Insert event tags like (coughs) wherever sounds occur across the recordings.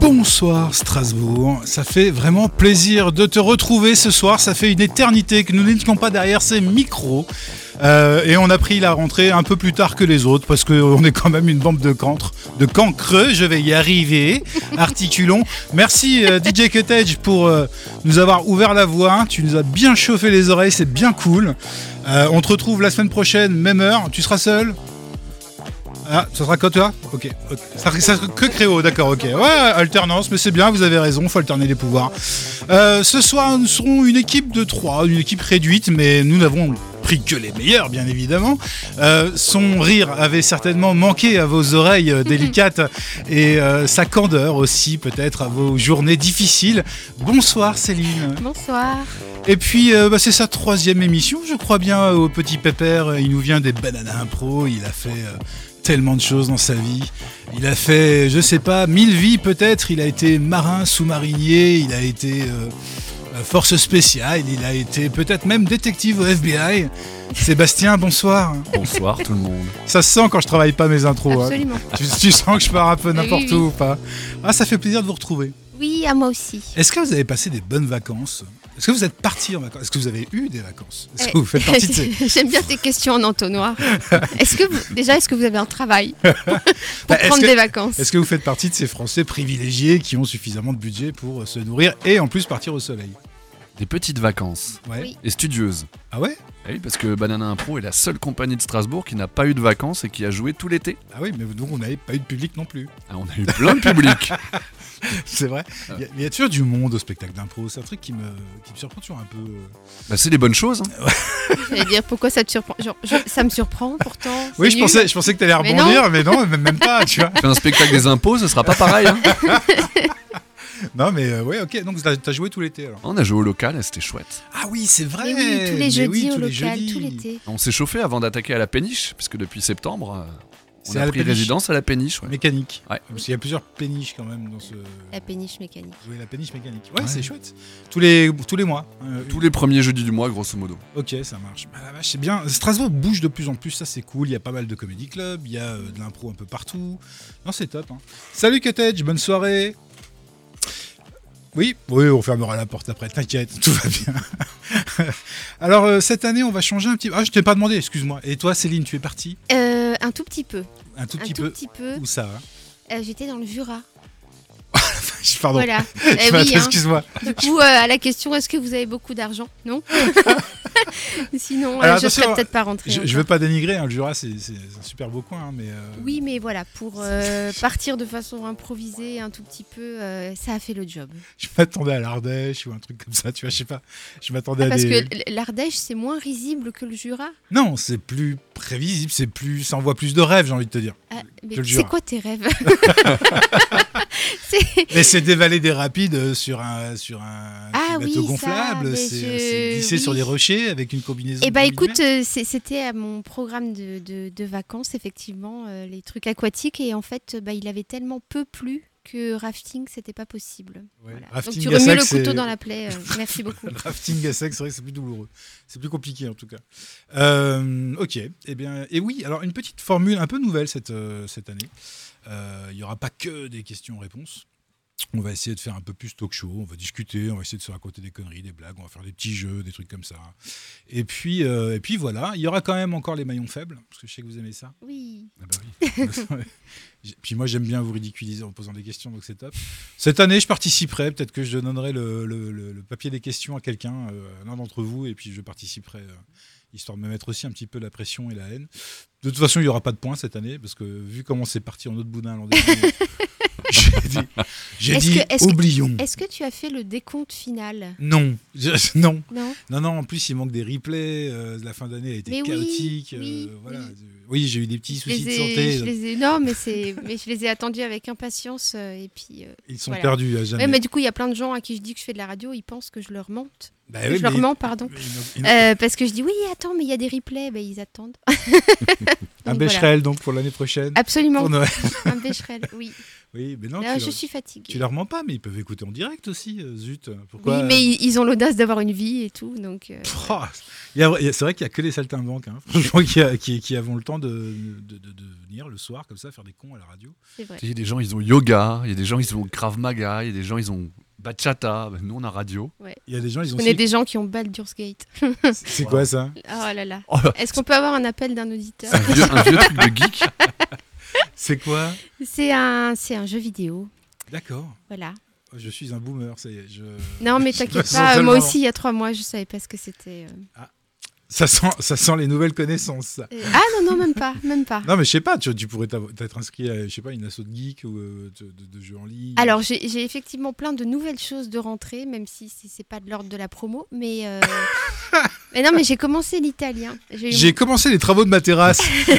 Bonsoir Strasbourg, ça fait vraiment plaisir de te retrouver ce soir, ça fait une éternité que nous n'étions pas derrière ces micros. Euh, et on a pris la rentrée un peu plus tard que les autres parce qu'on est quand même une bande de cancres, de cancreux, je vais y arriver, articulons. Merci euh, DJ Cottage pour euh, nous avoir ouvert la voie, tu nous as bien chauffé les oreilles, c'est bien cool. Euh, on te retrouve la semaine prochaine, même heure, tu seras seul ah, ça sera que toi Ok. Ça, ça sera que Créo, d'accord, ok. Ouais, alternance, mais c'est bien, vous avez raison, faut alterner les pouvoirs. Euh, ce soir, nous serons une équipe de trois, une équipe réduite, mais nous n'avons pris que les meilleurs, bien évidemment. Euh, son rire avait certainement manqué à vos oreilles euh, délicates et euh, sa candeur aussi, peut-être, à vos journées difficiles. Bonsoir, Céline. Bonsoir. Et puis, euh, bah, c'est sa troisième émission, je crois bien, euh, au Petit Pépère. Il nous vient des Banana Impro. Il a fait euh, tellement de choses dans sa vie. Il a fait, je sais pas, mille vies peut-être. Il a été marin, sous-marinier. Il a été euh, euh, force spéciale. Il a été peut-être même détective au FBI. Sébastien, bonsoir. Bonsoir tout le monde. Ça se sent quand je travaille pas mes intros. hein. Absolument. Tu, tu sens que je pars un peu Oui, n'importe oui, où oui. ou pas Ah, ça fait plaisir de vous retrouver. Oui, à moi aussi. Est-ce que vous avez passé des bonnes vacances Est-ce que vous êtes parti en vacances Est-ce que vous avez eu des vacances Est-ce que vous (laughs) faites partie de (laughs) ces... Eh, J'aime bien tes questions en entonnoir. Est-ce que vous- déjà, est-ce que vous avez (laughs) un travail pour Bah, est-ce prendre que- des vacances Est-ce que vous faites partie de ces Français privilégiés qui ont suffisamment de budget pour euh, se nourrir et en plus partir au soleil Des petites vacances. Ouais. Oui. Et studieuses. Ah ouais Ah oui, parce que Banana Impro est la seule compagnie de Strasbourg qui n'a pas eu de vacances et qui a joué tout l'été. Ah oui, mais donc on n'avait pas eu de public non plus. (laughs) Ah, on a eu plein de public. C'est vrai. Il y, a- il y a toujours du monde au spectacle d'impro. C'est un truc qui me, qui me surprend toujours un peu. Bah, c'est les bonnes choses. hein. J'allais dire pourquoi ça te surprend. Genre, je- ça me surprend pourtant. c'est Oui, je nul. pensais, je pensais que t'allais Mais rebondir, mais (laughs) non, même, même pas, tu vois. Fais un spectacle des impôts, ce sera pas pareil. hein. Non, mais euh, ouais, ok. Donc t'as t'as joué tout l'été alors. On a joué au local et c'était chouette. Ah oui, c'est vrai. Mais oui, tous les mais jeudis oui, au tous les local, jeudis. tout l'été. On s'est chauffé avant d'attaquer à la péniche, puisque depuis septembre, euh, on C'est à a la pris péniche. résidence à la péniche. ouais. Mécanique. Ouais. Parce qu'il y a plusieurs péniches quand même dans ce. La péniche mécanique. Jouer la péniche mécanique. Ouais, Ouais. c'est chouette. Tous les, tous les mois. Euh, Tous les premiers jeudis du mois, grosso modo. Ok, ça marche. Bah, la vache, c'est bien. Strasbourg bouge de plus en plus, ça c'est cool. Il y a pas mal de comédie clubs, il y a euh, de l'impro un peu partout. Non, c'est top. hein. Salut Cottage, bonne soirée. Oui, oui, on fermera la porte après, t'inquiète, tout va bien. (laughs) Alors euh, cette année, on va changer un petit Ah, je t'ai pas demandé, excuse-moi. Et toi Céline, tu es partie Euh, un tout petit peu. Un tout un petit tout peu. petit peu. Où ça hein (laughs) Euh, J'étais dans le Jura. Je- Pardon. Voilà. (laughs) Je Eh m'attends, oui, hein. Excuse-moi. Du coup, euh, à la question, est-ce que vous avez beaucoup d'argent (laughs) Non. Sinon, euh, Alors, je ne attention, serais peut-être pas rentrée. Je, je encore. veux pas dénigrer, hein, le Jura, c'est c'est un super beau coin, hein, mais. euh, Oui, mais voilà, pour (laughs) euh, partir de façon improvisée un tout petit peu, euh, ça a fait le job. (laughs) Je m'attendais à l'Ardèche ou un truc comme ça, tu vois, je sais pas. Je m'attendais à Ah, Parce des. que l- l'Ardèche, c'est moins risible que le Jura. Non, c'est plus prévisible, c'est plus, ça envoie plus de rêves, j'ai envie de te (laughs) dire. Ah, mais Que le c'est Jura. quoi (laughs) tes rêves Mais c'est des vallées des rapides euh, sur un sur un Ah petit oui, bateau ça, gonflable, mais c'est je- c'est glisser sur oui. des rochers avec une combinaison. Eh de bah pluie écoute, d'hiver. euh, c'est- c'était à mon programme de, de- de vacances, effectivement, euh, les trucs aquatiques. Et en fait, euh, bah, il avait tellement peu plu que rafting, c'était pas possible. Ouais. Voilà. Donc Rafting tu à remues sec, le c'est- couteau dans la plaie. euh, merci (laughs) beaucoup. Rafting à sec, c'est vrai que c'est plus douloureux. C'est plus compliqué en tout cas. Euh, ok, eh bien, et oui, alors une petite formule un peu nouvelle cette, euh, cette année. Euh, Il n'y aura pas que des questions-réponses. On va essayer de faire un peu plus talk show, on va discuter, on va essayer de se raconter des conneries, des blagues, on va faire des petits jeux, des trucs comme ça. Et puis, euh, et puis voilà, il y aura quand même encore les maillons faibles, parce que je sais que vous aimez ça. Oui. Ah bah (laughs) J'ai- Puis moi, j'aime bien vous ridiculiser en posant des questions, donc c'est top. Cette année, je participerai. Peut-être que je donnerai le, le- le- le papier des questions à quelqu'un, euh, à l'un d'entre vous, et puis je participerai, euh, histoire de me mettre aussi un petit peu la pression et la haine. De toute façon, il n'y aura pas de points cette année, parce que vu comment c'est parti en autre boudin l'an dernier, (laughs) j'ai dit, j'ai Est-ce dit, que- est-ce que- oublions. Est-ce que tu as fait le décompte final Non, (laughs) Je- non, Non non, non. En plus, il manque des replays. euh, la fin d'année a été Mais oui, chaotique. euh, oui, voilà. oui. Oui, j'ai eu des petits je soucis les de ai, santé. je les ai- Non, mais, c'est- (laughs) mais je les ai attendus avec impatience. euh, et puis, euh, Ils sont voilà. perdus à jamais. ouais, mais du coup, il y a plein de gens à qui je dis que je fais de la radio, ils pensent que je leur mente. Bah Que oui, je leur mais- (laughs) mens, pardon. mais ils n'ont- ils n'ont- Euh, parce que je dis oui, attends, mais il y a des replays, ben, (laughs) ils attendent. Donc, un voilà. Becherel donc pour l'année prochaine. Absolument, Pour Noël. un Becherel, oui. Oui, mais (laughs) non, Là, tu, je leur, suis fatiguée. tu leur mens pas, mais ils peuvent écouter en direct aussi, euh, zut. Pourquoi Oui, (laughs) mais ils, ils ont l'audace d'avoir une vie et tout, donc. euh, Oh, il y a- il y a- c'est vrai qu'il n'y a que les saltimbanques, hein, franchement, (laughs) qui, a- qui- qui avons le temps de, de- de- de venir le soir, comme ça, faire des cons à la radio. c'est vrai. Il y a des gens, ils ont yoga, il y a des gens, ils ont Krav Maga, il y a des gens, ils ont bachata. Bah, Nous, on a radio. Il y a des gens, ils Je ont connais aussi- des gens qui ont Baldur's Gate. C'est quoi (laughs) ça Oh là là. Oh là, Est-ce qu'on peut avoir un appel d'un auditeur un, vieux, (laughs) un vieux truc de geek. C'est quoi (laughs) C'est un, c'est un jeu vidéo. D'accord. Voilà. Je suis un boomer, ça y est. je- Non, mais je me t'inquiète sens pas. euh, Moi tellement- aussi, il y a trois mois, je savais pas ce que c'était. euh. Ça sent, ça sent les nouvelles connaissances, ça. Euh, Ah non, non, même pas, même pas. Non, mais je sais pas, tu, tu pourrais t'avo- t'être inscrit à je sais pas, une asso de geek ou euh, de, de- de jeux en ligne. Alors, j'ai j'ai effectivement plein de nouvelles choses de rentrée, même si c'est c'est pas de l'ordre de la promo. (laughs) Mais, euh, mais non, mais j'ai commencé l'italien. J'ai eu J'ai commencé les travaux de ma terrasse. (laughs)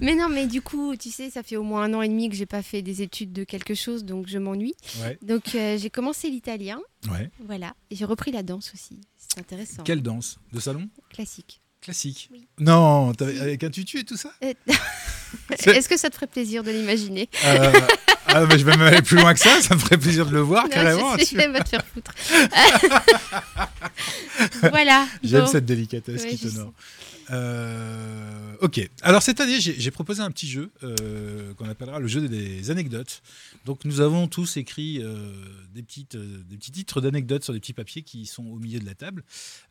Mais non, mais du coup, tu sais, ça fait au moins un an et demi que j'ai pas fait des études de quelque chose, donc je m'ennuie. ouais. Donc euh, j'ai commencé l'italien, ouais. voilà, et j'ai repris la danse aussi. C'est intéressant. Quelle danse De salon Classique. Classique. Oui. Non, t'avais- avec un tutu et tout ça Euh, C'est- Est-ce que ça te ferait plaisir de l'imaginer Euh, ah, mais je vais même aller plus loin que ça, ça me ferait plaisir de le voir Non, Ah, carrément. hein, je tu sais, vois. elle va te faire (laughs) foutre. (laughs) voilà. J'aime bon. cette délicatesse Ouais, qui je t'honore. Euh, ok, alors cette année j'ai j'ai proposé un petit jeu euh, qu'on appellera le jeu des anecdotes. Donc nous avons tous écrit euh, des, petites, euh, des petits titres d'anecdotes sur des petits papiers qui sont au milieu de la table.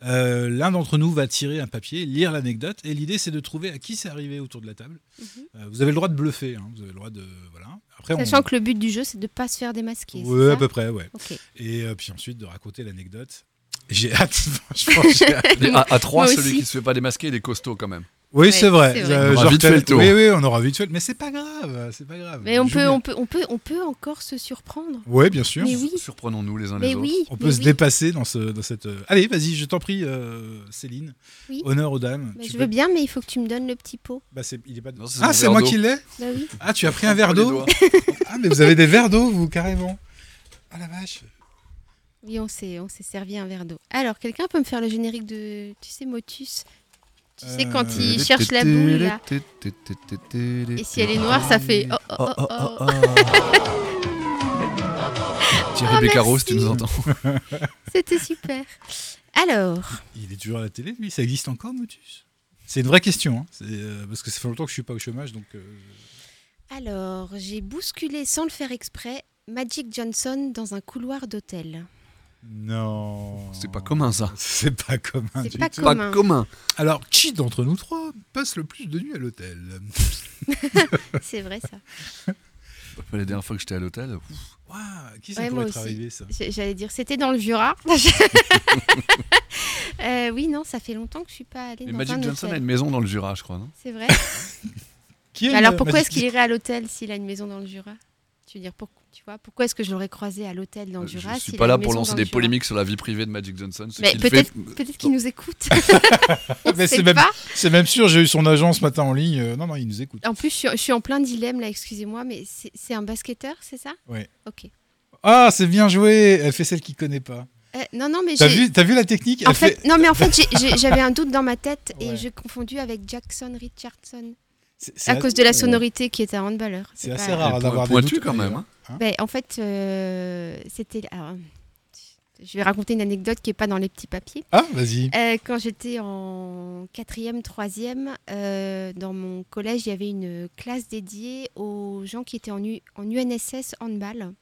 Euh, L'un d'entre nous va tirer un papier, lire l'anecdote et l'idée c'est de trouver à qui c'est arrivé autour de la table. Mhm. Euh, vous avez le droit de bluffer, hein, vous avez le droit de... Voilà. Après, Sachant que hein. le but du jeu, c'est de pas se faire démasquer. c'est Oui, ça à peu près, ouais. bah, Ok. Et euh, puis ensuite de raconter l'anecdote. J'ai hâte, (laughs) franchement, j'ai hâte. Mais à, à trois, Moi celui aussi. qui se fait pas démasquer, il est costaud quand même. Oui, Ouais, c'est vrai. c'est vrai. Euh, On aura je vite fait le reconnais- tour. Oui, oui, on aura vite fait. le- Mais c'est pas grave, c'est pas grave. Mais on Joue peut, bien. on, peut, on, peut, on peut encore se surprendre. Oui, bien sûr. Mais oui. Surprenons-nous les uns les Mais autres. oui. On mais peut se oui. dépasser dans, ce, dans cette. euh, Allez, vas-y, je t'en prie, euh, Céline. Oui. Honneur aux dames. Bah, Tu je peux- veux bien, mais il faut que tu me donnes le petit pot. Bah, c'est- il est pas... Non, c'est ah, mon c'est verre moi d'eau. qui l'ai Bah oui. Ah, tu as pris un Oh, verre les d'eau doigts. Ah, mais vous avez des verres d'eau, vous, carrément. Ah la vache. Oui, on s'est, on s'est servi un verre d'eau. Alors, quelqu'un peut me faire le générique de, tu sais, Motus Tu sais, quand Euh, il cherche la boule, là. Et Et si elle est noire, ça fait... Oh, oh, oh, oh. Thierry Beccaro, si tu nous Oh, merci. entends. (laughs) C'était super. Alors, Il est toujours à la télé, lui Ça existe encore, Motus C'est une vraie question, hein. C'est, euh, parce que ça fait longtemps que je suis pas au chômage, donc. euh, alors, j'ai bousculé sans le faire exprès Magic Johnson dans un couloir d'hôtel. Non. C'est pas commun ça. (laughs) Ah, C'est pas commun. C'est du pas tout. C'est Commun. pas commun. Alors, qui d'entre nous trois passe le plus de nuits à l'hôtel C'est vrai ça. La dernière fois que j'étais à l'hôtel, Waouh, qui ça Ouais, pourrait moi être aussi. arrivé ça J- J'allais dire, c'était dans le Jura. Euh, oui, non, ça fait longtemps que je suis pas allée mais dans Magic un Johnson a hôtel. une maison dans le Jura, je crois. Non C'est (laughs) vrai. Qui a Mais une- alors pourquoi Magic- est-ce qu'il irait à l'hôtel s'il a une maison dans le Jura Tu veux dire pour- tu vois pourquoi est-ce que je l'aurais croisé à l'hôtel dans le je Jura suis s'il pas a là une pour maison lancer dans des le Jura polémiques sur la vie privée de Magic Johnson. Ce Mais qu'il peut-être fait- peut-être qu'il nous (laughs) écoute. On Mais sait c'est même- pas. C'est même sûr, j'ai eu son agent ce matin en ligne. euh, Non, non, il nous écoute. En plus je suis, je suis en plein dilemme là, excusez-moi, mais c'est c'est un basketteur, c'est ça Ouais. Ok. Ah, c'est bien joué Elle fait celle qui connaît pas. Euh, non non mais T'as j'ai- vu, t'as vu la technique En Elle fait, non mais en fait j'ai- j'ai- j'avais un doute dans ma tête et Ouais. j'ai confondu avec Jackson Richardson C'est- c'est à a- cause de la sonorité qui était un handballeur. C'est pas- assez rare Elle d'avoir est des pointue doutes. quand même, hein. Ben, en fait, euh, c'était. alors, je vais raconter une anecdote qui n'est pas dans les petits papiers. Ah, vas-y. Euh, quand j'étais en quatrième, troisième, euh, dans mon collège, il y avait une classe dédiée aux gens qui étaient en, U- en UNSS handball.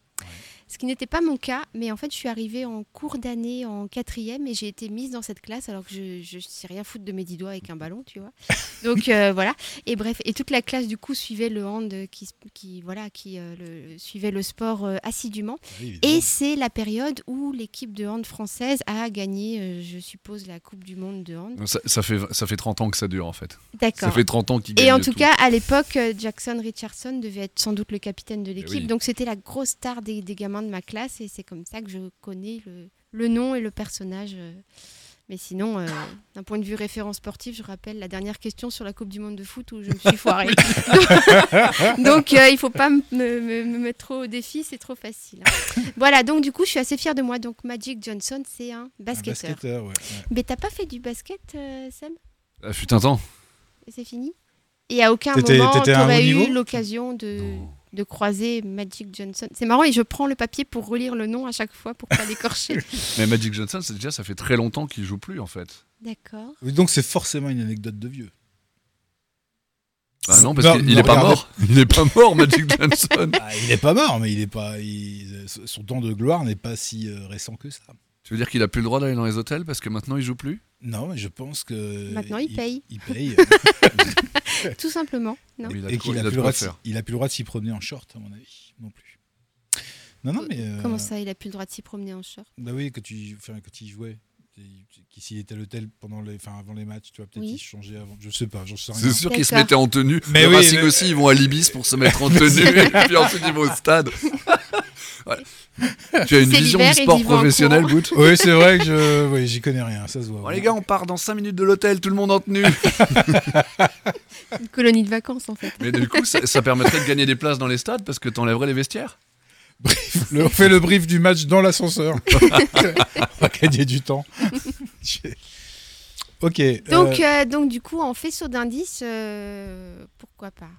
Ce qui n'était pas mon cas, mais en fait, je suis arrivée en cours d'année en quatrième et j'ai été mise dans cette classe alors que je ne sais rien foutre de mes dix doigts avec un ballon, tu vois. Donc euh, voilà. Et bref, et toute la classe du coup suivait le hand euh, qui, s- qui voilà, qui euh, le, suivait le sport euh, assidûment. Ah, Et c'est la période où l'équipe de hand française a gagné, euh, je suppose, la Coupe du Monde de hand. Ça, ça fait, ça fait 30 ans que ça dure en fait. Ça D'accord. fait 30 ans qu'il gagne Et en tout tout. cas, à l'époque, euh, Jackson Richardson devait être sans doute le capitaine de l'équipe. Eh oui. Donc c'était la grosse star des, des gamins de ma classe et c'est comme ça que je connais le, le nom et le personnage. euh. Mais sinon, euh, d'un point de vue référent sportif, je rappelle la dernière question sur la Coupe du Monde de foot où je me suis (laughs) foirée. (laughs) donc euh, il faut pas me, me- me- me mettre trop au défi, c'est trop facile. hein. voilà, donc du coup, je suis assez fière de moi. Donc Magic Johnson, c'est un Un basketteur. basketteur, ouais. ouais. Mais t'as pas fait du basket, euh, Sam Ah, fut un temps. et c'est fini Et à aucun T'étais- moment, t'étais à un haut t'aurais niveau eu l'occasion de... Non. de croiser Magic Johnson. C'est marrant et je prends le papier pour relire le nom à chaque fois pour pas (laughs) l'écorcher. Mais Magic Johnson, c'est déjà, ça fait très longtemps qu'il joue plus en fait. D'accord. Donc c'est forcément une anecdote de (laughs) vieux. Bah non, Non, parce qu'il non, est pas regardez. mort. Il est pas mort, Magic Johnson. (laughs) Ah, il n'est pas mort, mais il est pas, il- euh, son temps de gloire n'est pas si euh, récent que ça. Tu veux dire qu'il a plus le droit d'aller dans les hôtels parce que maintenant il joue plus Non, mais je pense que. Maintenant, il paye. Il paye. Tout simplement. Non. Oui, il a et de quoi- qu'il il a, plus le a de quoi droit de s'y- faire. il a plus le droit de s'y promener en short, à mon avis, non plus. Non, non, mais. euh, Comment ça, il a plus le droit de s'y promener en short Bah oui, quand il, enfin, quand il jouait. Qui s'il était à l'hôtel pendant les, enfin, avant les matchs, tu vois, peut-être Oui. il changeait avant. Je sais pas, j'en sais rien. C'est sûr qu'ils se D'accord. mettaient en tenue. Mais Mais oui, Racing mais- aussi, ils vont à Libis pour se (laughs) mettre en tenue. et puis ensuite, ils vont au stade. (laughs) Voilà. Tu as une C'est vision l'hiver du et sport ils vont en professionnel, courant. Boot (laughs) Oui, c'est vrai que je, oui, j'y connais rien, ça se voit. Bon, les gars, on part dans 5 minutes de l'hôtel, tout le monde (laughs) en tenue. Une colonie de vacances en fait. Mais du coup, ça, ça permettrait de gagner des places dans les stades parce que t'enlèverais les vestiaires. Brief, le- on fait le brief du match dans (laughs) l'ascenseur. on va gagner du temps. (laughs) J'ai- ok. euh, Donc, euh, donc du coup, en faisceau d'indices, euh, pourquoi pas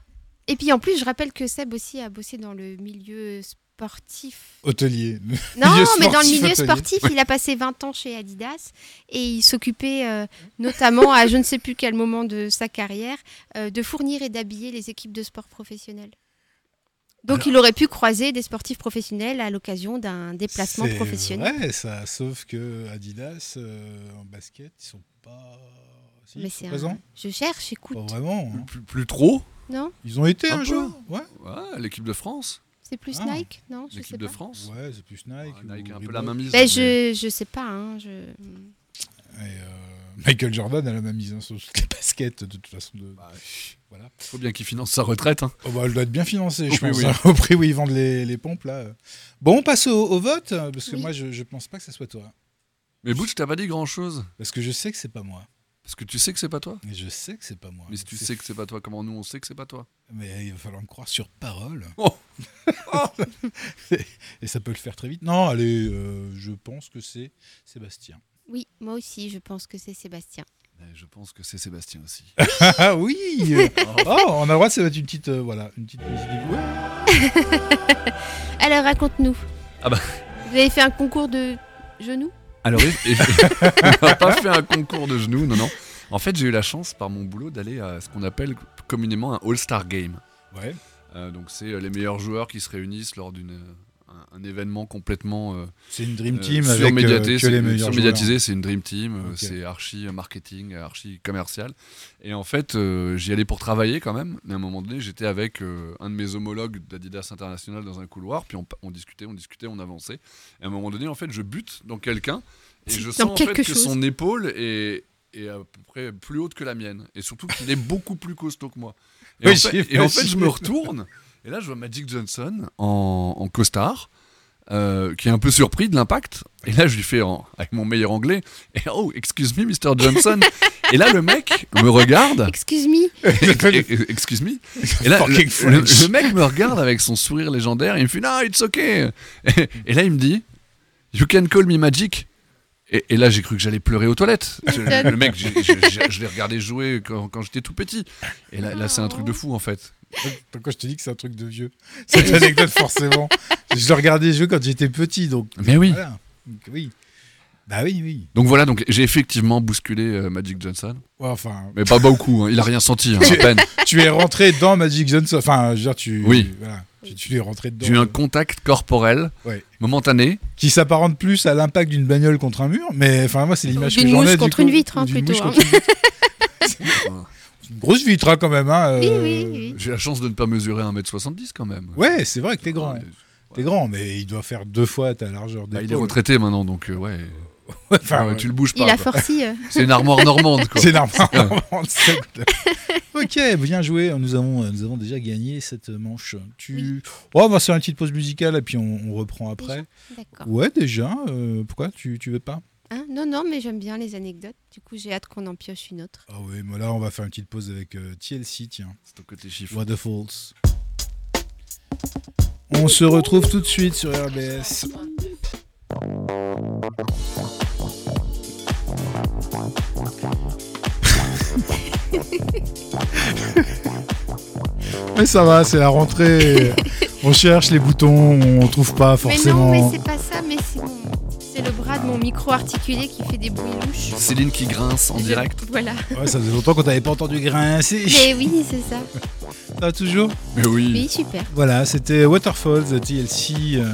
Et puis en plus, je rappelle que Seb aussi a bossé dans le milieu sportif. hôtelier. Non, Milieu mais dans le sportif, milieu hôtelier. sportif, il a passé 20 ans chez Adidas et il s'occupait euh, notamment à je ne sais plus quel moment de sa carrière euh, de fournir et d'habiller les équipes de sport professionnels. Donc il aurait pu croiser des sportifs professionnels à l'occasion d'un déplacement C'est professionnel. vrai, ça. Sauf que Adidas euh, en basket, ils sont pas. si, ils Mais sont c'est un- présents. Je cherche, Pas écoute. vraiment. hein. Plus, plus trop. Non, Ils ont été Un un, peu. jour. Ouais. Ouais, l'équipe de France. c'est plus Ah. Nike, non, je sais L'équipe de pas. France. Ouais, c'est plus Nike. Ouais, Ah, Nike ou a un peu Reebok. la mainmise. Ben, mais- je, je sais pas. hein, je- Et, euh, Michael Jordan a la même mise hein, sur toutes les baskets de toute façon. De... Bah, Voilà. Faut bien qu'il finance sa retraite. hein. Oh, bah, elle doit être bien financée, je Oui, pense, oui. hein, au prix où ils vendent les, les pompes. là. Bon, on passe au, au vote, hein, parce que Oui. moi, je, je pense pas que ça soit toi. Mais Butch, t'as pas dit grand chose. Parce que je sais que c'est pas moi. Parce que tu sais que c'est pas toi. Et je sais que c'est pas moi. Mais si tu C'est- sais que c'est pas toi, comment nous on sait que c'est pas toi Mais il va falloir me croire sur parole. Oh. (laughs) Et ça peut le faire très vite. Non, allez, euh, je pense que c'est Sébastien. Oui, moi aussi, je pense que c'est Sébastien. Mais Bah, Je pense que c'est Sébastien aussi. Ah oui (laughs) Oh, on a le droit de se mettre une petite, euh, voilà, une petite musique. Ouais. Alors, raconte-nous. Ah bah. Vous avez fait un concours de genoux (laughs) Alors, et- (laughs) et- on n'a pas fait un concours de genoux, non, non. En fait, j'ai eu la chance par mon boulot d'aller à ce qu'on appelle communément un All-Star Game. Ouais. Euh, donc, c'est euh, les meilleurs joueurs qui se réunissent lors d'une euh, un, un événement complètement euh, C'est une Dream euh, Team avec euh, surmédiaté. que les c'est- meilleurs (laughs) surmédiatisé, c'est une dream team. euh, Ok. C'est archi euh, marketing, euh, archi commercial. Et en fait, euh, j'y allais pour travailler quand même. Mais à un moment donné, j'étais avec euh, un de mes homologues d'Adidas International dans un couloir. Puis on, pa- on discutait, on discutait, on avançait. Et à un moment donné, en fait, je bute dans quelqu'un. Et je Dans sens en fait quelque que chose. son épaule est, est à peu près plus haute que la mienne. Et surtout qu'il est beaucoup plus costaud que moi. Et, Oui, en, fait, j'ai et en fait, je imaginé. me retourne. Et là, je vois Magic Johnson en, en costard. euh, qui est un peu surpris de l'impact. Et là, je lui fais en- avec mon meilleur anglais et, Oh, excuse me, Mr. Johnson. et là, le mec me regarde. Excuse me. Et- et- excuse me. (laughs) Et là, le, Fucking le- French. le mec me regarde avec son sourire légendaire. Et il me fait Non, it's okay. Et, et là, il me dit You can call me Magic. Et, et là, j'ai cru que j'allais pleurer aux toilettes. Je- le mec, j'ai- j'ai- j'ai- je l'ai regardé jouer quand, quand j'étais tout petit. Et là, là c'est un truc de fou en fait. Pourquoi je te dis que c'est un truc de vieux (laughs) Cette anecdote, forcément. Je le regardais jouer quand j'étais petit, donc Mais oui. voilà. Donc, oui. Bah oui, oui. Donc voilà, donc j'ai effectivement bousculé euh, Magic Johnson. Ouais, enfin, Mais pas beaucoup, hein. il a rien senti, hein, Tu- (laughs) à peine. tu es rentré dans Magic Johnson. Enfin, je veux dire, tu. Oui. voilà. tu, tu es rentré dedans. J'ai eu un contact corporel euh, Ouais. momentané. qui s'apparente plus à l'impact d'une bagnole contre un mur, mais enfin moi c'est l'image Ou que d'une j'en ai. mouche du contre coup. une vitre, hein, Ou d'une plutôt, mouche contre hein. une vitre. (laughs) C'est une grosse vitre hein, quand même. Hein, Oui, euh. oui, oui. J'ai la chance de ne pas mesurer 1m70 quand même. Ouais, c'est vrai que t'es grand. Ouais. T'es grand, mais il doit faire deux fois ta largeur Bah, d'épaule. il est retraité maintenant, donc euh, ouais. (laughs) Enfin, Ouais, ouais. Tu le bouges pas. Il a quoi. forci. (laughs) euh, C'est une armoire normande, (laughs) quoi. C'est normal. (laughs) C'est cool. (laughs) ok, bien joué. Nous avons, euh, nous avons déjà gagné cette manche. Tu... Oh, on va se faire une petite pause musicale et puis on, on reprend après. D'accord. Ouais, déjà. euh, pourquoi tu, tu veux pas Hein non, non, mais j'aime bien les anecdotes. Du coup, j'ai hâte qu'on en pioche une autre. Ah oui, mais là on va faire une petite pause avec euh, TLC, tiens. C'est ton côté chiffre. Waterfalls. On se retrouve tout de suite sur (laughs) RBS. Mais ça va, c'est la rentrée. On cherche les boutons, on trouve pas forcément. Mais non, mais c'est pas ça, mais c'est mon- c'est le bras de mon micro articulé qui fait des bruits louches. Céline qui grince en Je- direct. (laughs) Voilà. Ouais, ça faisait longtemps qu'on t'avait pas entendu grincer. Mais oui, c'est ça. Pas toujours. Mais oui. Oui, super. Voilà, c'était Waterfalls de TLC euh,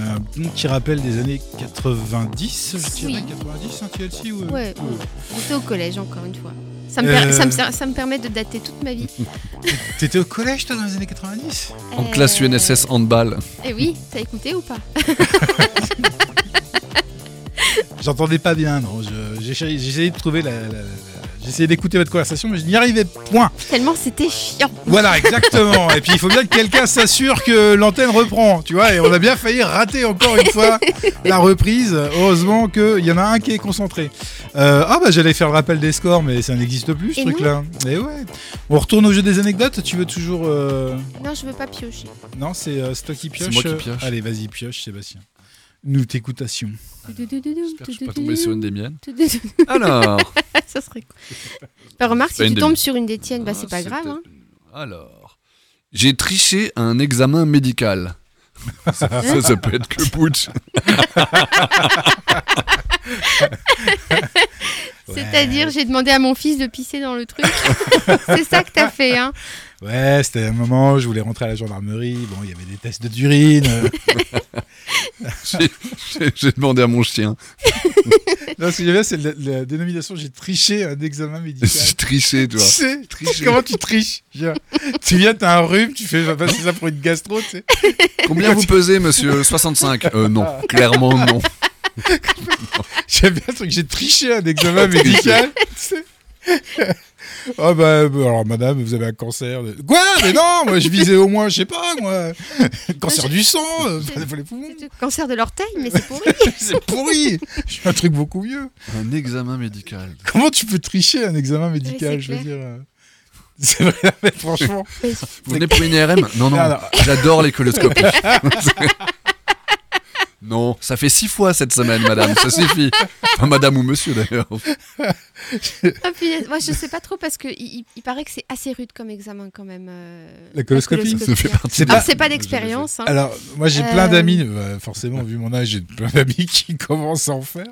qui rappelle des années 90, je dirais Oui. 90, hein, TLC ou, euh, Ouais. ou- J'étais au collège, encore une fois. Ça me, per- Euh. ça, me, ser- ça me permet de dater toute ma vie. T'étais au collège toi dans les années 90 En Euh, classe UNSS handball. Eh oui, t'as écouté ou pas J'entendais pas bien, non. je- J'essayais j'essayais de trouver la. la- la- J'essayais d'écouter votre conversation, mais je n'y arrivais point. Tellement c'était chiant. Voilà, exactement. et puis il faut bien que quelqu'un s'assure que l'antenne reprend, tu vois. Et on a bien failli rater encore une fois la reprise. Heureusement qu'il y en a un qui est concentré. Euh, ah bah j'allais faire le rappel des scores, mais ça n'existe plus ce Et truc-là. Et ouais. On retourne au jeu des anecdotes. Tu veux toujours euh, Non, je veux pas piocher. Non, c'est euh, c'est toi qui C'est pioche. moi qui pioche. Allez, vas-y, pioche, Sébastien. Nous t'écoutation. J'espère que je suis pas tombé (laughs) sur une des miennes. ça Alors. (laughs) Ah, serait cool. (laughs) Bah, remarque, Pas si une tu des- tombes sur une des tiennes, bah, c'est Ah, pas grave. peut-être hein. une- Alors, j'ai triché à un examen médical. (laughs) ça, ça, ça peut être que putsch. (laughs) Ouais. C'est-à-dire, j'ai demandé à mon fils de pisser dans (laughs) le truc. c'est ça que t'as fait, hein Ouais, c'était un moment, où je voulais rentrer à la gendarmerie. Bon, il y avait des tests de (laughs) d'urine. Euh, J'ai- J'ai j'ai demandé à mon chien. non, ce que j'aime bien, c'est la, la dénomination j'ai triché un examen médical. J'ai triché, tu Tu vois. sais, Tricher. comment tu triches je veux dire. Tu viens, t'as un rhume, tu fais, je vais passer ça pour une gastro, tu sais. (laughs) Combien vous pesez, monsieur 65 Euh, non. Clairement, non. J'aime bien le truc, j'ai triché un examen médical, tu sais. (laughs) Oh bah, euh, alors madame, vous avez un cancer. de- Quoi Mais non, moi je visais au moins, je sais pas, moi. (laughs) Cancer je- du sang, (laughs) euh, je- pour les poumons. C'est le cancer de l'orteil, mais c'est pourri. C'est pourri. Je fais un truc beaucoup mieux. Un examen médical. Comment tu peux tricher un examen médical, Oui, c'est je veux dire euh, C'est vrai, (laughs) mais franchement. Vous venez pour une IRM Non, non. Alors. J'adore les coloscopies. (laughs) Non, ça fait six fois cette semaine, madame, ça suffit. Enfin, madame ou monsieur d'ailleurs. (laughs) Ah, punaise. Moi, je sais pas trop parce que il, il- il paraît que c'est assez rude comme examen quand même. euh, La coloscopie. Ça fait hein. partie C'est de- pas- Alors, c'est pas d'expérience. hein. Alors, moi j'ai Euh, plein d'amis, bah, forcément, vu mon âge, j'ai plein d'amis (laughs) qui commencent à en faire.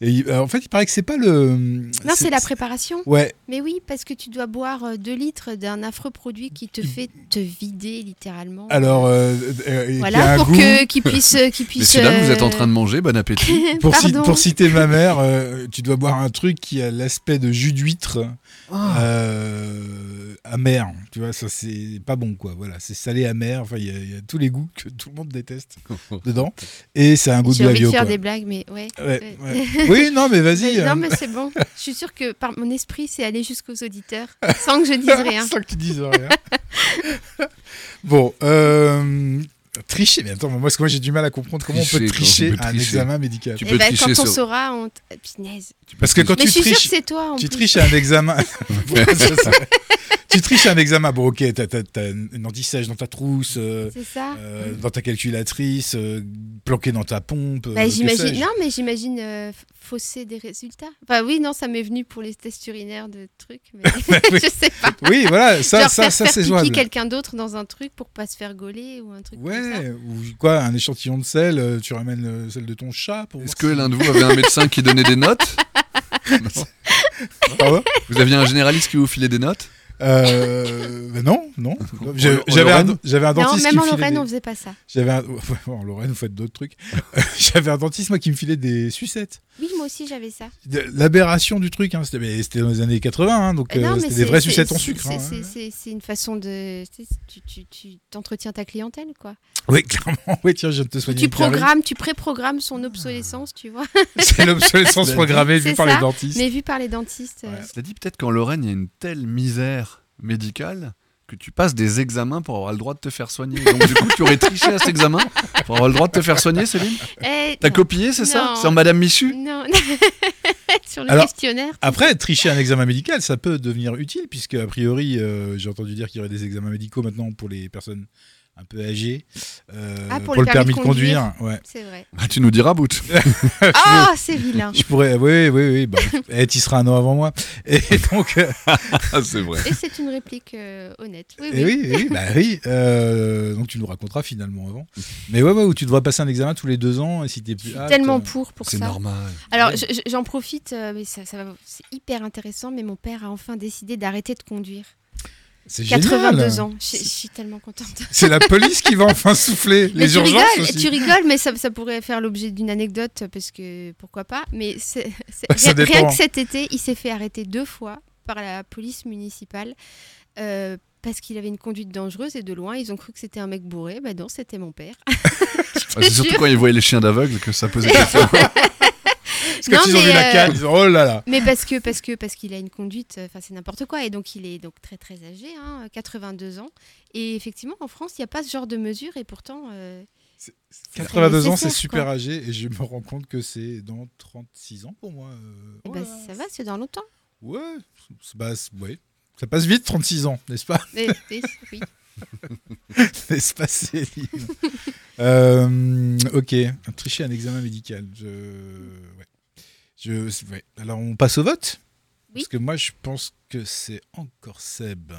Et il- euh, en fait, il paraît que c'est pas le. Non, c'est la préparation. Ouais, Mais oui, parce que tu dois boire 2 litres d'un affreux produit qui te fait te vider littéralement. alors. euh, euh, et qui a voilà, un pour goût. que qu'il puisse, (laughs) euh, qu'il puisse. Messieurs, dames, vous êtes (laughs) en train de manger, bon appétit. Pour, ci- pour citer ma mère, euh, tu dois boire un truc qui a l'aspect de jus d'huître Oh. euh, amer. Tu vois, ça c'est pas bon quoi. Voilà, c'est salé amer. Enfin, il y, a- il y a tous les goûts que tout le monde déteste dedans. Et c'est un goût de J'ai envie de glavio. faire quoi. des blagues, mais ouais. Ouais, ouais. Oui, non, mais vas-y. (laughs) Non, euh, mais c'est bon. Je suis sûre que par mon esprit, c'est aller jusqu'aux auditeurs sans que je dise (laughs) rien. Sans que tu dises rien. (laughs) bon, euh, tricher. Mais attends, mais moi, parce que moi j'ai du mal à comprendre comment on peut Tricher, tricher comment on peut à un tricher. examen médical. Tu Et peux ben, tricher quand on sur- saura, on. t- Ah, Punaise. Parce que quand mais je tu suis sûre que triches, c'est toi. En tu plus. triches à un (laughs) examen. (laughs) Pourquoi ça, ça tu triches à un examen. Bon, ok, t'as, t'as- t'as un anti-sèche dans ta trousse, euh, C'est ça. euh, dans ta calculatrice, euh, planqué dans ta pompe. euh, Bah, que j'imagine. sais-je. Non, mais j'imagine euh, f- fausser des résultats. Enfin, oui, non, ça m'est venu pour les tests urinaires de trucs, (laughs) mais (laughs) je sais pas. Oui, (laughs) voilà, ça, hein. Genre ça, faire, ça, faire c'est pipi jouable. quelqu'un d'autre dans un truc pour pas se faire gauler ou un truc comme ça. Ouais, ou quoi, un échantillon de sel, euh, tu ramènes euh, celle de ton chat pour. Est-ce voir que si- (laughs) l'un de vous avait un médecin qui donnait des notes Non. Pardon Vous aviez un généraliste qui vous filait des notes Euh, bah non, non. J'ai- en J'avais un, Lorraine j'avais un Non, dentiste même qui en me filait Lorraine, des- on faisait pas ça. J'avais un... (laughs) ouais, en Lorraine, vous faites d'autres trucs. (laughs) j'avais un dentiste, moi, qui me filait des sucettes. Oui, moi aussi, j'avais ça. De- L'aberration du truc, hein, c'était mais c'était dans les années 80, hein, donc Euh, euh, non, mais c'était des c'est- vraies c'est- sucettes en c'est- sucre. c'est- hein. c'est- C'est c'est une façon de. tu sais, Tu, tu, tu t'entretiens ta clientèle, quoi. Oui, clairement. (laughs) Oui, tiens, je viens de te soigner. Tu une carie. programmes, tu pré-programmes son obsolescence, tu vois. (laughs) C'est (laughs) l'obsolescence programmée vue C'est par ça. les dentistes. Mais vu par les dentistes. euh, Cela dit, peut-être qu'en Lorraine, il y a une telle misère médicale que tu passes des examens pour avoir le droit de te faire soigner. Donc du coup, tu aurais triché à cet examen pour avoir le droit de te faire soigner, Céline eh, T'as copié, c'est ça Non. Sur Madame Michu Non, (laughs) sur le Alors- questionnaire. Après, tricher un examen médical, ça peut devenir utile, puisque, a priori, euh, j'ai entendu dire qu'il y aurait des examens médicaux maintenant pour les personnes un peu âgé euh, Ah, pour, le permis, de conduire. Ouais. C'est vrai. Ah, tu nous diras, Bout. Ah, (laughs) c'est vilain. Je pourrais, oui, oui, oui. (laughs) Bah, eh, tu seras un an avant moi. Et donc, euh, Ah, c'est vrai. Et c'est une réplique euh, honnête. Oui, eh oui. oui, oui, bah oui. euh, donc tu nous raconteras finalement avant. Mais ouais, ouais, où tu devras passer un examen tous les deux ans et si t'es Je plus suis apte, tellement euh, pour pour C'est ça. (laughs) normal. Alors, Oui. je- je- j'en profite, euh, mais ça, ça va- c'est hyper intéressant. Mais mon père a enfin décidé d'arrêter de conduire. C'est 82 génial. ans. Je je suis tellement contente. C'est la police qui va enfin souffler (laughs) Mais les tu urgences rigoles, aussi. tu rigoles, mais ça, ça pourrait faire l'objet d'une anecdote parce que pourquoi pas. Mais c'est- c'est- Bah, Ça rien, dépend. que cet été, il s'est fait arrêter deux fois par la police municipale euh, parce qu'il avait une conduite dangereuse et de loin, ils ont cru que c'était un mec bourré. Bah non, c'était mon père. Ah, c'est surtout jure. quand ils voyaient les chiens d'aveugle que ça (laughs) posait question. Parce que quand Non, ils ont vu mais, la euh, canne, ils ont oh là là. Mais parce que parce que parce qu'il a une conduite, euh, enfin c'est n'importe quoi et donc il est donc très très âgé, hein, 82 ans. Et effectivement, en France, il n'y a pas ce genre de mesure et pourtant. euh, C'est- c'est 82 ans, c'est nécessaire, super quoi. âgé et je me rends compte que c'est dans 36 ans pour moi. euh, Eh oh ben, là là. ça va, c'est dans longtemps. Ouais, c'est- bah, c'est- ouais. Ça passe vite, 36 ans, n'est-ce pas Mais- mais- (laughs) oui. N'est-ce pas, Céline Euh, Ok, tricher un examen médical. Je... ouais. Je- ouais. Alors, on passe au vote Oui. Parce que moi, je pense que c'est encore Seb.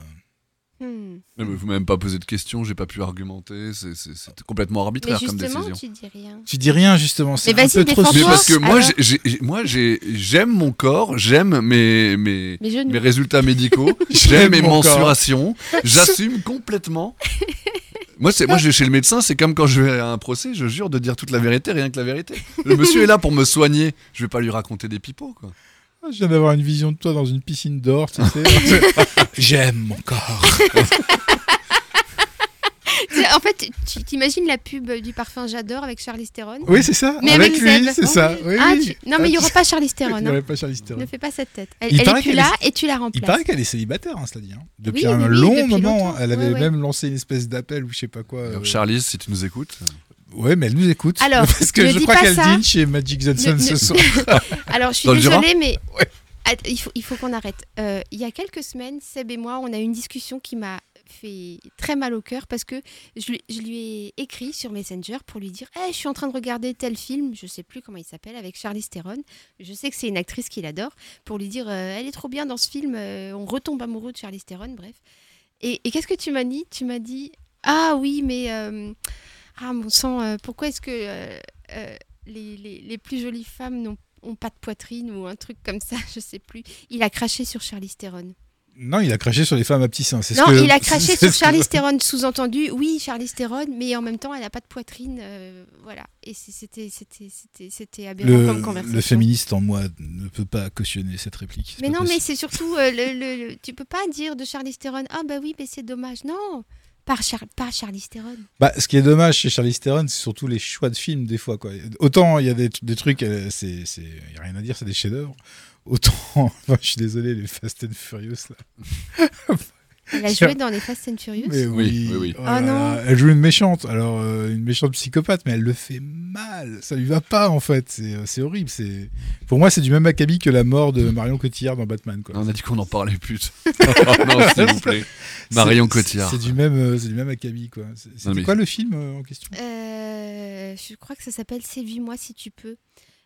Hmm. Mais vous m'avez même pas posé de questions, j'ai pas pu argumenter. c'est- C'est c'est complètement Mais arbitraire comme justement, tu décision. dis rien. Tu dis rien, justement. C'est Mais un vas-y, peu trop défends-toi. Mais sûr. parce que moi, Alors j'ai- j'ai- j'ai- moi, j'ai- j'aime mon corps, j'aime mes, mes, Mais je ne mes résultats (laughs) médicaux, J'aime j'aime mes mon corps. (laughs) mensurations, j'assume complètement. Moi, c'est, moi, je vais chez le médecin, c'est comme quand je vais à un procès, je jure de dire toute la vérité, rien que la vérité. Le monsieur est là pour me soigner, je vais pas lui raconter des pipeaux, quoi. Ah, Je viens d'avoir une vision de toi dans une piscine d'or, tu (laughs) sais. J'aime mon corps. (laughs) C'est- En fait, tu t'imagines la pub du parfum J'adore avec Charlize Theron Oui, c'est ça. Mais avec, avec lui, Seb. c'est ça. Oui, Ah, oui. tu- Non, mais il n'y aura Ah, pas Charlize tu- Theron. Il n'y hein. aurait pas Charlize Theron. Ne fais pas cette tête. Elle Il elle paraît est plus qu'elle là et tu la Il remplaces. paraît qu'elle est célibataire, hein, cela dit. hein. Depuis Oui, un oui, oui, long depuis moment, hein. longtemps. elle avait Ouais, ouais. même lancé une espèce d'appel ou je sais pas quoi. euh, Alors, Charlize, si tu nous écoutes, Ouais, mais elle nous écoute. Alors, (laughs) parce que ne je dis crois pas qu'elle ça. dîne chez Magic Johnson Ne- ne- ce (laughs) soir. Alors, je suis Dans le Jura désolée, mais Att- il faut, il faut qu'on arrête. Euh, il y a quelques semaines, Seb et moi, on a eu une discussion qui m'a fait très mal au cœur parce que je lui, je lui ai écrit sur Messenger pour lui dire Eh, Je suis en train de regarder tel film, je sais plus comment il s'appelle, avec Charlize Theron. Je sais que c'est une actrice qu'il adore. Pour lui dire euh, Elle est trop bien dans ce film, euh, on retombe amoureux de Charlize Theron, bref. Et, et qu'est-ce que tu m'as dit Tu m'as dit Ah oui, mais. euh, ah mon sang, euh, pourquoi est-ce que euh, euh, les, les- les plus jolies femmes n'ont ont pas de poitrine ou un truc comme ça, (laughs) je sais plus. Il a craché sur Charlize Theron. Non, il a craché sur les femmes à petits seins. c'est ce Non, que- (laughs) il a craché c'est sur ce que- Charlize Theron, sous-entendu, oui, Charlize Theron, mais en même temps, elle n'a pas de poitrine, euh, voilà. Et c'est- c'était c'était c'était c'était aberrant comme Le, conversation. le féministe en moi ne peut pas cautionner cette réplique. C'est Mais pas non, mais possible. c'est surtout euh, le, le- le- tu peux pas dire de Charlize Theron, ah bah oui, mais c'est dommage. Non, pas Char pas Charlize Theron. Bah, ce qui est dommage chez Charlize Theron, c'est surtout les choix de films des fois. Quoi. Autant il y a des, des trucs, euh, c'est, c'est, il y a rien à dire, c'est des chefs-d'œuvre. Autant, (laughs) enfin, je suis désolé, les Fast and Furious là. (laughs) Elle a joué dans les Fast and Furious. Mais oui, Oui, oui, oui. oh là Oh non. là, elle joue une méchante, alors euh, une méchante psychopathe, mais elle le fait mal. Ça lui va pas en fait. C'est, euh, c'est horrible. C'est, pour moi, c'est du même acabit que la mort de Marion Cotillard dans Batman. Quoi. on a dit qu'on en parlait plus. (laughs) non, s'il (laughs) vous plaît. Marion C'est- Cotillard. C'est, c'est du même, euh, c'est du même acabit quoi. C'est, c'était mais- quoi le film euh, en question Euh, je crois que ça s'appelle Séduis-moi si tu peux.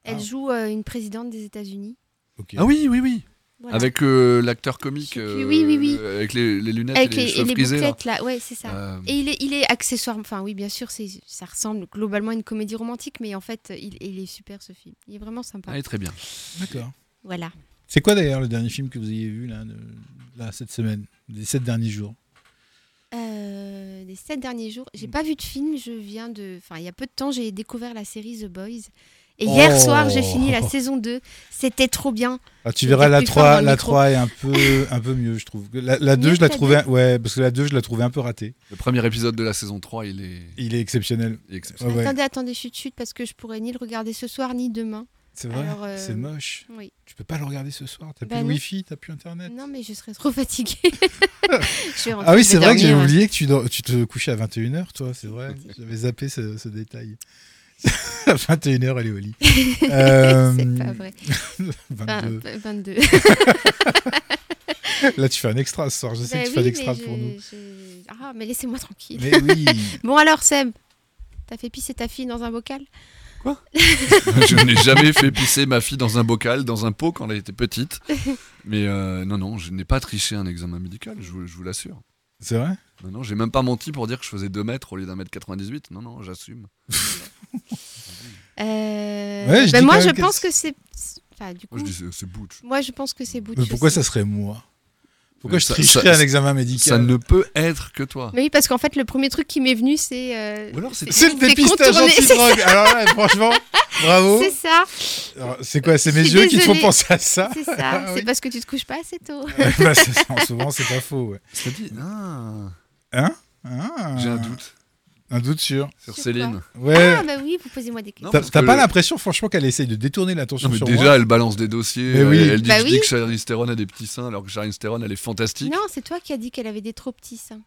Elle Ah. joue euh, une présidente des États-Unis. Ok. Ah oui, oui, oui. Voilà. Avec euh, l'acteur comique, Je sais euh, plus, oui, oui, oui. le- avec les, les Ah, lunettes Avec et les, les, et cheveux les frisés. là. bouclettes, là, ouais, c'est ça. Euh, Et il est, il est accessoire, enfin oui, bien sûr, c'est, ça ressemble globalement à une comédie romantique, mais en fait, il, il est super ce film. Il est vraiment sympa. ah, il est très bien. D'accord. Voilà. C'est quoi d'ailleurs le dernier film que vous ayez vu là, de- là, cette semaine, les sept derniers jours Euh, les sept derniers jours, j'ai Mm. pas vu de film, je viens de. Enfin, il y a peu de temps, j'ai découvert la série The Boys. Et hier Oh. soir, j'ai (laughs) fini la saison 2. C'était trop bien. Ah, tu Je verras vais la plus fort dans 3, le la micro. 3 est un peu, un peu mieux, je trouve. La, la Mieux 2, je que la la trouvais, ouais, parce que la 2, je la trouvais un peu ratée. Le premier épisode de la saison 3, il est, Il est exceptionnel. il est exceptionnel. Ah ouais. Attendez, attendez, chut, chut, parce que je pourrais ni le regarder ce soir, ni demain. C'est vrai, Alors, euh, c'est moche. Oui. Tu peux pas le regarder ce soir. T'as Bah plus le non. wifi, t'as plus internet. Non, mais je serais trop fatiguée. (laughs) Je vais rentrer, Ah oui, je c'est vais vrai que j'avais dormir. oublié que tu, dors- tu te couchais à 21h, toi, c'est vrai. J'avais zappé ce, ce détail. (laughs) à 21h, elle est au (laughs) lit. Euh, (laughs) C'est pas vrai. Ah, Enfin, 22. 22. Là, tu fais un extra ce soir. Je sais Bah que tu oui, fais un extra mais pour je- nous. je- Ah, mais laissez-moi tranquille. Mais oui. (laughs) Bon alors Seb, t'as fait pisser ta fille dans un bocal (laughs) Je n'ai jamais fait pisser ma fille dans un bocal, dans un pot quand elle était petite. (laughs) Mais euh, non, non, je n'ai pas triché un examen médical, je vous, je vous l'assure. C'est vrai Non, non, j'ai même pas menti pour dire que je faisais 2 mètres au lieu d'un mètre 98. Non, non, j'assume. Euh, Ouais, je ben dis moi quand je même que pense que c'est... Enfin, du coup, Moi, je dis c'est- c'est butch. moi je pense que c'est bout Mais pourquoi ça serait moi Pourquoi Mais je ça- tricherais ça- un examen médical Ça ne peut être que toi. Mais oui, parce qu'en fait, le premier truc qui m'est venu, c'est... euh, Ou alors c'est C'est le c'est dépistage contourné, c'est (laughs) anti-drogue. Alors là, franchement, bravo. C'est ça, Alors, C'est quoi C'est mes Je suis yeux qui te font désolée. penser à ça c'est ça. Ah oui. C'est parce que tu te couches pas assez tôt. Ouais, bah, c'est ça, Souvent, c'est pas faux. ouais. Je te dis, ah, Ah, j'ai un doute Un doute sûr. sur Je sais Céline. Ouais. Ah bah oui, vous posez-moi des questions. Non, T'as parce t'as que- pas l'impression, franchement, qu'elle essaye de détourner l'attention Non, mais sur déjà, moi elle balance des dossiers. Mais Elle, oui. elle dit, Bah je oui. dis que Charlize Theron a des petits seins alors que Charlize Theron, elle est fantastique. Non, c'est toi qui as dit qu'elle avait des trop petits seins.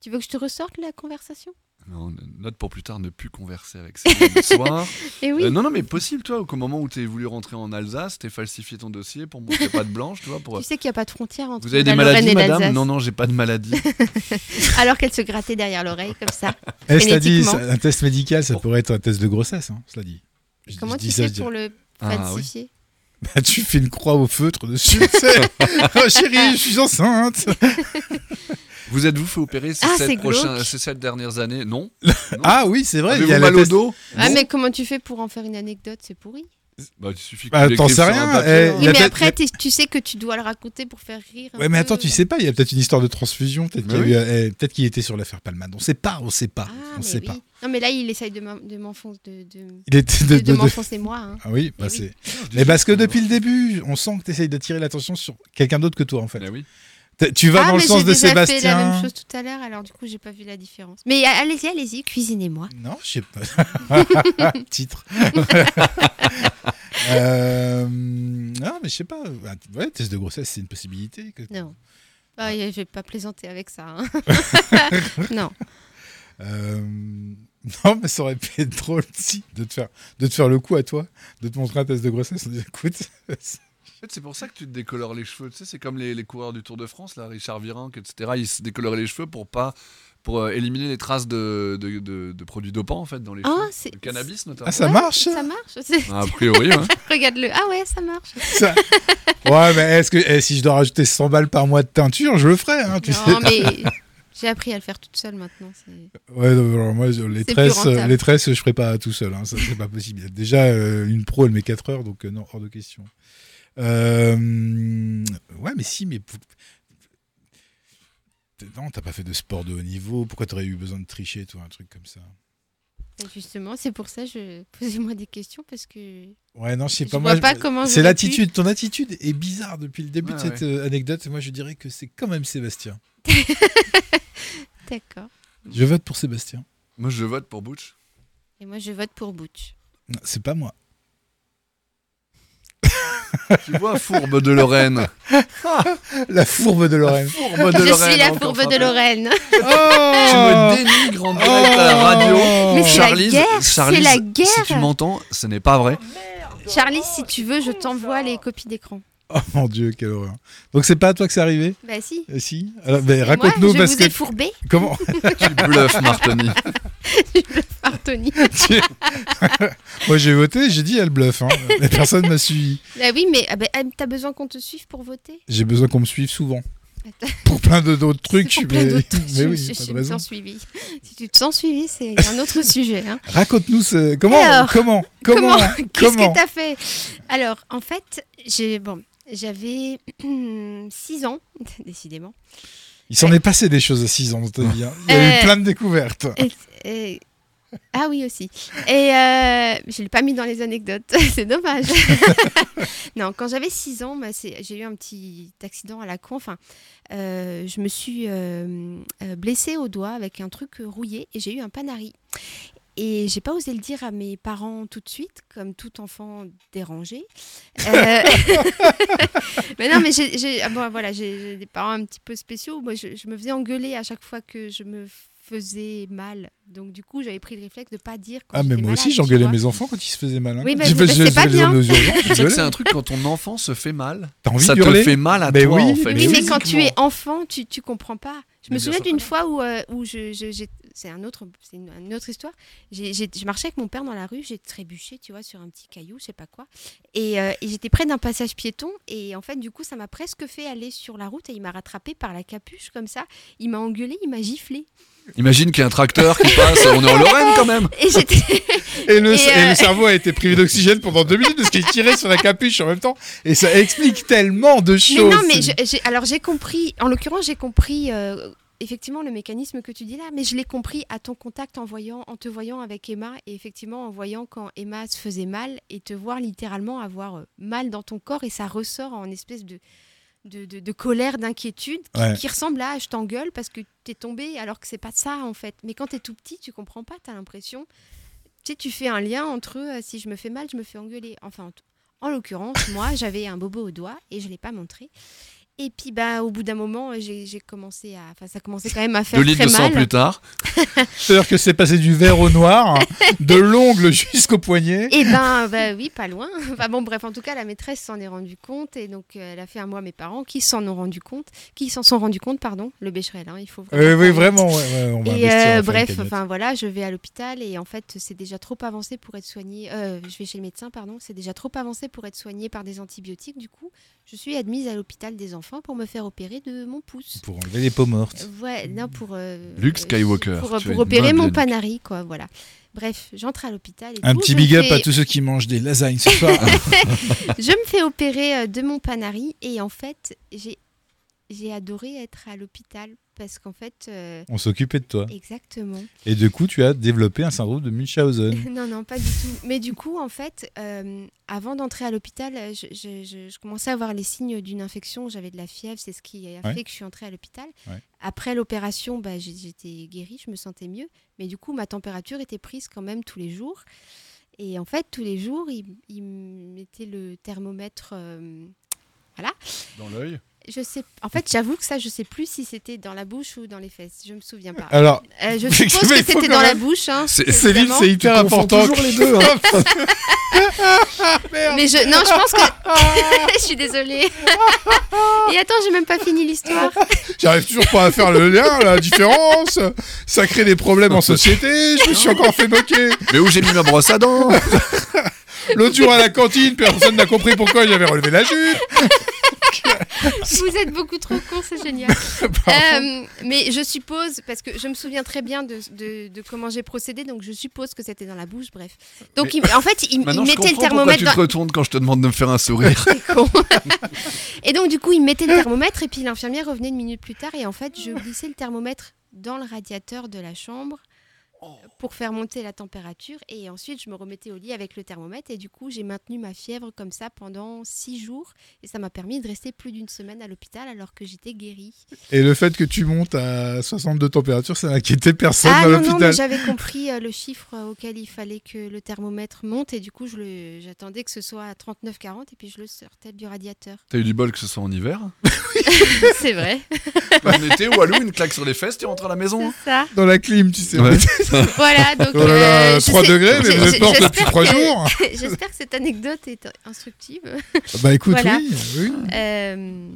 Tu veux que je te ressorte la conversation Non, note pour plus tard, ne plus converser avec Céline (laughs) le soir. Eh oui. Euh, non, non, mais possible, toi, qu'au moment où tu voulu rentrer en Alsace, tu falsifié ton dossier pour montrer pas de blanche, tu (laughs) vois. Pour... Tu sais qu'il n'y a pas de frontière entre Vous avez la des Lorraine maladies, et madame l'Alsace. Non, non, j'ai pas (laughs) de maladie. Alors qu'elle se grattait derrière l'oreille comme ça. Eh, cela dit, Génétiquement. ça- un test médical, ça pourrait être un test de grossesse, hein, cela dit. Je- Comment je dis tu ça, fais je dis- pour le Ah, falsifier Bah, tu fais une croix au feutre dessus, tu (laughs) sais. oh, chérie, je suis enceinte. Vous êtes-vous fait opérer ces, Ah, sept c'est prochains- glauque. ces sept dernières années Non. Ah oui, c'est vrai. Avez-vous il y a la mal au test- dos Ah Non. mais comment tu fais pour en faire une anecdote C'est pourri. Bah, il suffit que Bah, tu t'en l'écrives sais sur un rien, papier, eh, Il hein. y Oui, (laughs) a mais peut-être- après, t'es- tu sais que tu dois le raconter pour faire rire. un Ouais, mais peu. attends, tu sais pas, il y a peut-être une histoire de transfusion, peut-être Mais qu'il y a oui. eu, euh, peut-être qu'il était sur l'affaire Palman. On sait pas, on sait pas, Ah, on mais sait oui. pas. Non, mais là, il essaye de m'en- de m'enfoncer. De, de, Il était de, de, de de- de- m'enfoncer moi. hein. (laughs) Ah oui, bah oui. c'est. Mais parce que depuis le début, on sent que tu essayes d'attirer l'attention sur quelqu'un d'autre que toi en fait. Ah oui. T'as- Tu vas ah, dans le mais sens j'ai de déjà fait la Sébastien. même chose tout à l'heure, alors du coup, j'ai pas vu la différence. Mais a- allez-y, allez-y, cuisinez-moi. Non, je sais pas. (laughs) Titre. euh... Non, mais je sais pas. Bah, Ouais, test de grossesse, c'est une possibilité. que- Non. Ah, je vais pas plaisanter avec ça. hein. non. Euh, Non, mais ça aurait pu être drôle si, de te faire, de te faire le coup à toi, de te montrer un test de grossesse. On dit, écoute, (laughs) ah, En fait, c'est pour ça que tu te décolores les cheveux. Tu sais, c'est comme les, les coureurs du Tour de France, là, Richard Virenque, etc. Ils se décoloraient les cheveux pour pas pour euh, éliminer les traces de, de, de- de produits dopants en fait dans les Ah, cheveux. c'est- Le cannabis notamment. ah, ça Ouais, marche. Ça marche. (laughs) c'est- Ah, a (laughs) priori, ouais. Regarde-le. Ah ouais, ça marche. ça. Ouais, mais est-ce que eh, si je dois rajouter 100 balles par mois de teinture, je le ferai. hein, tu sais. Non, mais j'ai appris à le faire toute seule maintenant. c'est- Ouais, non, alors moi, je- les C'est plus tresses, euh, rentable. les tresses, je ferai pas tout seul. Hein, ça, c'est pas possible. Déjà, euh, une pro, elle met 4 heures, donc euh, non, hors de question. Euh, ouais, mais si, mais. pou- Non, t'as pas fait de sport de haut niveau. Pourquoi t'aurais eu besoin de tricher, toi, un truc comme ça Et Bah, Justement, c'est pour ça que je posez-moi des questions parce que Ouais, non, je sais je pas. vois Moi, pas je- comment. c'est j'aurais l'attitude. Ton attitude est bizarre depuis le début Ouais, de cette euh, anecdote. Moi, je dirais que c'est quand même Sébastien. pu. D'accord. Je vote pour Sébastien. Moi, je vote pour Butch. Et moi, je vote pour Butch. Non, C'est pas moi. Tu vois, fourbe de Lorraine. La fourbe de Lorraine. (laughs) Fourbe de je Lorraine. suis la encore fourbe de frappé. Lorraine. (laughs) Tu Oh me dénigres en direct à la radio. Mais c'est la Oh. Charlize, guerre, c'est Charlize, la guerre. Si tu m'entends, ce n'est pas vrai. Charlie, si tu veux, je t'envoie les copies d'écran. Oh mon dieu, quelle horreur. Donc c'est pas à toi que c'est arrivé Bah si. Euh, Si Alors, ben, Et Raconte-nous moi, parce je vous que. ai fourbé, (laughs) Comment Tu bluffes, Martoni. Artoni. tu- (laughs) Moi j'ai voté, j'ai dit elle bluffe. Hein. Mais personne m'a suivi. Bah oui, mais ah bah, ah, t'as besoin qu'on te suive pour voter J'ai besoin qu'on me suive souvent. Attends. Pour plein de- d'autres trucs. C'est je- pour plein mais- d'autres trucs, (laughs) Mais je- oui, (laughs) je, pas je de me raison. sens suivi. Si tu te sens suivi, c'est un autre (laughs) sujet. hein. Raconte-nous ce... comment, Alors, comment Comment Qu'est-ce Comment que t'as fait Alors, en fait, j'ai bon, j'avais (clears throat) 6 ans, (laughs) décidément. (laughs) Il s'en est passé des choses à 6 ans dans ta vie. hein. Il y a eu Euh, plein de découvertes. Et- et- Ah oui aussi. Et euh, je l'ai pas mis dans les anecdotes, (laughs) c'est dommage. non, quand j'avais 6 ans, bah, c'est- j'ai eu un petit accident à la con. Enfin, euh, je me suis euh, euh, blessée au doigt avec un truc rouillé et j'ai eu un panari. Et j'ai pas osé le dire à mes parents tout de suite, comme tout enfant dérangé. Euh, (laughs) mais non, mais j'ai j'ai- ah bon, voilà, j'ai j'ai des parents un petit peu spéciaux. Moi, je, je me faisais engueuler à chaque fois que je me faisait mal. Donc du coup, j'avais pris le réflexe de pas dire quand Ah, mais j'étais moi aussi, malade, tu j'engueulais vois. mes enfants quand ils se faisaient mal. hein. Oui, mais- J'ai mais j'ai- c'est j'ai pas les bien. emmener aux urgences, (laughs) Tu sais que désolé. c'est un truc quand ton enfant se fait mal, T'as envie ça de te hurler fait mal à Ben toi oui, en fait. Oui, mais quand tu physiquement. es enfant, tu, tu comprends pas. Je Mais me bien souviens sûr d'une fois où, euh, où je, je- j'ai- c'est un autre, c'est une, une autre histoire. J'ai, j'ai- je marchais avec mon père dans la rue, j'ai trébuché, tu vois, sur un petit caillou, je sais pas quoi. Et, euh, et j'étais près d'un passage piéton et en fait, du coup, ça m'a presque fait aller sur la route et il m'a rattrapé par la capuche comme ça. Il m'a engueulé, il m'a giflé. Imagine qu'il y a un tracteur qui passe, on est en Lorraine quand même. Et j'étais, Et le, Et, et euh, le cerveau a été (laughs) privé d'oxygène pendant deux minutes parce qu'il tirait sur la capuche en même temps. Et ça explique tellement de choses. mais non, mais C'est- je- j'ai- alors j'ai compris. En l'occurrence, j'ai compris. euh, Effectivement, le mécanisme que tu dis là, mais je l'ai compris à ton contact en voyant, en te voyant avec Emma, et effectivement en voyant quand Emma se faisait mal et te voir littéralement avoir euh, mal dans ton corps et ça ressort en espèce de de, de- de colère, d'inquiétude qui, Ouais. qui ressemble à je t'engueule parce que t'es tombé alors que c'est pas ça en fait. Mais quand t'es tout petit, tu comprends pas, t'as l'impression, tu sais, tu fais un lien entre euh, si je me fais mal, je me fais engueuler. Enfin, en tout- en l'occurrence, (laughs) moi, j'avais un bobo au doigt et je l'ai pas montré. Et puis, bah, au bout d'un moment, j'ai j'ai commencé à. Enfin, ça commençait (laughs) quand même à faire Deux litres très de sang mal. plus tard. C'est-à-dire que c'est passé du vert au noir, hein, (laughs) de l'ongle jusqu'au poignet. (laughs) Et ben, bah oui, pas loin. Enfin bon, bref, en tout cas, la maîtresse s'en est rendue compte et donc euh, elle a fait un mot à mes parents qui s'en ont rendu compte, qui s'en sont rendus compte, pardon, le bécherel, hein, il faut vraiment. Euh, oui, faire vraiment, ouais, ouais, on va Et investir, on va euh, faire une bref, cagnotte. enfin voilà, je vais à l'hôpital et en fait c'est déjà trop avancé pour être soigné. euh, je vais chez le médecin, pardon. C'est déjà trop avancé pour être soigné par des antibiotiques. Du coup, je suis admise à l'hôpital des enfants pour me faire opérer de mon pouce. Pour enlever les peaux mortes. Ouais, non, pour. euh, Luke euh, Skywalker, Pour, tu pour es une opérer noble, mon Luke. panari, quoi, voilà. Bref, j'entre à l'hôpital. et Un tout, petit je big up fais- à tous ceux qui mangent des lasagnes ce (laughs) soir. je me fais opérer euh, de mon panari et en fait, j'ai j'ai adoré être à l'hôpital parce qu'en fait, euh, on s'occupait de toi. exactement. Et du coup, tu as développé un syndrome de Munchausen. (laughs) non, non, pas du tout. Mais du coup, en fait, euh, avant d'entrer à l'hôpital, euh, je, je- je- je commençais à avoir les signes d'une infection. J'avais de la fièvre, c'est ce qui a Ouais. fait que je suis entrée à l'hôpital. Ouais. Après l'opération, bah, j'ai- j'étais guérie, je me sentais mieux. Mais du coup, ma température était prise quand même tous les jours. Et en fait, tous les jours, ils il mettaient le thermomètre. euh, Dans l'œil. je sais, en fait, j'avoue que ça, je sais plus si c'était dans la bouche ou dans les fesses. Je me souviens pas. Alors, Euh, je Ah. (laughs) mais il suppose que faut c'était quand dans la même- bouche. hein, C'est- Céline, évidemment. c'est hyper confonds important. toujours que- les hein. (laughs) deux, Mais je, non, je pense que. (laughs) je suis (laughs) désolée. Et attends, j'ai même pas fini l'histoire. J'arrive toujours pas à faire le lien, la différence. Ça crée des problèmes en société. Je me suis encore fait moquer. Mais où j'ai mis ma brosse à dents L'autre jour à la cantine, personne n'a compris pourquoi j'avais relevé la jupe. Vous êtes beaucoup trop cons, c'est (laughs) génial. Euh, mais je suppose, parce que je me souviens très bien de, de- de comment j'ai procédé, donc je suppose que c'était dans la bouche, bref. Donc, il- en fait, il, il Maintenant, mettait je le comprends pourquoi thermomètre tu dans, te retournes quand je te demande de me faire un sourire. T'es con. et donc, du coup, il Ah. mettait le thermomètre et puis l'infirmière revenait une minute plus tard. Et en fait, je glissais le thermomètre dans le radiateur de la chambre euh, pour faire monter la température. Et ensuite, je me remettais au lit avec le thermomètre. Et du coup, j'ai maintenu ma fièvre comme ça pendant six jours. Et ça m'a permis de rester plus d'une semaine à l'hôpital alors que j'étais guérie. Et le fait que tu montes à 62 températures, ça n'inquiétait personne ah à non, non, mais l'hôpital. j'avais compris euh, le chiffre euh, auquel il fallait que le thermomètre monte. Et du coup, je le- j'attendais que ce soit à 39,40 et puis je le sortais du radiateur. T'as eu du bol que ce soit en hiver (laughs) c'est vrai, En été ou à l'eau, une claque sur les fesses, t'es rentré à la maison. hein. c'est ça. Dans la clim, tu sais. Ouais. Voilà, donc. Oh là là, euh, je 3 sais- degrés, mais je- vous je- êtes morte j'espère depuis 3 que- jours. (laughs) J'espère que cette anecdote est instructive. Bah écoute, Voilà. oui, oui. (laughs) Euh, euh,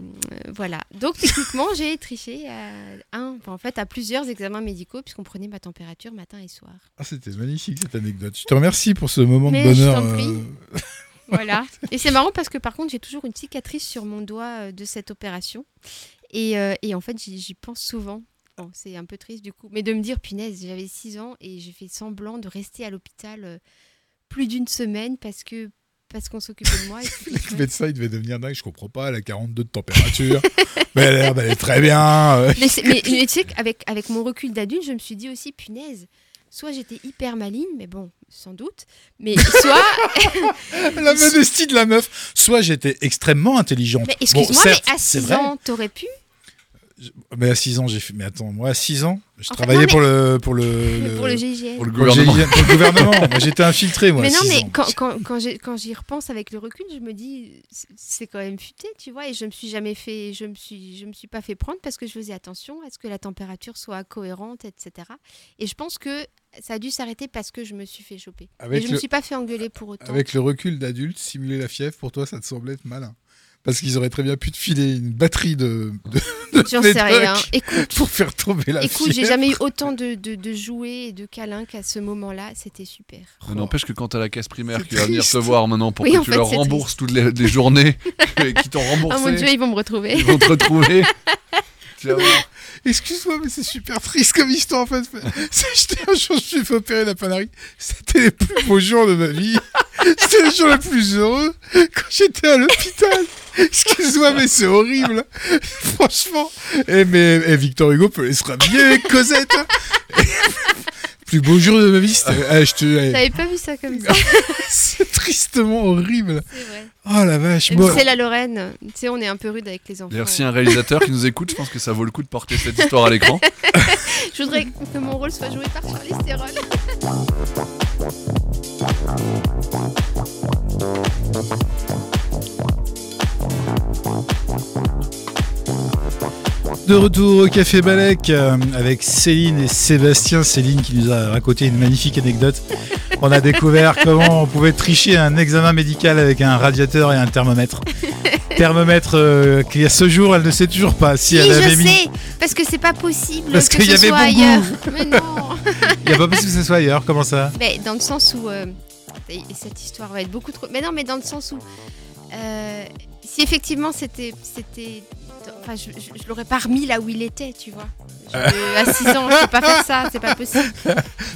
voilà. Donc, (laughs) techniquement, j'ai triché à, un, enfin, en fait, à plusieurs examens médicaux, puisqu'on prenait ma température matin et soir. Ah, C'était magnifique cette anecdote. Je te remercie pour ce moment Mais de je bonheur. euh, t'en prie. (laughs) Voilà. (laughs) Et c'est marrant parce que, par contre, j'ai toujours une cicatrice sur mon doigt euh, de cette opération. Et, euh, et en fait, j'y j'y pense souvent. Bon, c'est un peu triste du coup. Mais de me dire, punaise, j'avais 6 ans et j'ai fait semblant de rester à l'hôpital euh, plus d'une semaine parce que parce qu'on s'occupait de moi. et c'était Le chouette. médecin, il devait devenir dingue. Je comprends pas, elle a 42 de température. (laughs) mais elle, a l'air d'aller très bien. euh. mais, c'est- (laughs) mais- mais tu sais qu'avec avec mon recul d'adulte, je me suis dit aussi, punaise, soit j'étais hyper maligne, mais bon, sans doute, mais (laughs) soit, La modestie de la meuf. Soit j'étais extrêmement intelligente. mais Bon, excuse-moi, certes, mais à c'est 6 vrai. ans, t'aurais pu je- mais à 6 ans, j'ai fait. Mais attends, moi à 6 ans, je En fait, travaillais non, mais- pour le pour le, (laughs) pour le GIGN. Pour le pour le gouvernement. GIGN, pour le gouvernement. Moi, j'étais infiltré moi. mais à non, six mais ans. quand, quand, quand j'ai- quand j'y repense avec le recul, je me dis, c'est- c'est quand même futé, tu vois, et je me suis jamais fait, je me suis, je me suis pas fait prendre parce que je faisais attention à ce que la température soit cohérente, etc. Et je pense que ça a dû s'arrêter parce que je me suis fait choper. Mais Avec je le- me suis pas fait engueuler pour autant. Avec le recul d'adulte, simuler la fièvre, pour toi, ça te semblait être malin. Parce qu'ils auraient très bien pu te filer une batterie de, de- J'en les sais rien. tocs. Écoute, pour faire tomber la écoute, j'ai fièvre. jamais eu autant de, de, de jouets et de câlins qu'à ce moment-là. C'était super. Mais N'empêche que quand t'as la caisse primaire C'est qui va venir triste. te voir maintenant pour Oui, que en tu fait, leur c'est rembourses toutes les, les journées (laughs) et qui t'ont remboursé, Oh mon dieu, ils vont me retrouver. (laughs) ils vont te retrouver. Tu vas voir. Excuse-moi, mais c'est super triste comme histoire, en fait. (laughs) C'est- j'étais- un jour, je me suis fait opérer la panarie. C'était les plus beaux jours de ma vie. (laughs) C'était le jour le plus heureux quand j'étais à l'hôpital. Excuse-moi, mais c'est horrible. Franchement. Eh, mais eh, Victor Hugo peut se rhabiller, Cosette. hein. (laughs) plus beau jour de ma vie, c'était. eh, je te- eh, T'avais pas vu ça comme ça, C'est tristement horrible. c'est vrai. Oh la vache. Et bon. puis c'est la Lorraine. Tu sais, on est un peu rude avec les enfants. D'ailleurs, si un réalisateur qui nous écoute, je pense que ça vaut le coup de porter cette histoire à l'écran. Je voudrais que mon rôle soit joué par Charlie Theron. De retour au Café Balek euh, avec Céline et Sébastien. Céline qui nous a raconté une magnifique anecdote. On a découvert comment on pouvait tricher un examen médical avec un radiateur et un thermomètre. Thermomètre euh, qui à ce jour elle ne sait toujours pas si Oui, elle avait je mis. sais, parce que c'est pas possible Parce que qu'il y ce avait soit bon goût. ailleurs. Mais non. Il n'y a pas possible que ce soit ailleurs. Comment ça Mais dans le sens où euh, et cette histoire va être beaucoup trop. Mais non, mais dans le sens où euh, si effectivement c'était c'était, enfin, je, je- je l'aurais pas remis là où il était, tu vois. Je- Euh. à 6 ans, je peux pas faire ça, c'est pas possible.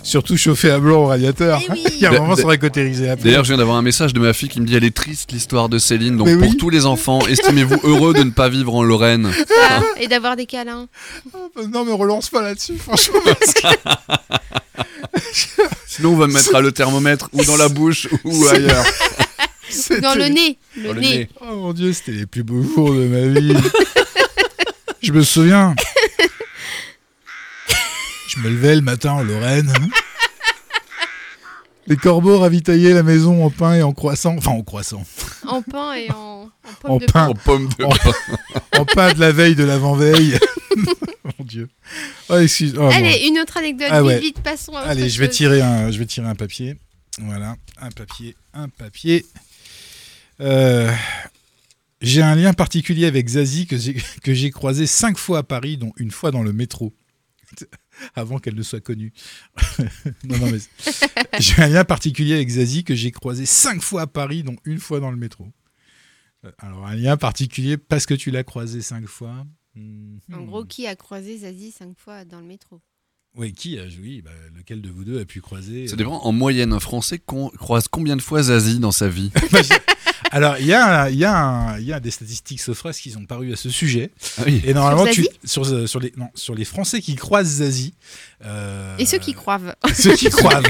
Surtout chauffé à blanc au radiateur. Mais Eh oui. Eh Il y a un moment, D'a- ça aurait cotérisé la D'ailleurs, je viens d'avoir un message de ma fille qui me dit elle est triste l'histoire de Céline. Donc Mais oui. pour tous les enfants, estimez-vous heureux de ne pas vivre en Lorraine. Ça, et d'avoir (laughs) des câlins. Non, mais relance pas là-dessus, franchement. (laughs) Sinon, on va me mettre à le thermomètre ou dans la bouche ou C'est- ailleurs. C'était- Dans le nez. Le, Dans le nez. nez. Oh mon dieu, c'était les plus beaux jours de ma vie. Je me souviens. Je me levais le matin en Lorraine. Les corbeaux ravitaillaient la maison en pain et en croissant. Enfin, en croissant. En pain et en, en pomme En de pain. En pomme de Oh. En pain de la veille de l'avant-veille. (laughs) mon dieu. Oh, excuse. oh, bon. Allez, une autre anecdote. Ah ouais. Vite, vite, passons à autre Allez, je vais chose. tirer un, je vais tirer un papier. Voilà, un papier, un papier. Euh, j'ai un lien particulier avec Zazie que j'ai, que j'ai croisé cinq fois à Paris, dont une fois dans le métro, (laughs) avant qu'elle ne soit connue. (laughs) non, (laughs) non, mais j'ai un lien particulier avec Zazie que j'ai croisé cinq fois à Paris, dont une fois dans le métro. Euh, Alors un lien particulier parce que tu l'as croisé cinq fois. Mhm. En gros, qui a croisé Zazie cinq fois dans le métro Oui, qui a joué Bah, Lequel de vous deux a pu croiser euh, Ça dépend. En moyenne, un Français con- croise combien de fois Zazie dans sa vie Alors, il y a, il y, a un- il y a des statistiques saufresses qui sont parues à ce sujet. Ah oui. Et normalement, Zazie tu, sur, euh, sur les, non, sur les Français qui croisent Zazie. euh, Et ceux (laughs) qui croivent. ceux (laughs) qui croivent.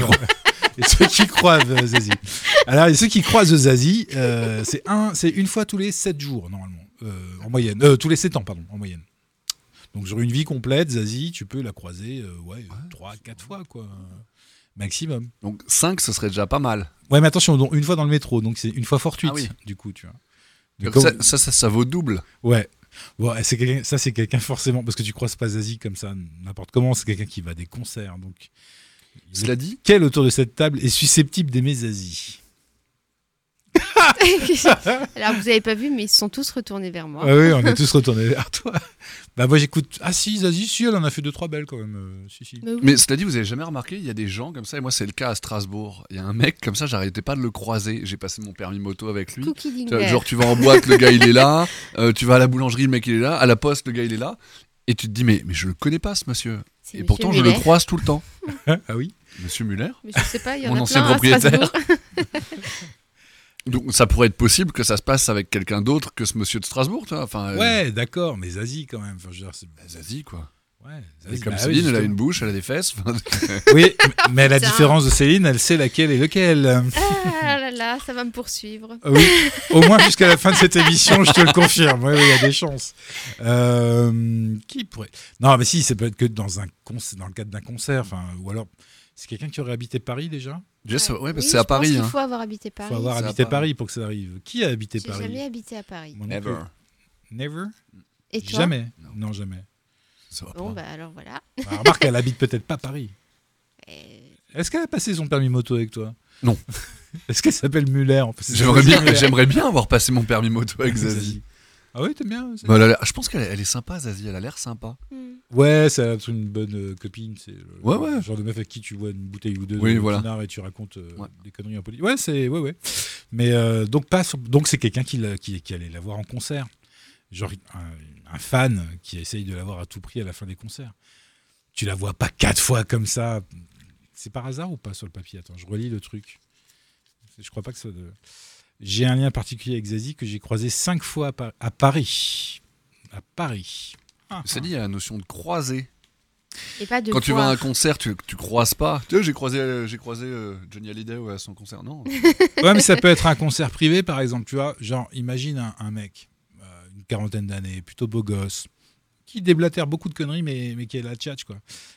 et ceux qui croivent euh, Zazie. Alors, et ceux qui croisent Zazie, euh, c'est un, c'est une fois tous les 7 jours, normalement, euh, en moyenne. Euh, tous les 7 ans, pardon, en moyenne. Donc, sur une vie complète, Zazie, tu peux la croiser, euh, ouais, 3, 4 fois, quoi. Maximum. Donc 5, ce serait déjà pas mal. Ouais, mais attention, donc, une fois dans le métro, donc c'est une fois fortuite, Ah oui. du coup, tu vois. Donc Donc, ça, ça, ça- ça vaut double. Ouais. Bon, c'est quelqu'un- ça, c'est quelqu'un forcément, parce que tu croises pas Zazie comme ça, n'importe comment. C'est quelqu'un qui va à des concerts. Donc, Cela dit, quel autour de cette table est susceptible d'aimer Zazie Alors, vous avez pas vu, mais ils se sont tous retournés vers Euh, moi. Ah oui, on est tous retournés vers toi. Bah, moi, j'écoute. Ah, si, Zazie, si, elle en a fait deux, trois belles quand même. euh, si, si. Mais oui. mais cela dit, vous avez jamais remarqué, il y a des gens comme ça, et moi c'est le cas à Strasbourg. Il y a un mec comme ça, j'arrêtais pas de le croiser. J'ai passé mon permis moto avec lui. Cookie Tu Dinger. vois, Genre tu vas en boîte, le gars il (laughs) est là. Euh, tu vas à la boulangerie, le mec il est là. À la poste, le gars il est là. Et tu te dis, mais, mais je le connais pas ce monsieur. C'est Et Monsieur pourtant je Muller. le croise tout le temps. Ah oui Monsieur Muller Mais je sais pas, il y en Mon a ancien plein à propriétaire. (laughs) Strasbourg. Donc ça pourrait être possible que ça se passe avec quelqu'un d'autre que ce monsieur de Strasbourg, tu vois. Enfin, euh, Ouais, d'accord, mais Zazie quand même. Enfin, je veux dire, c'est- bah, Zazie, quoi. Ouais, Et Zazie, comme bah oui, Céline, elle a justement. une bouche, elle a des fesses. enfin, (laughs) Oui, mais à la Putain. différence de Céline, elle sait laquelle est lequel. Ah là là, ça va me poursuivre. Oui, au moins jusqu'à la fin de cette émission, je te le confirme. Oui, oui, il y a des chances. Euh, qui pourrait Non, mais si, ça peut être que dans, un concert, dans le cadre d'un concert. Enfin, ou alors, c'est quelqu'un qui aurait habité Paris déjà déjà, ça- ouais, Oui, parce que c'est à je pense Paris. qu'il hein. faut avoir habité Paris. faut avoir c'est à habité Paris. Paris. pour que ça arrive. Qui a habité J'ai Paris jamais habité à Paris. Moi non plus. Never. Never Et toi Jamais. Non. Non, jamais. Ça va Bon, pas. bah alors voilà. Bah, remarque, elle habite peut-être pas Paris. Euh, Est-ce qu'elle a passé son permis moto avec toi Non. (laughs) Est-ce qu'elle s'appelle Muller en fait, J'aimerais bien, (laughs) Muller. j'aimerais bien avoir passé mon permis moto avec Zazie. Zazie. Ah oui, t'aimes bien ça Bah, elle a l'air- je pense qu'elle est- elle est sympa, Zazie. Elle a l'air sympa. hmm. Ouais, c'est absolument une bonne euh, copine. C'est le Ouais, ouais. le genre de meuf avec qui tu vois une bouteille ou deux Oui, de voilà. pinard et tu racontes euh, Ouais. des conneries un peu. Ouais, c'est ouais, ouais. Mais euh, donc pas sur- donc c'est quelqu'un qui, l'a- qui qui allait la voir en concert, genre un, un fan qui essaye de la voir à tout prix à la fin des concerts. Tu la vois pas quatre fois comme ça. C'est par hasard ou pas sur le papier Attends, je relis le truc. Je crois pas que ça. de- J'ai un lien particulier avec Zazie que j'ai croisé cinq fois à, Par- à Paris. À Paris. Ah, Ça dit, il y a la notion de croiser. Et pas de Quand tu vas à voir. un concert, tu, tu croises pas. Tu sais, j'ai croisé, euh, j'ai croisé euh, Johnny Hallyday ouais, à son concert. Non. Ouais, mais ça peut être un concert privé, par exemple, tu vois. Genre, imagine un, un mec, euh, une quarantaine d'années, plutôt beau gosse, qui déblatère beaucoup de conneries, mais, mais qui est la tchatch, quoi.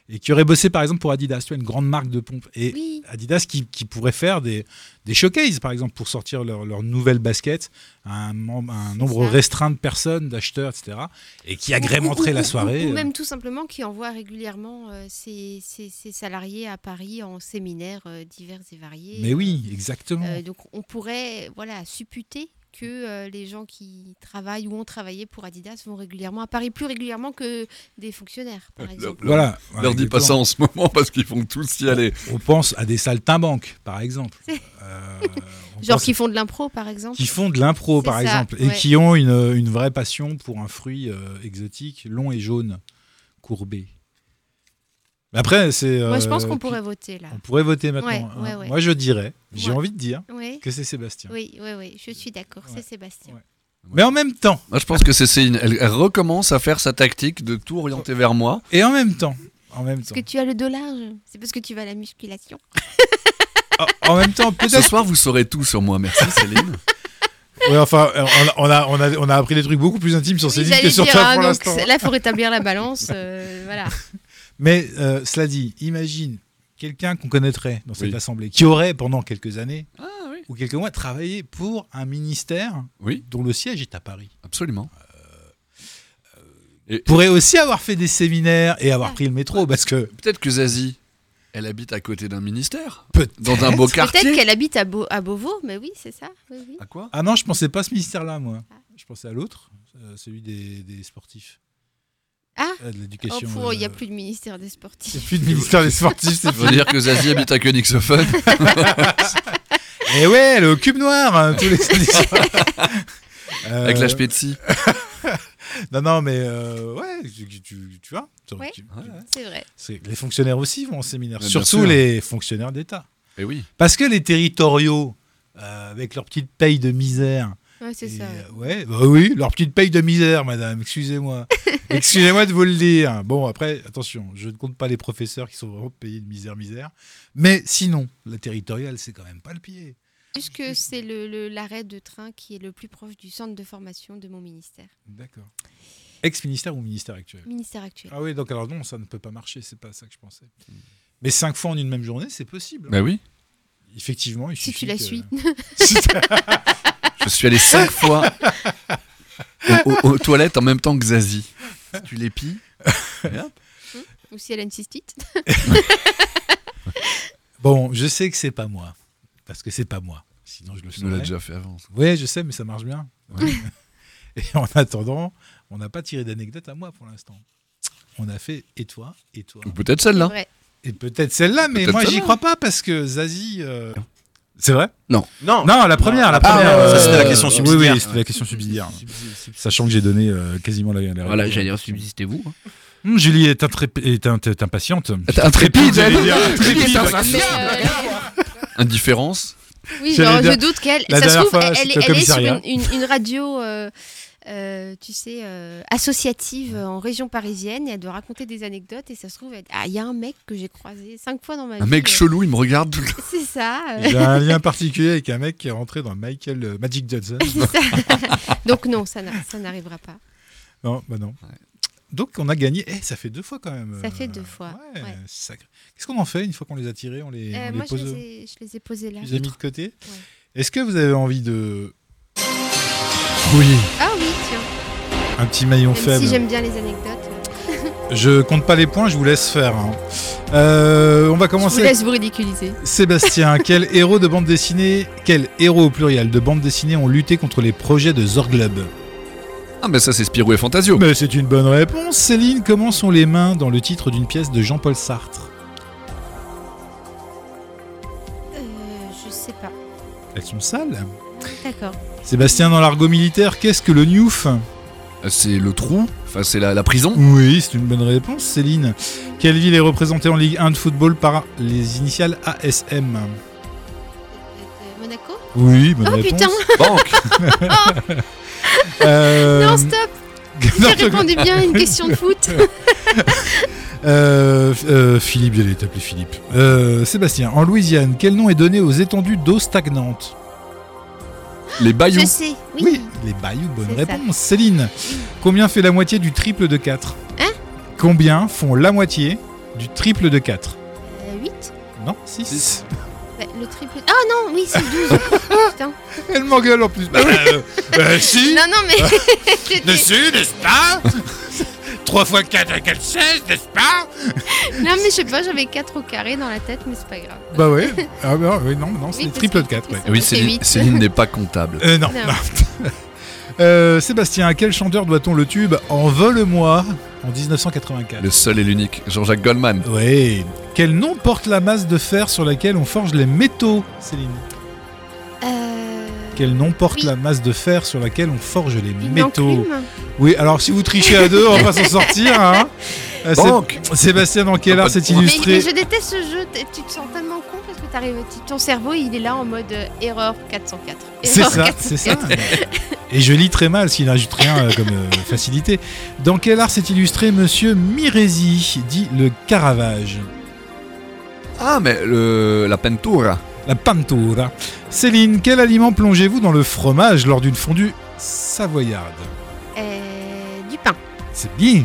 Et qui aurait bossé, par exemple, pour Adidas, tu vois, une grande marque de pompes. Et Oui. Adidas qui, qui pourrait faire des, des showcases, par exemple, pour sortir leur, leur nouvelle basket à un, mem- à un nombre ça. restreint de personnes, d'acheteurs, etc. Et qui agrémenterait Ou- ou- la ou- soirée. euh. Ou même tout simplement qui envoie régulièrement euh, ses, ses- ses salariés à Paris en séminaires euh, divers et variés. Mais oui, Euh, exactement. euh, donc on pourrait voilà supputer que euh, les gens qui travaillent ou ont travaillé pour Adidas vont régulièrement à Paris, plus régulièrement que des fonctionnaires, par exemple. voilà. voilà, Leur dis pas exactement. ça en ce moment parce qu'ils vont tous y aller. On pense à des saltimbanques, par exemple. C'est- Euh, on (laughs) Genre pense qui font de l'impro, par exemple. qui font de l'impro C'est par ça, exemple et ouais. qui ont une, une vraie passion pour un fruit euh, exotique long et jaune courbé. Mais Après c'est Moi, je pense euh, qu'on pourrait voter là. on pourrait voter maintenant. Ouais, hein. ouais, ouais. Moi je dirais, j'ai Ouais. envie de dire Oui, que c'est Sébastien. oui, oui, oui, je suis d'accord, c'est Sébastien. Ouais. Mais en même temps Moi, je pense que c'est Céline. Elle, elle recommence à faire sa tactique de tout orienter vers moi. et en même temps en même temps Parce que tu as le dos large, c'est parce que tu vas à la musculation. en, en même (laughs) temps Ah, Ce peut-être. soir, vous saurez tout sur moi. Merci, Céline. Ouais, enfin euh, on a, on, a, on, a, on a appris des trucs beaucoup plus intimes sur Oui, Céline que j'allais sur dire, toi hein, pour donc, l'instant. c'est- Là, il faut rétablir la balance. (laughs) euh, voilà. Mais euh, cela dit, imagine quelqu'un qu'on connaîtrait dans cette Oui. assemblée qui aurait pendant quelques années Ah oui. ou quelques mois travaillé pour un ministère Oui, dont le siège est à Paris. absolument. pourrait aussi avoir fait des séminaires et avoir pris le métro parce que Peut-être que Zazie, elle habite à côté d'un ministère, peut-être. dans un beau quartier. Peut-être qu'elle habite à, Beau- à Beauvau, mais oui, c'est ça. oui, oui. À quoi Ah non, je pensais pas à ce ministère-là, moi. Je pensais à l'autre, euh, celui des, des sportifs. Ah. Euh, De Oh, l'éducation. pour, il n'y a euh, plus de ministère des il y a sportifs. plus de ministère des sportifs, c'est Ça (laughs) veut dire que Zazie habite à Königshofen. Et Eh ouais, le cube noir, hein, tous les samedis soirs. Euh, (laughs) Avec la Spezi. Non, non, mais euh, ouais, tu, tu- tu- tu vois. tu- Ouais. tu- C'est vrai. c'est- Les fonctionnaires aussi vont en séminaire, Mais bien surtout sûr. les fonctionnaires d'État. Et Eh oui. Parce que les territoriaux, euh, avec leur petite paye de misère, Ouais, c'est Et, ça. euh, ouais, bah oui, leur petite paye de misère, madame, (laughs) excusez-moi. excusez-moi de vous le dire. Bon, après, attention, je ne compte pas les professeurs qui sont vraiment payés de misère, misère. Mais sinon, la territoriale, c'est quand même pas le pied. Juste que Mm. c'est le- le- l'arrêt de train qui est le plus proche du centre de formation de mon ministère. D'accord. Ex-ministère ou ministère actuel Ministère actuel. Ah oui, donc alors non, ça ne peut pas marcher, c'est pas ça que je pensais. Mais cinq fois en une même journée, c'est possible. Bah oui. Effectivement, il Si suffit tu la que- suis. Je suis allé cinq fois au- au- aux, toilettes en même temps que Zazie. Tu l'épies (laughs) Ou si elle a une (laughs) cystite. bon, je sais que c'est pas moi. Parce que c'est pas moi. Sinon, je le Tu me l'as saurais. déjà fait avant. ça. Oui, je sais, mais ça marche bien. (laughs) Et en attendant, on n'a pas tiré d'anecdote à moi pour l'instant. On a fait et toi, et toi. Ou peut-être celle-là. Ouais. Et peut-être celle-là, mais Peut-être moi j'y celle-là. crois pas parce que Zazie. euh, C'est vrai Non, Non, la première, la Ah, première. ouais, ouais, euh, ça, c'était la question oui, Oui, subsidiaire. c'était la question subsidiaire. Sachant que j'ai donné euh, quasiment la, la Voilà, réponse. j'allais dire, subsistez-vous. hein. Hum, Julie est, intrép- est in- est impatiente. T'es intrépide J'allais dire, Intrépide. Ah, Mais, euh, Indifférence oui, J'allais genre, dire, je doute qu'elle. la Ça se dernière trouve, fois, elle, c'était elle au est sur commissariat. une, une- une radio. euh, euh, tu sais, euh, associative en région parisienne et elle doit raconter des anecdotes et ça se trouve, elle dit, ah, il y a un mec que j'ai croisé cinq fois dans ma vie. Un mec chelou, il me regarde tout le temps. (laughs) C'est ça. euh, J'ai un lien particulier avec un mec qui est rentré dans Michael euh, Magic (laughs) Johnson. c'est ça. (laughs) Donc non, ça n'a- ça n'arrivera pas. non, bah non. Donc on a gagné. Eh, ça fait deux fois quand même. Ça euh, fait deux fois, ouais, ouais. sacré. Qu'est-ce qu'on en fait une fois qu'on les a tirés On les, Euh, on les moi, je pose. les, au- ai, je les ai posés là. tu les as mis de côté. Ouais. Est-ce que vous avez envie de Oui. Ah oui, tiens. un petit maillon Même faible si j'aime bien les anecdotes. Je compte pas les points. Je vous laisse faire. hein. Euh, on va Je vous commencer. laisse vous ridiculiser. (laughs) Sébastien, quel héros de bande dessinée, quel héros au pluriel de bande dessinée ont lutté contre les projets de Zorglub Ah, mais ça, c'est Spirou et Fantasio. Mais c'est une bonne réponse, Céline. Comment sont les mains dans le titre d'une pièce de Jean-Paul Sartre Euh, je sais pas. Elles sont sales. D'accord. Sébastien, dans l'argot militaire, qu'est-ce que le newf Euh, C'est le trou, enfin, c'est la, la prison. Oui, c'est une bonne réponse, Céline. Quelle ville est représentée en Ligue 1 de football par les initiales ASM Euh, Monaco Oui, bonne Oh réponse. putain (laughs) Banque. Euh, (laughs) Non, stop non, J'ai répondu bien (laughs) à une question de foot. euh, euh, Philippe, j'allais t'appeler Philippe. Euh, Sébastien, en Louisiane, quel nom est donné aux étendues d'eau stagnante Les Je baillons. sais, oui. Oui, les bayous, bonne C'est ça. réponse. Céline, combien fait la moitié du triple de 4 Hein Combien font la moitié du triple de 4 Euh, 8 Non, 6. Six. Le triple. Ah non, oui, c'est 12. Putain. (laughs) Elle m'engueule en plus. Bah, euh, euh, si, Non, non, mais. ne J'étais- si, n'est-ce pas (laughs) 3 fois 4 égale 16, n'est-ce pas (laughs) non, mais je sais pas, j'avais 4 au carré dans la tête, mais c'est pas grave. Bah ouais, ah, bah, ouais, non, non, c'est Oui, le triple de 4. c'est- Ouais. Eh Oui, C'est Céline, huit. Céline n'est pas comptable. Euh, non. (laughs) Non. Euh, Sébastien, à quel chanteur doit-on le tube Envole-moi en 1984 Le seul et l'unique, Jean-Jacques Goldman. Oui. Quel nom porte la masse de fer sur laquelle on forge les métaux, Céline Euh. Quel nom porte Oui. la masse de fer sur laquelle on forge les une métaux enclume Oui, alors si vous trichez à deux, on va pas s'en sortir. (laughs) hein. Euh, Sé- Banque. Sébastien, dans quel Ah, art pas de s'est point. mais, mais illustré je déteste ce jeu, t- tu te sens tellement con parce que t'arrives, tu- ton cerveau il est là en mode euh, erreur 404. C'est Erreur ça, 404. c'est ça. Et je lis très mal, s'il n'ajoute rien euh, comme euh, facilité. Dans quel art s'est illustré Monsieur Mirési, dit le Caravage Ah, mais le, la peintura. La pantoura. Céline, quel aliment plongez-vous dans le fromage lors d'une fondue savoyarde Euh, du pain. C'est bien.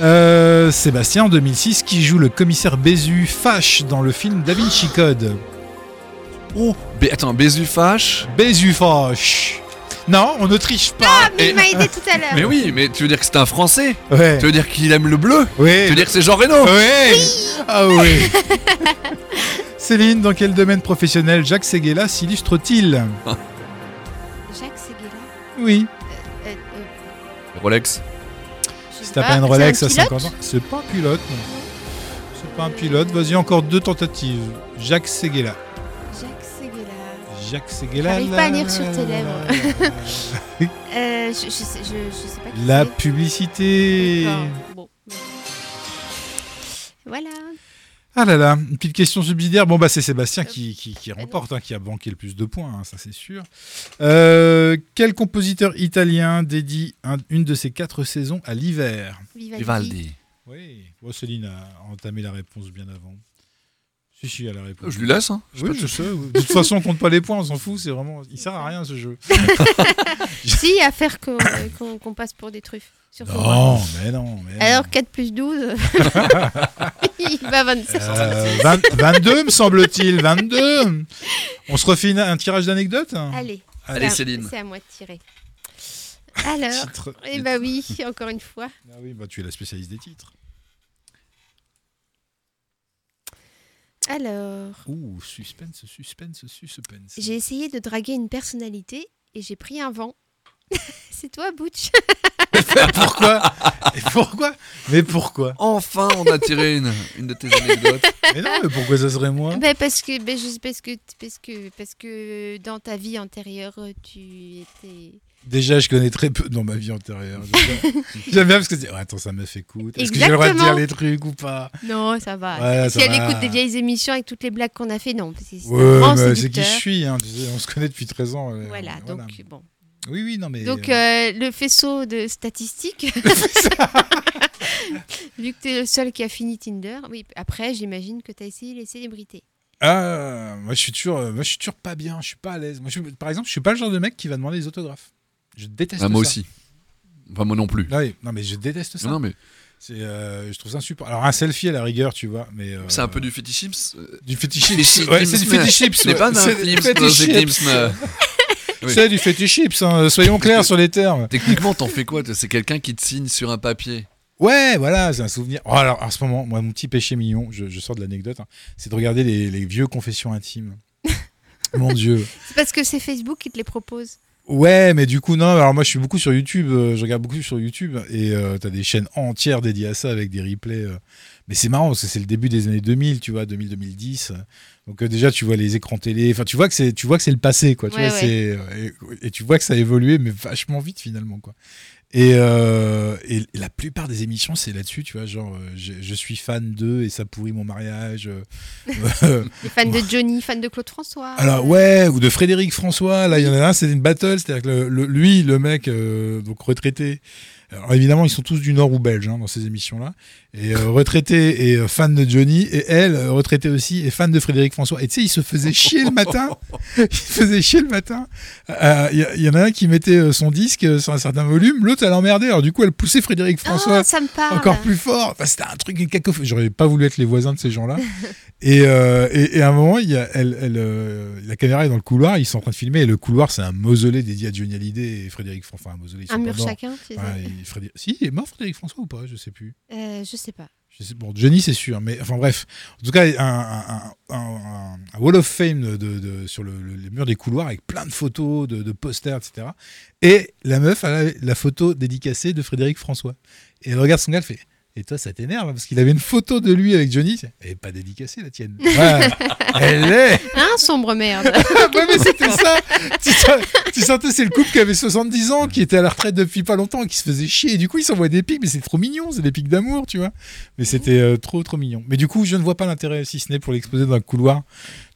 Euh, Sébastien en 2006 qui joue le commissaire Bézu Fache dans le film Da Vinci Code. Oh, bé- attends, Bézu fâche. Bézu Fache. Non, on ne triche pas. Ah, Mais Et- il m'a aidé tout (laughs) à l'heure. Mais oui, mais tu veux dire que c'est un Français Ouais. Tu veux dire qu'il aime le bleu Ouais. Tu veux dire que c'est Jean Reno Ouais. Ah ouais. (laughs) Céline, dans quel domaine professionnel Jacques Seguela s'illustre-t-il Jacques Seguela. Oui. Euh, euh, Rolex. je sais Si t'as pas une Ah, c'est Rolex un à pilote 50 ans, c'est pas un pilote. non. C'est pas un pilote. Vas-y, encore deux tentatives. Jacques Seguela. Jacques Seguela. Jacques Seguela. J'arrive la- pas à lire sur tes la- lèvres. la- la- Euh, je, je, sais, je, je sais pas. qui La c'est. publicité. D'accord, bon. Voilà. Ah là là, une petite question subsidiaire. Bon bah c'est Sébastien qui, qui- qui non. remporte, hein, qui a banqué le plus de points, hein, ça c'est sûr. Euh, quel compositeur italien dédie un- une de ses quatre saisons à l'hiver Vivaldi. Vivaldi. Oui, Bon, Céline a entamé la réponse bien avant. Si si, elle a répondu. Je lui laisse, hein Oui, je sais. De toute façon, on compte pas les points, on s'en fout. C'est vraiment, il sert à rien ce jeu. Si, à faire qu'on (coughs) euh, qu'on- qu'on passe pour des truffes. Sur ce point. Non, mais non. Mais non. bah. Alors 4 plus (laughs) 12. il va 25. Euh, 20 22 me semble-t-il, 22. On se refait une- un tirage d'anecdotes. hein Allez. Allez, c'est à- Céline. C'est à moi de tirer. Alors. Titre. Eh bah oui, encore une fois. Ah oui, bah tu es la spécialiste des titres. Alors. Ouh, suspense, suspense, suspense. J'ai essayé de draguer une personnalité et j'ai pris un vent. (laughs) c'est toi, Butch. Pourquoi Et pourquoi Mais (laughs) pourquoi Enfin, on a tiré une, une de tes (laughs) anecdotes. Mais non, mais pourquoi ça serait moi Ben, parce que ben, je sais parce que parce que parce que dans ta vie antérieure euh, tu étais Déjà, je connais très peu dans ma vie antérieure. (laughs) Déjà. J'aime bien parce que c'est. oh, attends, ça me fait coûte. Est-ce que j'ai le droit de dire Exactement. les trucs ou pas (laughs) non ça va Voilà, si ça elle va. écoute des vieilles émissions avec toutes les blagues qu'on a fait non parce que c'est un Ouais, grand mais c'est qui je séducteur. suis. hein, tu sais, on se connaît depuis 13 ans. euh, voilà donc bon Oui, oui, non, mais. Donc euh, le faisceau de (laughs) statistiques. (laughs) Vu que tu es le seul qui a fini Tinder, oui, après j'imagine que tu as essayé les célébrités. Ah, moi, je suis toujours, moi, je suis toujours pas bien, je suis pas à l'aise. Moi, je suis- par exemple, je suis pas le genre de mec qui va demander les autographes. Je déteste Ah, ça. moi aussi. Enfin, moi non plus. Ah oui, non, mais je déteste ça. Non, mais C'est, euh, je trouve ça super. Alors, un selfie à la rigueur, tu vois, mais. euh, c'est un peu du fétichisme. euh, Du fétichisme. Fétichi- Ouais, c'est du fétichisme. fétichisme. Ce n'est pas un C'est du fétichisme, c'est fétichisme. fétichisme. euh, Oui. C'est du fétichisme, hein, soyons (laughs) clairs sur les termes. Techniquement, t'en fais quoi toi C'est quelqu'un qui te signe sur un papier. Ouais, voilà, c'est un souvenir. Oh, alors, en ce moment, moi, mon petit péché mignon, je, je sors de l'anecdote, hein, c'est de regarder les, les vieux confessions intimes. mon Dieu. C'est parce que c'est Facebook qui te les propose. Ouais, mais du coup, non, alors moi, je suis beaucoup sur YouTube, euh, je regarde beaucoup sur YouTube, et euh, t'as des chaînes entières dédiées à ça avec des replays. euh. Mais c'est marrant, parce que c'est le début des années 2000, tu vois, 2000-2010. Donc euh, déjà, tu vois les écrans télé, enfin, tu vois que c'est tu vois que c'est le passé, quoi. Tu Ouais, vois, ouais. c'est- euh, et, et tu vois que ça a évolué, mais vachement vite, finalement, quoi. Et, euh, et la plupart des émissions, c'est là-dessus, tu vois, genre, euh, je, je suis fan d'eux et ça pourrit mon mariage. euh, Les fans de Johnny, fans de Claude François. alors ouais, ou de Frédéric François, là il y en a un, c'est une battle, c'est-à-dire que le- le- lui, le mec, euh, donc retraité, alors évidemment ils sont tous du Nord ou Belge hein, dans ces émissions-là, et euh, retraité et euh, fan de Johnny, et elle, euh, retraitée aussi, et fan de Frédéric François. Et tu sais, il se faisait chier le matin, il faisait chier le matin, Euh, il y a- il y, en a un qui mettait euh, son disque euh, sur un certain volume, l'autre elle l'emmerdait, alors du coup elle poussait Frédéric Ah, François ça me parle. encore plus fort. Enfin, c'était un truc une cacophonie. J'aurais pas voulu être les voisins de ces gens-là. (laughs) et, euh, et, et à un moment, il y a, elle, elle, euh, la caméra est dans le couloir. Ils sont en train de filmer. Et le couloir, c'est un mausolée dédié à Johnny Hallyday et Frédéric François. Enfin, un mausolée. ils Un sont mur pas morts. chacun, tu sais. Enfin, et Frédéric- Si, il est mort Frédéric François ou pas Je sais plus. Euh, je sais pas. Je sais- Bon, Johnny, c'est sûr, mais enfin bref. En tout cas, un, un- un- un- un wall of fame de, de- de- sur le, le- les murs des couloirs avec plein de photos, de, de posters, etc. Et la meuf elle avait la photo dédicacée de Frédéric François. Et elle regarde son gars, elle fait Et toi, ça t'énerve hein, Parce qu'il avait une photo de lui avec Johnny. Elle est pas dédicacée, la tienne. Ouais. elle est Hein, sombre (laughs) merde. ah bah mais c'était ça tu, sens- tu sentais, c'est le couple qui avait 70 ans, qui était à la retraite depuis pas longtemps, et qui se faisait chier. Et du coup, ils s'envoient des pics, mais c'est trop mignon, c'est des pics d'amour, tu vois. Mais c'était euh, trop, trop mignon. Mais du coup, je ne vois pas l'intérêt, si ce n'est pour l'exposer dans un couloir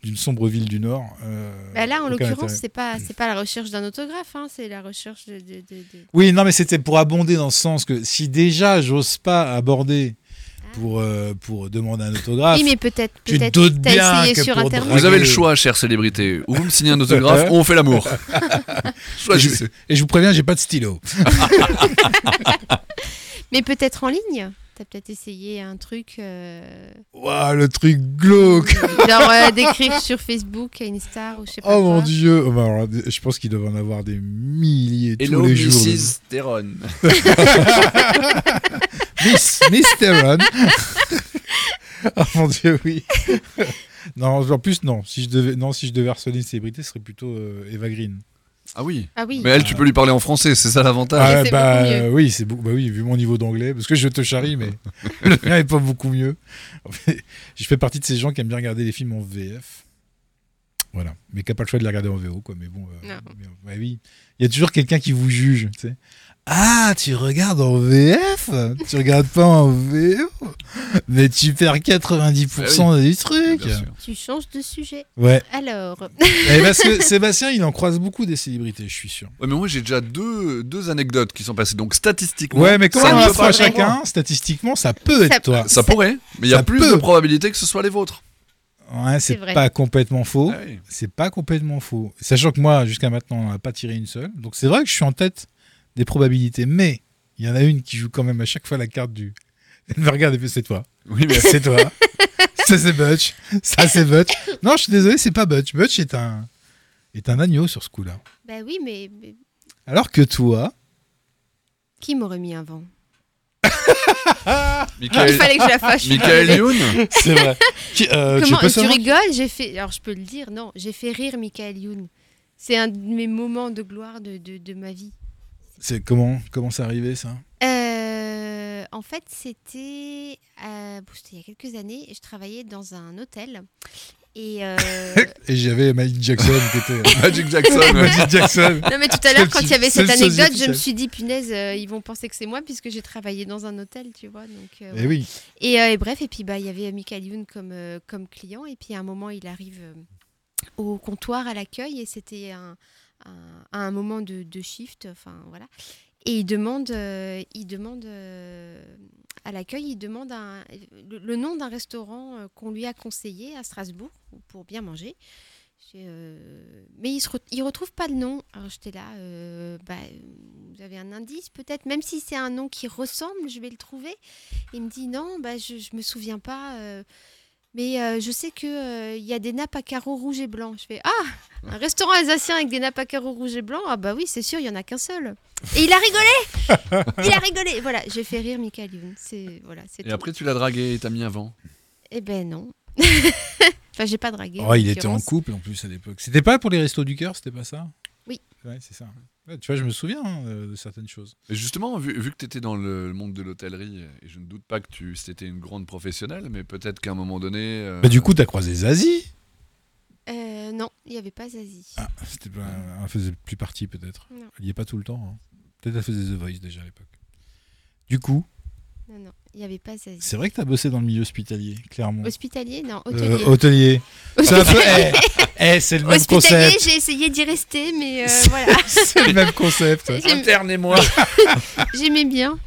d'une sombre ville du Nord. euh, Bah là, en aucun l'occurrence, intérêt. Hmm. c'est pas, c'est pas la recherche d'un autographe, hein, c'est la recherche de. de- de- de- Oui, non, mais c'était pour abonder dans ce sens que si déjà, j'ose pas aborder pour, euh, pour demander un autographe. oui, mais peut-être, Ah, tu peut-être, doutes t'as bien essayé que sur pour internet. Vous draguer- avez le choix, chère célébrité. Ou vous me signez un autographe, ou on (laughs) fait l'amour. et, Choisissez. je, et je vous préviens, j'ai pas de stylo. Mais peut-être en ligne. T'as peut-être essayé un truc, euh, Waouh, le truc glauque (laughs) genre euh, d'écrire sur Facebook à une star ou je sais pas Oh mon quoi. dieu Oh bah alors, Je pense qu'il doit en avoir des milliers Hello, tous les jours. Mrs. Theron. Miss, Miss Theron Oh mon dieu, oui Non, en plus, non. Si je devais, non, si je devais harceler une célébrité, ce serait plutôt euh, Eva Green. Ah oui. Ah oui. Mais elle, tu peux lui parler en français, c'est ça l'avantage. Ah, ouais, c'est bah, beaucoup mieux. euh, oui, c'est beaucoup, bah oui, vu mon niveau d'anglais, parce que je te charrie, mais (laughs) le mien est pas beaucoup mieux. (laughs) En fait, je fais partie de ces gens qui aiment bien regarder les films en VF. Voilà, mais qui n'a pas le choix de les regarder en VO, quoi. Mais bon, euh, Non. mais, euh, bah oui, il y a toujours quelqu'un qui vous juge, tu sais. Ah, tu regardes en VF Tu regardes pas en VO Mais tu perds 90% du truc Bien sûr. Tu changes de sujet. Ouais, (laughs) Alors, Et parce que Sébastien, il en croise beaucoup des célébrités, je suis sûr. Ouais, mais moi, j'ai déjà deux, deux anecdotes qui sont passées. Donc, statistiquement, Ouais, mais ça comment ne on peut apprend pas à être moi. chacun Statistiquement, ça peut être Ça- toi. Ça pourrait, mais il y a Ça plus peut. de probabilités que ce soit les vôtres. Ouais, c'est C'est vrai. pas complètement faux. Ah oui. C'est pas complètement faux. Sachant que moi, jusqu'à maintenant, on n'a pas tiré une seule. Donc c'est vrai que je suis en tête des probabilités. Mais il y en a une qui joue quand même à chaque fois la carte du. (laughs) Elle me regarde et fait c'est toi. Oui, mais C'est (laughs) toi. Ça c'est Butch. Ça c'est Butch. Non, je suis désolé, c'est pas Butch. Butch est un, est un agneau sur ce coup-là. bah oui, mais, mais Alors que toi. qui m'aurait mis un vent Il Michael, fallait que je la fâche. Michael Youn C'est vrai. Qui- euh, Comment tu peux Tu savoir- rigoles J'ai fait. Alors je peux le dire, non, j'ai fait rire Michael Youn. C'est un de mes moments de gloire de, de, de ma vie. C'est comment comment c'est arrivé ça Euh, en fait, c'était euh, bon, c'était il y a quelques années. et Je travaillais dans un hôtel et (laughs) euh, Et j'avais Mike Jackson qui était. (laughs) Magic Jackson. ouais. Magic Jackson. non mais tout à l'heure quand il y avait C'est le cette anecdote, sosie je me officiel. suis dit punaise, euh, ils vont penser que c'est moi puisque j'ai travaillé dans un hôtel, tu vois. Donc euh, Et Eh oui. Et, euh, et bref, et puis bah, il y avait Michael Youn comme, euh, comme client, et puis à un moment, il arrive euh, au comptoir à l'accueil, et c'était un, un- à un moment de, de shift, enfin voilà. Et il demande, euh, il demande euh, à l'accueil, il demande un- le, le nom d'un restaurant euh, qu'on lui a conseillé à Strasbourg pour bien manger. J'ai, euh, mais il ne retrouve pas le nom. Alors j'étais là, euh, bah, euh, vous avez un indice peut-être, même si c'est un nom qui ressemble, je vais le trouver. Il me dit non, bah, je ne me souviens pas. euh, mais euh, je sais qu'il y a des nappes à carreaux rouges et blancs. Je fais Ah Un restaurant alsacien avec des nappes à carreaux rouges et blancs Ah bah oui, c'est sûr, il n'y en a qu'un seul. Et il a rigolé (laughs) Il a rigolé Voilà, j'ai fait rire Michael Youn. C'est voilà, c'est Et tout. après, tu l'as dragué et t'as mis un vent. Eh ben non. (laughs) enfin, j'ai pas dragué. Oh, il était en l'occurrence. couple en plus à l'époque. C'était pas pour les restos du cœur, c'était pas ça Oui. Ouais, c'est ça. Ouais, tu vois, je me souviens hein, de certaines choses. Mais justement, vu, vu que tu étais dans le monde de l'hôtellerie, et je ne doute pas que tu c'était une grande professionnelle, mais peut-être qu'à un moment donné. euh, Bah, du coup, t'as croisé Zazie Euh, non, il n'y avait pas Zazie. Ah, c'était pas, elle faisait plus partie peut-être. Non. Elle y est pas tout le temps. hein. Peut-être elle faisait The Voice déjà à l'époque. Du coup, Non, non, il n'y avait pas Zazie. c'est vrai que t'as bossé dans le milieu hospitalier, clairement. Hospitalier Non, Euh, hôtelier. (laughs) hôtelier. C'est un peu. Eh, eh, c'est le même Hospitalier, concept. j'ai essayé d'y rester, mais euh, C'est- voilà. (laughs) C'est le même concept. J'aime- Internez-moi J'aimais bien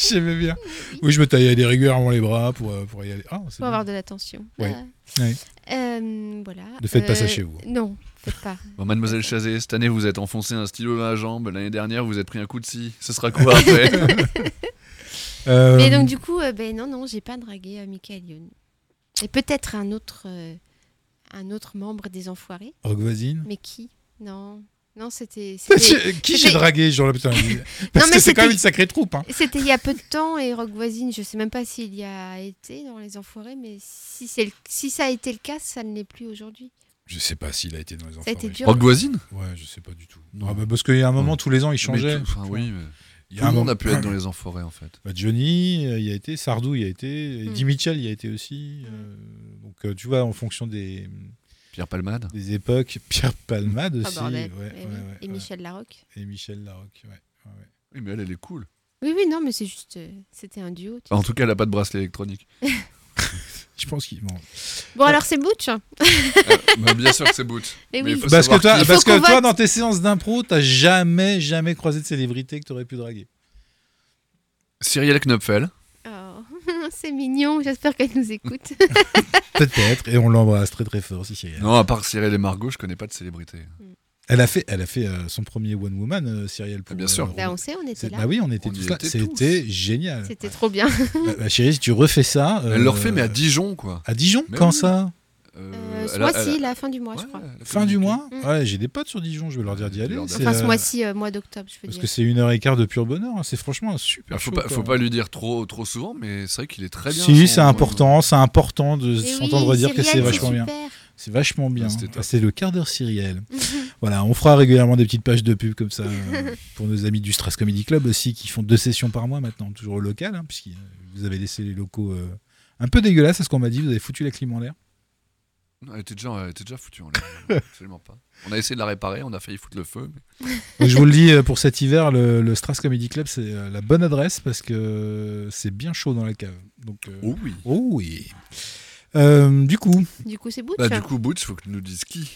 J'aimais bien. Oui, je me taillais des régulièrement les bras pour, euh, pour y aller. Ah, c'est pour avoir de l'attention. Oui. Ah. Oui. Euh, voilà. Ne faites pas ça Euh, chez vous. Non, faites (laughs) pas. Bon, Mademoiselle Chazé, cette année, vous êtes enfoncé un stylo dans la jambe. L'année dernière, vous êtes pris un coup de scie. Ce sera (laughs) quoi après bien. Euh, Mais donc du coup, euh, ben non, non, j'ai pas dragué euh, Michael Youn. Et peut-être un autre, euh, un autre membre des Enfoirés. Rogue voisine. Mais qui Non, non, c'était. c'était- Qui j'ai dragué genre là, putain, (laughs) Parce mais que c'est quand c'était- même une sacrée troupe. Hein. C'était il y a peu de temps et Rock Voisine, je sais même pas s'il y a été dans les Enfoirés, mais si, c'est le- si ça a été le cas, ça ne l'est plus aujourd'hui. Je sais pas s'il a été dans les Ça a été dur. Rock voisine Ouais, je sais pas du tout. Non. Ah bah, parce qu'il y a un moment, Non. tous les ans, il changeait. Mais tout- enfin, oui, mais Il y tout le un monde moment- (clears throat) a pu être dans les enforêts, en fait. Bah, Johnny, euh, il y a été. Sardou, il y a été. Eddie Mm. Mitchell, il y a été aussi. euh, donc, euh, tu vois, en fonction des, Pierre Palmade. des époques, (laughs) Pierre Palmade Ah, aussi. ouais, bordel. Eh ouais, oui. ouais, et ouais. Michel Larocque. Et Michel Larocque, ouais. ouais, ouais. Oui, mais elle, elle est cool. Oui, oui, non, mais c'est juste. euh, C'était un duo. tu En tout cas, elle n'a pas de (laughs) bracelet électronique. Je pense qu'il. bon. Bon, alors c'est Butch. Euh, bah, bien sûr que c'est Boot. Mais Mais oui. faut Parce que, savoir toi, qui- parce Il faut que qu'on toi, vote. dans tes séances d'impro, t'as jamais, jamais croisé de célébrité que t'aurais pu draguer. Cyril Knopfel. Oh, (laughs) c'est mignon, j'espère qu'elle nous (laughs) écoute. (laughs) Peut-être, et on l'embrasse très très fort si c'est elle. Non, à part Cyril et Margot, je connais pas de célébrité. Elle a fait, elle a fait euh, son premier one woman, euh, Cyrielle. pour, Ah, bien euh, sûr. Roland. bah, on sait, on était C'est- là. bah oui, on était On y tous là. était tous. C'était génial. C'était trop bien. Bah, bah, chérie, si tu refais ça. Elle euh, le refait, mais à Dijon, quoi. À Dijon, Mais quand oui. ça Euh, Euh, ce elle a- mois-ci, elle a- la fin du mois, je Ouais, crois. elle a Fin du communiqué. mois Mm. Ouais, j'ai des potes sur Dijon, je vais leur dire d'y Je vais aller. leur dire. c'est, Enfin, ce euh, mois-ci, euh, mois d'octobre, je veux Parce dire. que c'est une heure et quart de pur bonheur. hein. C'est franchement un super. Alors, Bah, faut show, pas, quoi. faut pas lui dire trop, trop souvent, mais c'est vrai qu'il est très bien. hein. Si, son- c'est important, c'est important de Eh oui, s'entendre dire que c'est Cyrielle, vachement bien. super. C'est vachement bien. Ah, c'était top. Ah, C'est le quart d'heure Cyrielle. voilà, on fera régulièrement des petites pages de pub comme ça euh, (laughs) pour nos amis du Strass Comedy Club aussi qui font deux sessions par mois maintenant, toujours au local, hein, puisque euh, vous avez laissé les locaux euh, un peu dégueulasses, c'est ce qu'on m'a dit, vous avez foutu la clim en l'air. Non, Elle était déjà, elle était déjà foutue en (laughs) l'air. Absolument pas. On a essayé de la réparer, on a failli foutre le feu. mais- Donc, je vous le dis, euh, pour cet hiver, le, le Strass Comedy Club, c'est euh, la bonne adresse parce que euh, c'est bien chaud dans la cave. Donc, euh, Oh Bah, oui. oh oui. Euh, du coup, (laughs) Du coup, c'est Butch. Bah, du coup, Butch, faut que tu nous dises qui.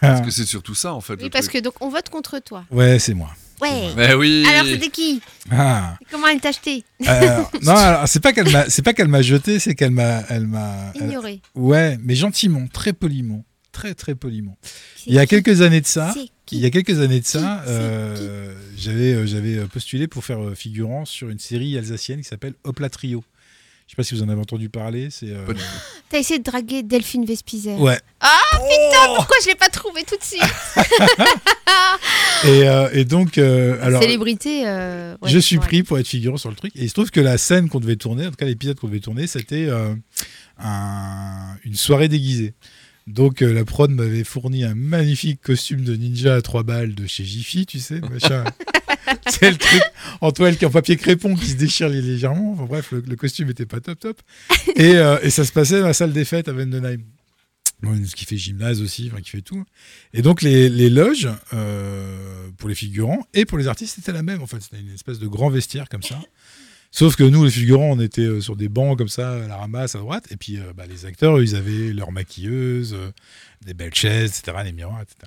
Ah. Parce que c'est surtout ça, en fait. oui, le parce truc. que donc on vote contre toi. ouais, c'est moi. Ouais. Mais oui. Alors, c'était qui Ah. Comment elle t'a acheté Euh, Alors, non, alors, c'est pas qu'elle m'a, c'est pas qu'elle m'a jeté, c'est qu'elle m'a, elle m'a, elle- Ignoré. Ouais, mais gentiment, très poliment, très très poliment. C'est Il y a qui quelques années de ça, C'est qui il y a quelques années de ça, Qui C'est euh, j'avais euh, j'avais postulé pour faire euh, figurant sur une série alsacienne qui s'appelle Hopla Trio. Je sais pas si vous en avez entendu parler, c'est euh, Pas du tout. Oh T'as essayé de draguer Delphine Vespizer. ouais. Ah, Pourquoi je l'ai pas trouvé tout de suite Et, euh, et donc euh, (laughs) alors Célébrité. euh, ouais, je suis ouais. pris pour être figurant sur le truc. Et il se trouve que la scène qu'on devait tourner, en tout cas l'épisode qu'on devait tourner, c'était euh, un- une soirée déguisée. Donc euh, la prod m'avait fourni un magnifique costume de ninja à trois balles de chez Jiffy, tu sais, (laughs) machin. C'est le truc en toile qui en papier crépon qui se déchire légèrement. Enfin bref, le, le costume était pas top top. Et, euh, et ça se passait dans la salle des fêtes à Vendenheim. Bon, Ce qui fait gymnase aussi, enfin, qui fait tout. Et donc les, les loges euh, pour les figurants et pour les artistes c'était la même en fait. C'était une espèce de grand vestiaire comme ça. Sauf que nous les figurants on était euh, sur des bancs comme ça à la ramasse à droite et puis euh, bah, les acteurs eux, ils avaient leurs maquilleuses, euh, des belles chaises, etc. Les miroirs, etc.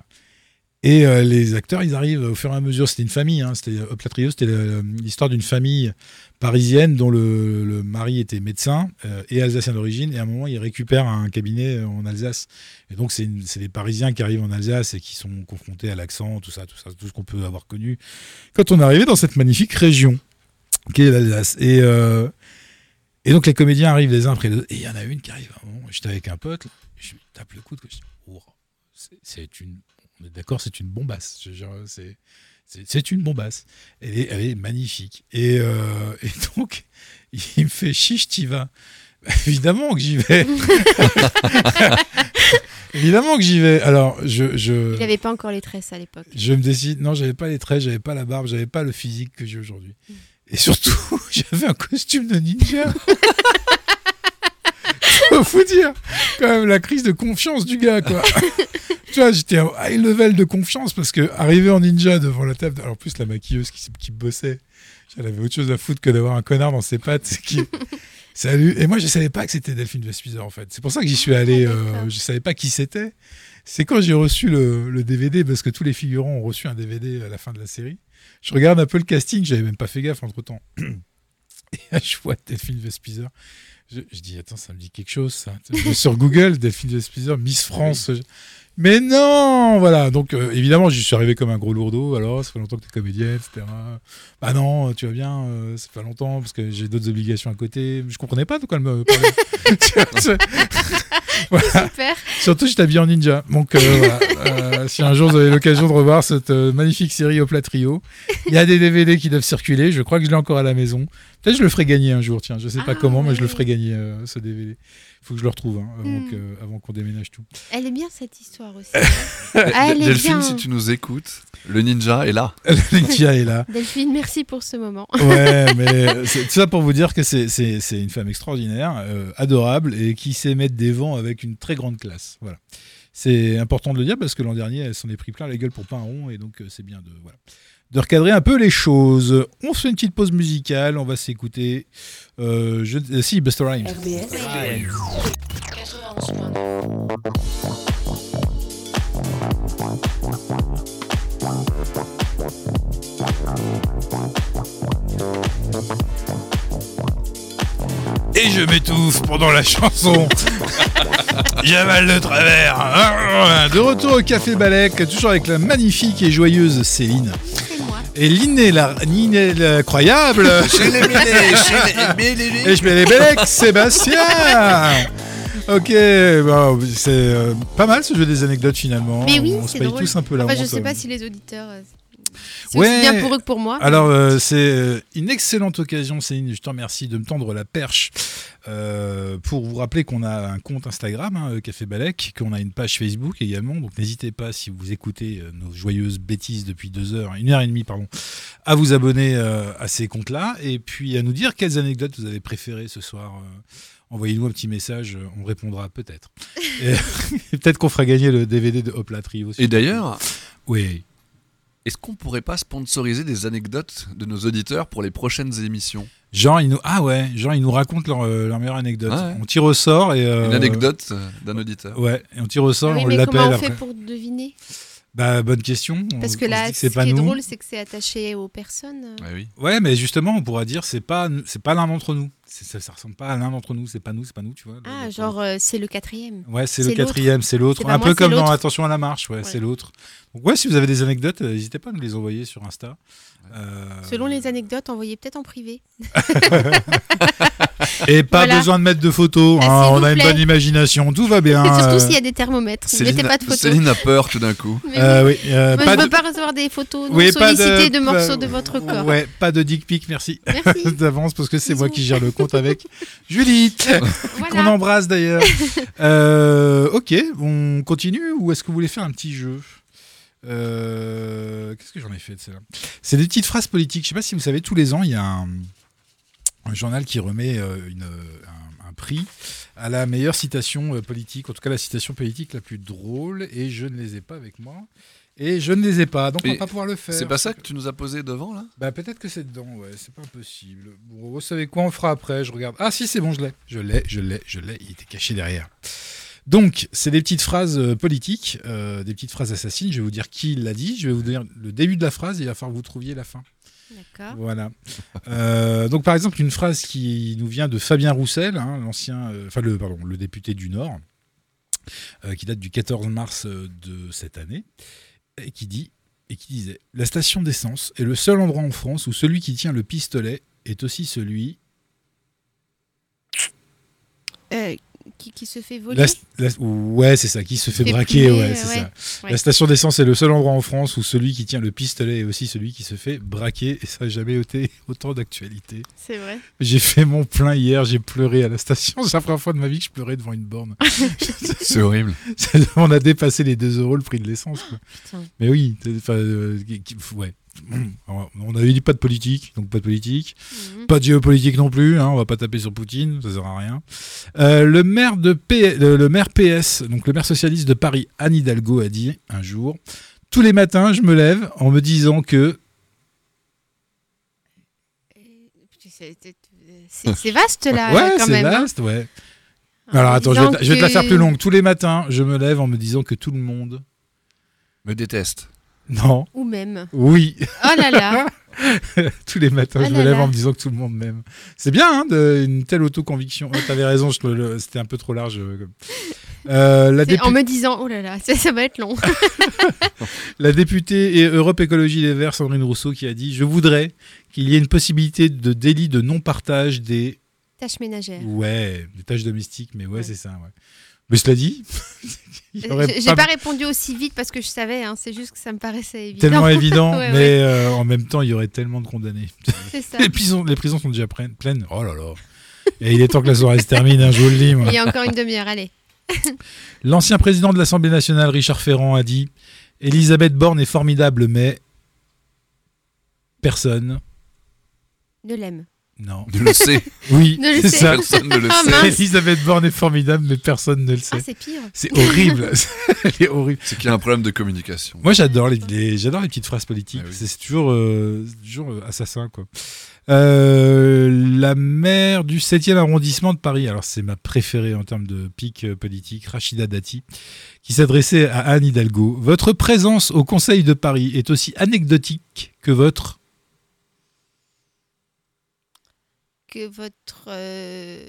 Et euh, les acteurs, ils arrivent au fur et à mesure. C'était une famille, hein, c'était Hop la Trio, c'était euh, l'histoire d'une famille parisienne dont le, le mari était médecin euh, et alsacien d'origine. Et à un moment, il récupère un cabinet en Alsace. Et donc, c'est une- c'est des Parisiens qui arrivent en Alsace et qui sont confrontés à l'accent, tout ça, tout ça, tout ce qu'on peut avoir connu quand on est arrivé dans cette magnifique région qu'est l'Alsace. Et, euh, et donc, les comédiens arrivent les uns après les autres. Et il y en a une qui arrive. à un moment, J'étais avec un pote, là, je lui tape le coude. Je dis, Ouah, c'est- c'est une on est d'accord, c'est une bombasse. Je veux dire, c'est- c'est- C'est une bombasse. Elle est, elle est magnifique. Et, euh, et donc, (laughs) il me fait chiche, t'y vas. Bah, Évidemment que j'y vais. (laughs) Évidemment que j'y vais. Alors, je. je... Il n'avait pas encore les tresses à l'époque. Je me décide. Non, j'avais pas les traits, j'avais pas la barbe, j'avais pas le physique que j'ai aujourd'hui. Et surtout, (laughs) j'avais un costume de ninja. (laughs) Faut vous dire, quand même, la crise de confiance du gars, quoi. tu vois, j'étais à high level de confiance parce que arrivé en ninja devant la table, alors en plus la maquilleuse qui, qui bossait, elle avait autre chose à foutre que d'avoir un connard dans ses pattes qui. Salut. Et moi, je savais pas que c'était Delphine Vespizer, en fait. C'est pour ça que j'y suis allé. Ah, euh, d'accord. je savais pas qui c'était. C'est quand j'ai reçu le, le DVD, parce que tous les figurants ont reçu un DVD à la fin de la série. Je regarde un peu le casting, j'avais même pas fait gaffe entre temps. (clears throat) Et là, je vois Delphine Vespizer. Je, je dis, attends, ça me dit quelque chose, ça. Je vais sur Google, (laughs) Delphine Vespizer, Miss France. Je- Mais non Voilà, donc euh, évidemment, je suis arrivé comme un gros lourdeau. Alors, ça fait longtemps que tu es comédienne, etc. Bah non, tu vas bien, euh, ça fait pas longtemps, parce que j'ai d'autres obligations à côté. Je comprenais pas de quoi elle me parlait. Tu vois, je- Super. Surtout, je t'habille en ninja. Donc, euh, voilà. Euh, si un jour vous avez l'occasion de revoir cette euh, magnifique série au plat trio, il y a des DVD qui doivent circuler. Je crois que je l'ai encore à la maison. Peut-être que je le ferai gagner un jour. Tiens, je sais pas Ah, comment, mais je le ouais. ferai gagner euh, ce DVD. faut que je le retrouve hein, avant Hmm. que- avant qu'on déménage tout. (laughs) Elle est bien cette histoire aussi. Euh. Ah, elle est Delphine, bien. si tu nous écoutes, le ninja est là. Linkia est là. Delphine, merci pour ce moment. Ouais, mais c'est tout ça pour vous dire que c'est- c'est c'est une femme extraordinaire, euh, adorable et qui sait mettre des vents avec une très grande classe. Voilà. C'est important de le dire parce que l'an dernier, elle s'en est pris plein la gueule pour pas un rond et donc euh, c'est bien de voilà de recadrer un peu les choses. On se fait une petite pause musicale, on va s'écouter. euh, je, euh, si, Buster Rhymes. RBS. Et je m'étouffe pendant la chanson. (laughs) J'ai mal de travers. De retour au Café Balek, toujours avec la magnifique et joyeuse Céline. (laughs) C'est moi. Et l'incroyable (laughs) Et je mets les Bélec, Sébastien Ok, bon, c'est euh, pas mal ce jeu des anecdotes finalement. Mais oui, on se c'est paye drôle. tous un peu la Enfin, je honte. sais pas si les auditeurs. euh, C'est Ouais. aussi bien pour eux que pour moi. Alors, euh, c'est euh, une excellente occasion, Céline, je te remercie de me tendre la perche euh, pour vous rappeler qu'on a un compte Instagram, hein, euh, Café Balek, qu'on a une page Facebook également. Donc, n'hésitez pas, si vous écoutez euh, nos joyeuses bêtises depuis deux heures, une heure et demie, pardon, à vous abonner euh, à ces comptes-là et puis à nous dire quelles anecdotes vous avez préférées ce soir. euh, Envoyez-nous un petit message, euh, on répondra peut-être. Et, (laughs) et peut-être qu'on fera gagner le DVD de Hop la Trio. Et d'ailleurs, Oui. est-ce qu'on pourrait pas sponsoriser des anecdotes de nos auditeurs pour les prochaines émissions Genre, ils nous, ah ouais, genre, ils nous racontent leur, euh, leur meilleure anecdote. Ah ouais. On tire au sort et. euh, Une anecdote euh, d'un auditeur Ouais, et on tire au sort, oui, on mais l'appelle comment on après. fait pour deviner Bah, bonne question. On- Parce que on se là, dit ce c'est pas qui est nous. drôle, c'est que c'est attaché aux personnes. Ah oui. Ouais, mais justement, on pourra dire c'est pas c'est pas l'un d'entre nous. C'est- Ça, ça ressemble pas à l'un d'entre nous. C'est pas nous, c'est pas nous, tu vois. Ah, Le- genre, euh, c'est le quatrième. Ouais, c'est le c'est l'autre. quatrième, c'est C'est l'autre. pas Un moi, peu c'est comme dans l'autre. Attention à la marche, ouais, Ouais. c'est l'autre. Donc ouais, si vous avez des anecdotes, euh, n'hésitez pas à nous les envoyer sur Insta. Euh, Selon les anecdotes, envoyez peut-être en privé. Et pas Voilà. besoin de mettre de photos. Ah, hein, s'il on vous a une plaît. bonne imagination, tout va bien. Et (laughs) surtout euh, s'il y a des thermomètres. Ne mettez pas de photos. Céline a peur tout (laughs) d'un coup. Mais euh, oui, euh, Moi, pas je ne de- veux pas recevoir des photos non Oui, pas de- sollicitées de... pas- morceaux de votre corps. Ouais, pas de dick pic, merci (laughs) Merci. d'avance parce que c'est moi Bisous. qui gère le compte (laughs) avec Judith, qu'on voilà. embrasse (laughs) d'ailleurs. Euh, ok, on continue ou est-ce que vous voulez faire un petit jeu Euh, Qu'est-ce que j'en ai fait de celle-là C'est des petites phrases politiques. Je sais pas si vous savez, tous les ans, il y a un, un journal qui remet euh, une, euh, un, un prix à la meilleure citation euh, politique, en tout cas la citation politique la plus drôle, et je ne les ai pas avec moi. Et je ne les ai pas, donc on Et va pas pouvoir le faire. C'est pas ça que tu nous as posé devant là Bah peut-être que c'est dedans, ouais, c'est pas impossible. Bon, vous savez quoi, on fera après, je regarde. Ah si, c'est bon, je l'ai. Je l'ai, je l'ai, je l'ai, il était caché derrière. Donc, c'est des petites phrases euh, politiques, euh, des petites phrases assassines. Je vais vous dire qui l'a dit. Je vais vous dire le début de la phrase et il va falloir que vous trouviez la fin. D'accord. Voilà. Euh, donc, par exemple, une phrase qui nous vient de Fabien Roussel, hein, l'ancien, euh, enfin le, pardon, le député du Nord, euh, qui date du 14 mars euh, de cette année, et qui dit et qui disait la station d'essence est le seul endroit en France où celui qui tient le pistolet est aussi celui Euh, qui, qui se fait voler la- la- ouais c'est ça qui se fait Fait braquer plier, ouais euh, c'est ouais. ça Ouais. la station d'essence est le seul endroit en France où celui qui tient le pistolet est aussi celui qui se fait braquer et ça n'a jamais été (laughs) autant d'actualité C'est vrai. J'ai fait mon plein hier, j'ai pleuré à la station. C'est la première fois de ma vie que je pleurais devant une borne. (laughs) C'est horrible. On a dépassé les 2 euros le prix de l'essence. quoi. Putain. Mais oui, c'est- enfin, euh, qui- qui- ouais. Alors, On avait dit pas de politique, donc pas de politique. Mhm. Pas de géopolitique non plus, hein, on va pas taper sur Poutine, ça sert à rien. Euh, le, maire de P- euh, le maire PS, donc le maire socialiste de Paris, Anne Hidalgo, a dit un jour Tous les matins, je me lève en me disant que. Et- putain, c'est- c'est- C'est c'est vaste là, ouais, quand c'est même. hein. vaste, ouais. En Alors attends, je vais, disant te- je vais te la que- faire plus longue. Tous les matins, je me lève en me disant que tout le monde. Me déteste. Non, Ou même. oui. (laughs) Oh là là. Tous les matins, Ah je là me lève là. en me disant que tout le monde m'aime. C'est bien, hein, de- une telle autoconviction. Tu T'avais raison, je te le- c'était un peu trop large. euh, comme- Euh, la, C'est- dépu- En me disant, oh là là, ça, ça va être long. la députée et Europe Écologie Les Verts, Sandrine Rousseau, qui a dit Je voudrais qu'il y ait une possibilité de délit de non-partage des. (laughs) Tâche ménagère. Ouais, des tâches domestiques, mais ouais, Ouais. Euh, c'est ça, ouais. Mais cela dit, (laughs) il y aurait J'ai j'ai pas répondu aussi vite parce que je savais, hein, c'est juste que ça me paraissait évident. tellement évident, (laughs) Ouais, mais euh, en même temps, il y aurait tellement de condamnés. (laughs) C'est ça. Les prisons, les prisons sont déjà pleines. pleines. Oh là là. Et il est temps que la soirée se termine, hein, je vous le dis. moi. Il y a encore une demi-heure, allez. L'ancien président de l'Assemblée nationale, Richard Ferrand, a dit Elisabeth Borne est formidable, mais. Personne. Ne l'aime. Non. Ne (laughs) le sait. Oui, Ne le c'est sait. ça. Personne ne le Ah, sait. mince. Elisabeth Borne est formidable, mais personne ne le Ah, sait. c'est pire. C'est (laughs) horrible. Elle est horrible. C'est qu'il y a un problème de communication. Moi, j'adore les, les- j'adore les petites phrases politiques. Ah oui. C'est c'est toujours, euh, c'est toujours euh, assassin, quoi. Euh, la maire du 7e arrondissement de Paris, alors c'est ma préférée en termes de pic euh, politique, Rachida Dati, qui s'adressait à Anne Hidalgo. Votre présence au Conseil de Paris est aussi anecdotique que votre. Que votre euh,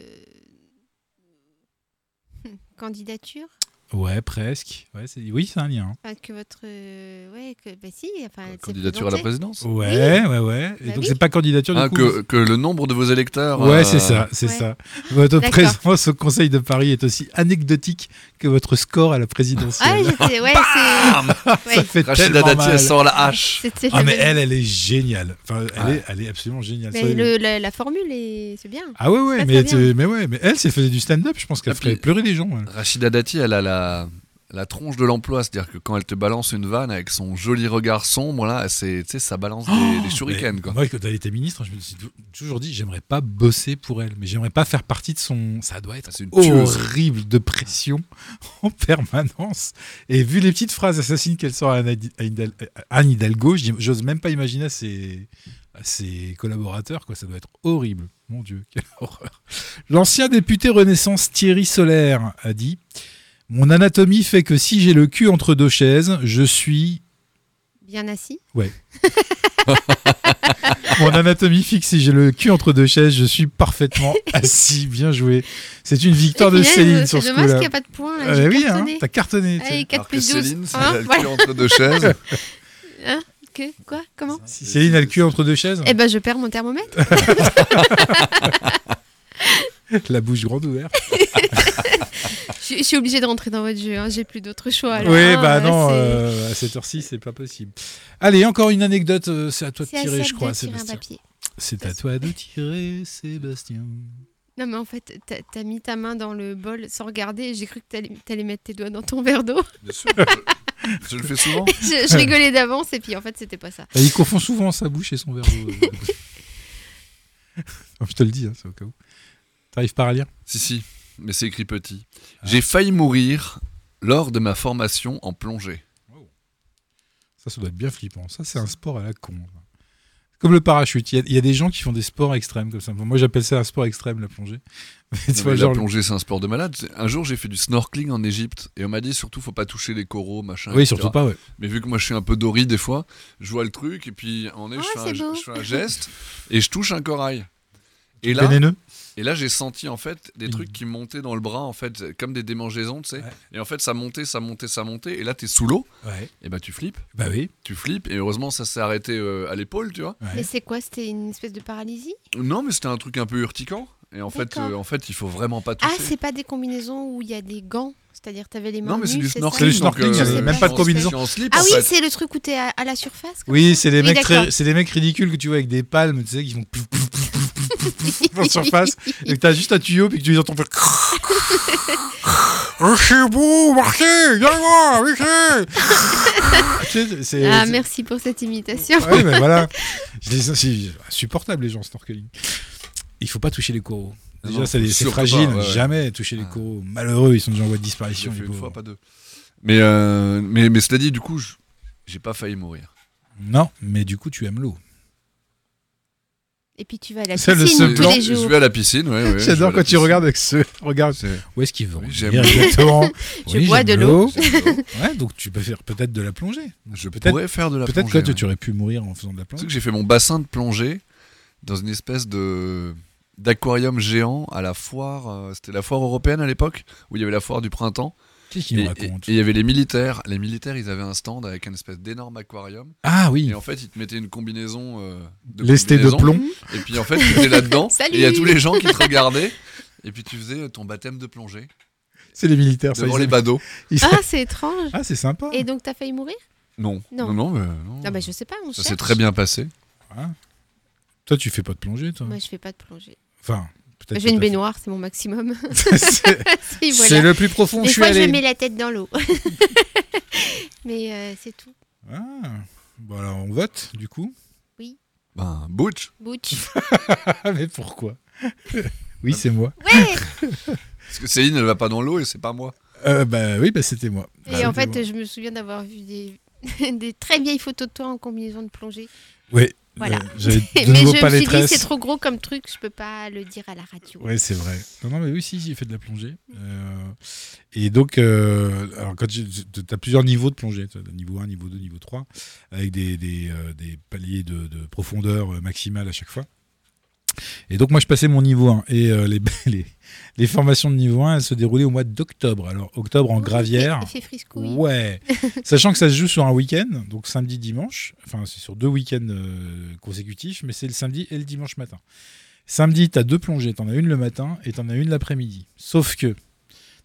(laughs) hmm, candidature, Ouais, presque. Ouais, c'est- oui, c'est un lien. enfin, que votre euh, ouais, que bah si, enfin, elle s'est Candidature à la présentée. présidence Ouais, ouais, ouais. Et Bah donc oui. c'est pas candidature du Ah, coup. que, que le nombre de vos électeurs. Ouais, euh, c'est ça, c'est Ouais. ça. Votre D'accord. présence au Conseil de Paris est aussi anecdotique que votre score à la Ah présidentielle. oui, j'étais- ouais, c'est ça ouais, fait Rachida tellement Dati, mal. elle sort la hache. c'était Ah le mais même- elle, elle est géniale. Enfin, elle, Ouais. est, elle est absolument géniale. mais Ça, le- la, la formule est c'est bien. Ah ouais, ouais, Ça, mais, ça tu- mais ouais, mais elle, si elle faisait du stand-up, je pense qu'elle Ah, ferait puis- pleurer les gens. elle. Rachida Dati, elle a la, la tronche de l'emploi. C'est-à-dire que quand elle te balance une vanne avec son joli regard sombre, là, c'est, tu sais, ça balance des, des Oh, shurikens. mais Quoi. Moi, quand elle était ministre, je me suis tou- toujours dit, j'aimerais pas bosser pour elle, mais j'aimerais pas faire partie de son. Ça doit être Ah, C'est une tueuse. horrible de pression (laughs) en permanence. Et vu les petites phrases assassines qu'elle sort à Anne Hid- à Hidal- à Anne Hidalgo, j'im- j'ose même pas imaginer à ses, à ses collaborateurs, quoi. Ça doit être horrible. Mon Dieu, quelle (laughs) horreur. L'ancien député Renaissance Thierry Solaire a dit Mon anatomie fait que si j'ai le cul entre deux chaises, je suis Bien assis. Mon anatomie fixe, si j'ai le cul entre deux chaises, je suis (laughs) parfaitement assis. Bien joué. C'est une victoire de Punaise, Céline sur C'est ce dommage qu'il coup-là. n'y a pas de points. là, Euh, j'ai oui, hein, cartonné. t'as cartonné. tu sais. Allez, 4 Alors que plus 12. Céline, c'est Hein, elle a le voilà. cul entre (laughs) deux chaises. Que- quoi Comment Si Céline a le cul entre deux chaises, Eh ben, je perds mon thermomètre. la bouche grande ouverte. (laughs) Je je suis obligée de rentrer dans votre jeu. hein, J'ai plus d'autre choix. là, oui, hein, bah euh, non, c'est- euh, à cette heure-ci, c'est pas possible. Allez, encore une anecdote. euh, C'est à toi de C'est à tirer, Seb je crois, de tirer un Sébastien. papier. C'est à toi de tirer, Sébastien. Non, mais en fait, t'as t'as mis ta main dans le bol sans regarder et j'ai cru que t'allais t'allais mettre tes doigts dans ton verre d'eau. (laughs) Bien sûr, je, je le fais souvent. je, je rigolais d'avance et puis en fait, c'était pas ça. Bah, il confond souvent sa bouche et son verre d'eau. euh. (laughs) Non, je te le dis, hein, c'est au cas où. T'arrives pas à lire Si, si, mais c'est écrit petit. Ah. J'ai failli mourir lors de ma formation en plongée. Ça, ça doit être bien flippant. Ça, c'est un sport à la con. comme le parachute. Il y a- il y, a des gens qui font des sports extrêmes comme ça. Moi, j'appelle ça un sport extrême, la plongée. (laughs) Mais tu Non, vois, mais genre, la plongée, c'est un sport de malade. Un jour, j'ai fait du snorkeling en Égypte et on m'a dit surtout, faut pas toucher les coraux, machin. oui, etc. surtout pas, ouais. Mais vu que moi, je suis un peu dori des fois, je vois le truc et puis en est, Oh, je, fais c'est un, beau. je fais un geste et je touche un corail. Et là, Vénéneux. et là, j'ai senti en fait des Une- trucs qui montaient dans le bras, en fait, comme des démangeaisons, tu sais. Mm. Ouais. Et en fait, ça montait, ça montait, ça montait. Et là, t'es sous l'eau. Ouais. Et bah, tu flippes, Bah oui. tu flippes. Et heureusement, ça s'est arrêté euh, à l'épaule, tu vois. Mais c'est quoi C'était une espèce de paralysie Non, mais c'était un truc un peu urticant. Et en fait, D'accord. euh, en fait, il faut vraiment pas toucher. Ah, c'est pas des combinaisons où il y a des gants, c'est-à-dire t'avais les mains non, mais c'est nues, du ça snorkeling. C'est du snorkeling, donc, il y avait même pas de en- combinaison. je suis en slip, Ah en oui, fait. c'est le truc où t'es à, à la surface comme Oui, ça c'est des, mecs d'accord. ri- c'est des mecs ridicules que tu vois avec des palmes, tu sais, qui font plouf, plouf, plouf, plouf, plouf, plouf, plouf en surface, et que t'as juste un tuyau, puis que tu les entends (laughs) faire. Oh, C'est beau, Marqué, viens voir, Mickey Tu sais, c'est- Ah, c'est- merci pour cette imitation. (laughs) Ouais, mais voilà. Je les- C'est insupportable, les gens en snorkeling. Il faut pas toucher les coraux. Non, Déjà, non, c'est c'est surtout fragile. pas, ouais, ouais. Jamais toucher les Ah. coraux. Malheureux, ils sont déjà en voie de J'ai disparition. fait les une pauvres. fois, pas deux. Mais, euh, mais, mais cela dit, du coup, je- j'ai pas failli mourir. Non, mais du coup, tu aimes l'eau. Et puis tu vas à la C'est piscine le seul tous plan. les Je jours. vais à la piscine, ouais, (laughs) ouais, je vais à J'adore la quand tu piscine. regardes avec ce regard. C'est- Où est-ce qu'ils vont Oui, J'aime j'aime l'eau. (laughs) exactement. Je bois j'aime de (laughs) j'aime l'eau. (laughs) Ouais, donc tu peux faire peut-être de la plongée. Je Peut-être- pourrais faire de la Peut-être plongée. hein. que toi, tu- ouais. tu aurais pu mourir en faisant de la Tu sais plongée. que j'ai fait mon bassin de plongée dans une espèce de d'aquarium géant à la foire. euh, C'était la foire européenne à l'époque, où il y avait la foire du printemps. Qu'est-ce Et qu'il et- nous et raconte il y avait les militaires. Les militaires, ils avaient un stand avec un espèce d'énorme aquarium. Ah oui, Et en fait, ils te mettaient une combinaison. euh, de lesté de combinaison. plomb. Et puis en fait, tu (laughs) étais là-dedans. Salut et il y a tous les gens qui te regardaient. Et puis tu faisais ton baptême de plongée C'est les militaires, ça. devant ils- les badauds. ils- Ah, c'est étrange. Ah, c'est sympa. Et donc t'as failli mourir Non. Non. Non, non, mais non. Non, bah je sais pas, on ça cherche. s'est très bien passé. Toi, tu fais pas de plongée, toi Moi, je fais pas de plongée. Enfin, peut-être. J'ai une que baignoire, c'est mon maximum. (laughs) t'as fait- (laughs) c'est Si, voilà. c'est le plus profond où Des je suis fois, je allé. mets la tête dans l'eau. (laughs) Mais euh, c'est tout. Ah. Bon, alors on vote, du coup. Ben, Butch. Butch. (laughs) Ah, mais pourquoi (laughs) Oui, c'est moi. Ouais Parce que Céline, elle va pas dans l'eau et c'est pas moi. Euh, bah oui, bah c'était moi. Et en C'était moi. fait, je me souviens d'avoir vu des... (laughs) des très vieilles photos de toi en combinaison de plongée. Oui, Voilà. euh, (laughs) j'avais Mais de nouveau je pas me les suis dit, c'est tresses. trop gros comme truc, je peux pas le dire à la radio. Oui, c'est vrai. Non, non, mais oui, si, j'ai fait de la plongée. Euh, et donc, euh, alors quand tu as plusieurs niveaux de plongée, t'as le niveau 1, niveau 2, niveau 3, avec des, des, euh, des paliers de, de profondeur euh, maximale à chaque fois. Et donc, moi, je passais mon niveau 1. Et euh, les, (laughs) les, les formations de niveau 1, elles se déroulaient au mois d'octobre. Alors, octobre Oh, en gravière. Il fait friscouille. Ouais, sachant que ça se joue sur un week-end, donc samedi dimanche. Enfin, c'est sur deux week-ends euh, consécutifs, mais c'est le samedi et le dimanche matin. Samedi, t'as deux plongées, t'en as une le matin et t'en as une l'après-midi. Sauf que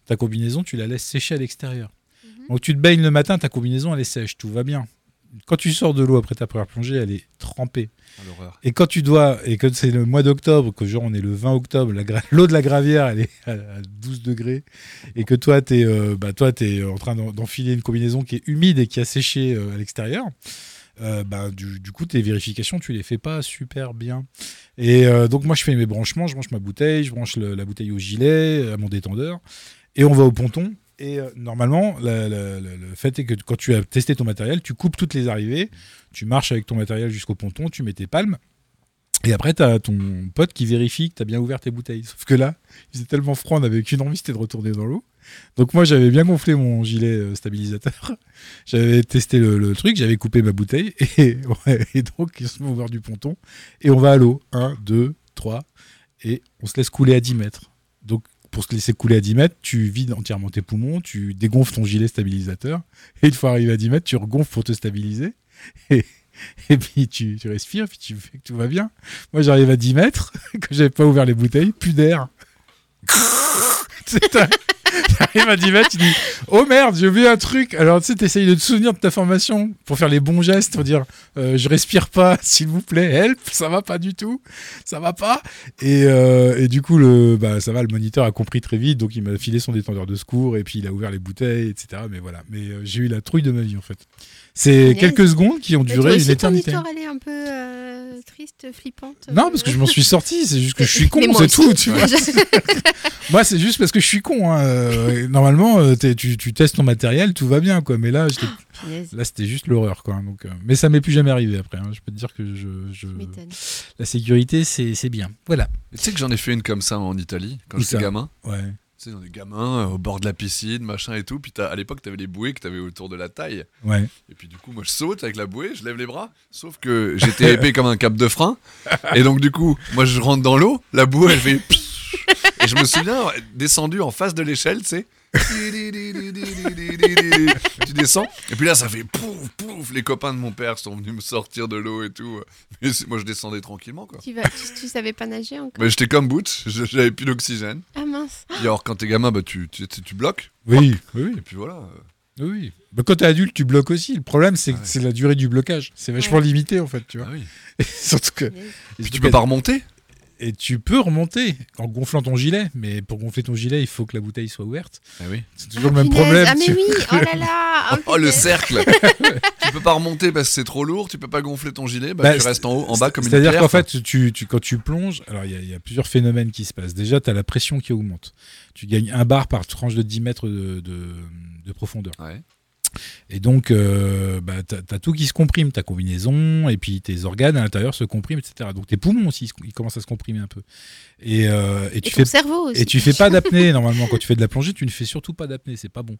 ta combinaison, tu la laisses sécher à l'extérieur. Mhm. Donc tu te baignes le matin, ta combinaison elle est sèche, tout va bien. Quand tu sors de l'eau après ta première plongée, elle est trempée. Ah, L'horreur. Et quand tu dois, et que c'est le mois d'octobre, que genre on est le 20 octobre, la gra- l'eau de la gravière elle est à à 12 degrés, et que toi t'es euh, bah, toi t'es en train d'en- d'enfiler une combinaison qui est humide et qui a séché euh, à l'extérieur, euh, bah, du, du coup tes vérifications tu les fais pas super bien. Et euh, donc moi je fais mes branchements, je branche ma bouteille, je branche le- la bouteille au gilet, à mon détendeur, et on va au ponton. Et euh, normalement, la- la- la- le fait est que quand tu as testé ton matériel, tu coupes toutes les arrivées, tu marches avec ton matériel jusqu'au ponton, tu mets tes palmes. Et après, t'as ton pote qui vérifie que t'as bien ouvert tes bouteilles. Sauf que là, il faisait tellement froid, on avait qu'une envie, c'était de retourner dans l'eau. Donc moi, j'avais bien gonflé mon gilet euh, stabilisateur. (laughs) J'avais testé le, le truc, j'avais coupé ma bouteille. (laughs) Et, ouais, et donc, ils se sont ouverts du ponton. Et on va à l'eau. 1, 2, 3. Et on se laisse couler à 10 mètres. Donc, pour se laisser couler à 10 mètres, tu vides entièrement tes poumons, tu dégonfles ton gilet stabilisateur. Et une fois arrivé à 10 mètres, tu regonfles pour te stabiliser. Et, (laughs) et puis, tu, tu respires, puis tu fais que tout va bien. Moi, j'arrive à 10 mètres, (laughs) que j'avais pas ouvert les bouteilles, plus d'air. (laughs) C'est un- J'arrive à 10 mètres, tu dis Oh merde, j'ai oublié un truc. Alors, tu sais, t'essayes de te souvenir de ta formation pour faire les bons gestes, pour dire euh, Je respire pas, (laughs) s'il vous plaît, help, ça va pas du tout, ça va pas. Et, euh, et du coup, le, bah, ça va, le moniteur a compris très vite, donc il m'a filé son détendeur de secours et puis il a ouvert les bouteilles, etc. Mais voilà, mais euh, j'ai eu la trouille de ma vie en fait. C'est Punaise. quelques secondes qui ont Mais toi duré une aussi, ton éternité. histoire, elle est un peu euh, triste, flippante. Non, parce que je m'en suis sorti, c'est juste que je suis con, euh, (laughs) Mais moi c'est aussi. tout. Tu (laughs) vois. moi, c'est juste parce que je suis con. hein. Euh, Normalement, euh, t'es- tu, tu testes ton matériel, tout va bien, quoi. Mais là, j'étais- Yes, là c'était juste l'horreur, quoi. Donc, euh, Mais ça m'est plus jamais arrivé après. hein. Je peux te dire que je, (laughs) je- je m'étonne. la sécurité, c'est c'est bien. Voilà. Tu sais que j'en ai fait une comme ça en Italie, quand Où j'étais ça gamin. Ouais. Tu sais, dans des gamins, euh, au bord de la piscine, machin et tout. Puis t'as- à l'époque, t'avais les bouées que t'avais autour de la taille. Ouais. Et puis du coup, moi, je saute avec la bouée, je lève les bras. Sauf que j'étais épais comme un cap de frein. Et donc, du coup, moi, je rentre dans l'eau, la bouée, elle fait. pssst. Et je me souviens, ouais, descendu en face de l'échelle, tu sais. tu descends, et puis là ça fait pouf pouf. Les copains de mon père sont venus me sortir de l'eau et tout. Mais c'est- moi je descendais tranquillement quoi. Tu, vas, tu, tu savais pas nager encore Mais j'étais comme Butch, je- j'avais plus d'oxygène. Ah mince Et alors quand t'es gamin, bah, tu, tu, tu- tu bloques, Oui, oui, et puis voilà. oui, oui. Bah, quand t'es adulte, tu bloques aussi. Le problème, c'est que Ah ouais. c'est la durée du blocage. C'est vachement Ouais. limité, en fait, tu vois. Ah oui. (laughs) Surtout que. Yes. Puis tu peux pas remonter Et tu peux remonter en gonflant ton gilet, mais pour gonfler ton gilet, il faut que la bouteille soit ouverte. Ah oui. C'est toujours Ah, le même punaise. problème. Ah mais tu- oui Oh (laughs) là là Ah, Oh le punaise. (laughs) cercle Tu peux pas remonter parce que c'est trop lourd, tu peux pas gonfler ton gilet, bah, Bah, tu c'est- restes en haut, en bas comme une pierre. C'est-à-dire qu'en fait, tu, tu- quand tu plonges, alors il y, a- il y a plusieurs phénomènes qui se passent. Déjà, tu as la pression qui augmente. Tu gagnes un bar par tranche de 10 mètres de, de- de profondeur. Ouais. Et donc, euh, bah, tu as, tout qui se comprime, ta combinaison, et puis tes organes à l'intérieur se compriment, etc. Donc tes poumons aussi, ils se- ils commencent à se comprimer un peu. Et, euh, et Et tu ton fais cerveau aussi. Et tu fais pas d'apnée normalement quand tu fais de la plongée, tu ne fais surtout pas d'apnée, c'est pas bon.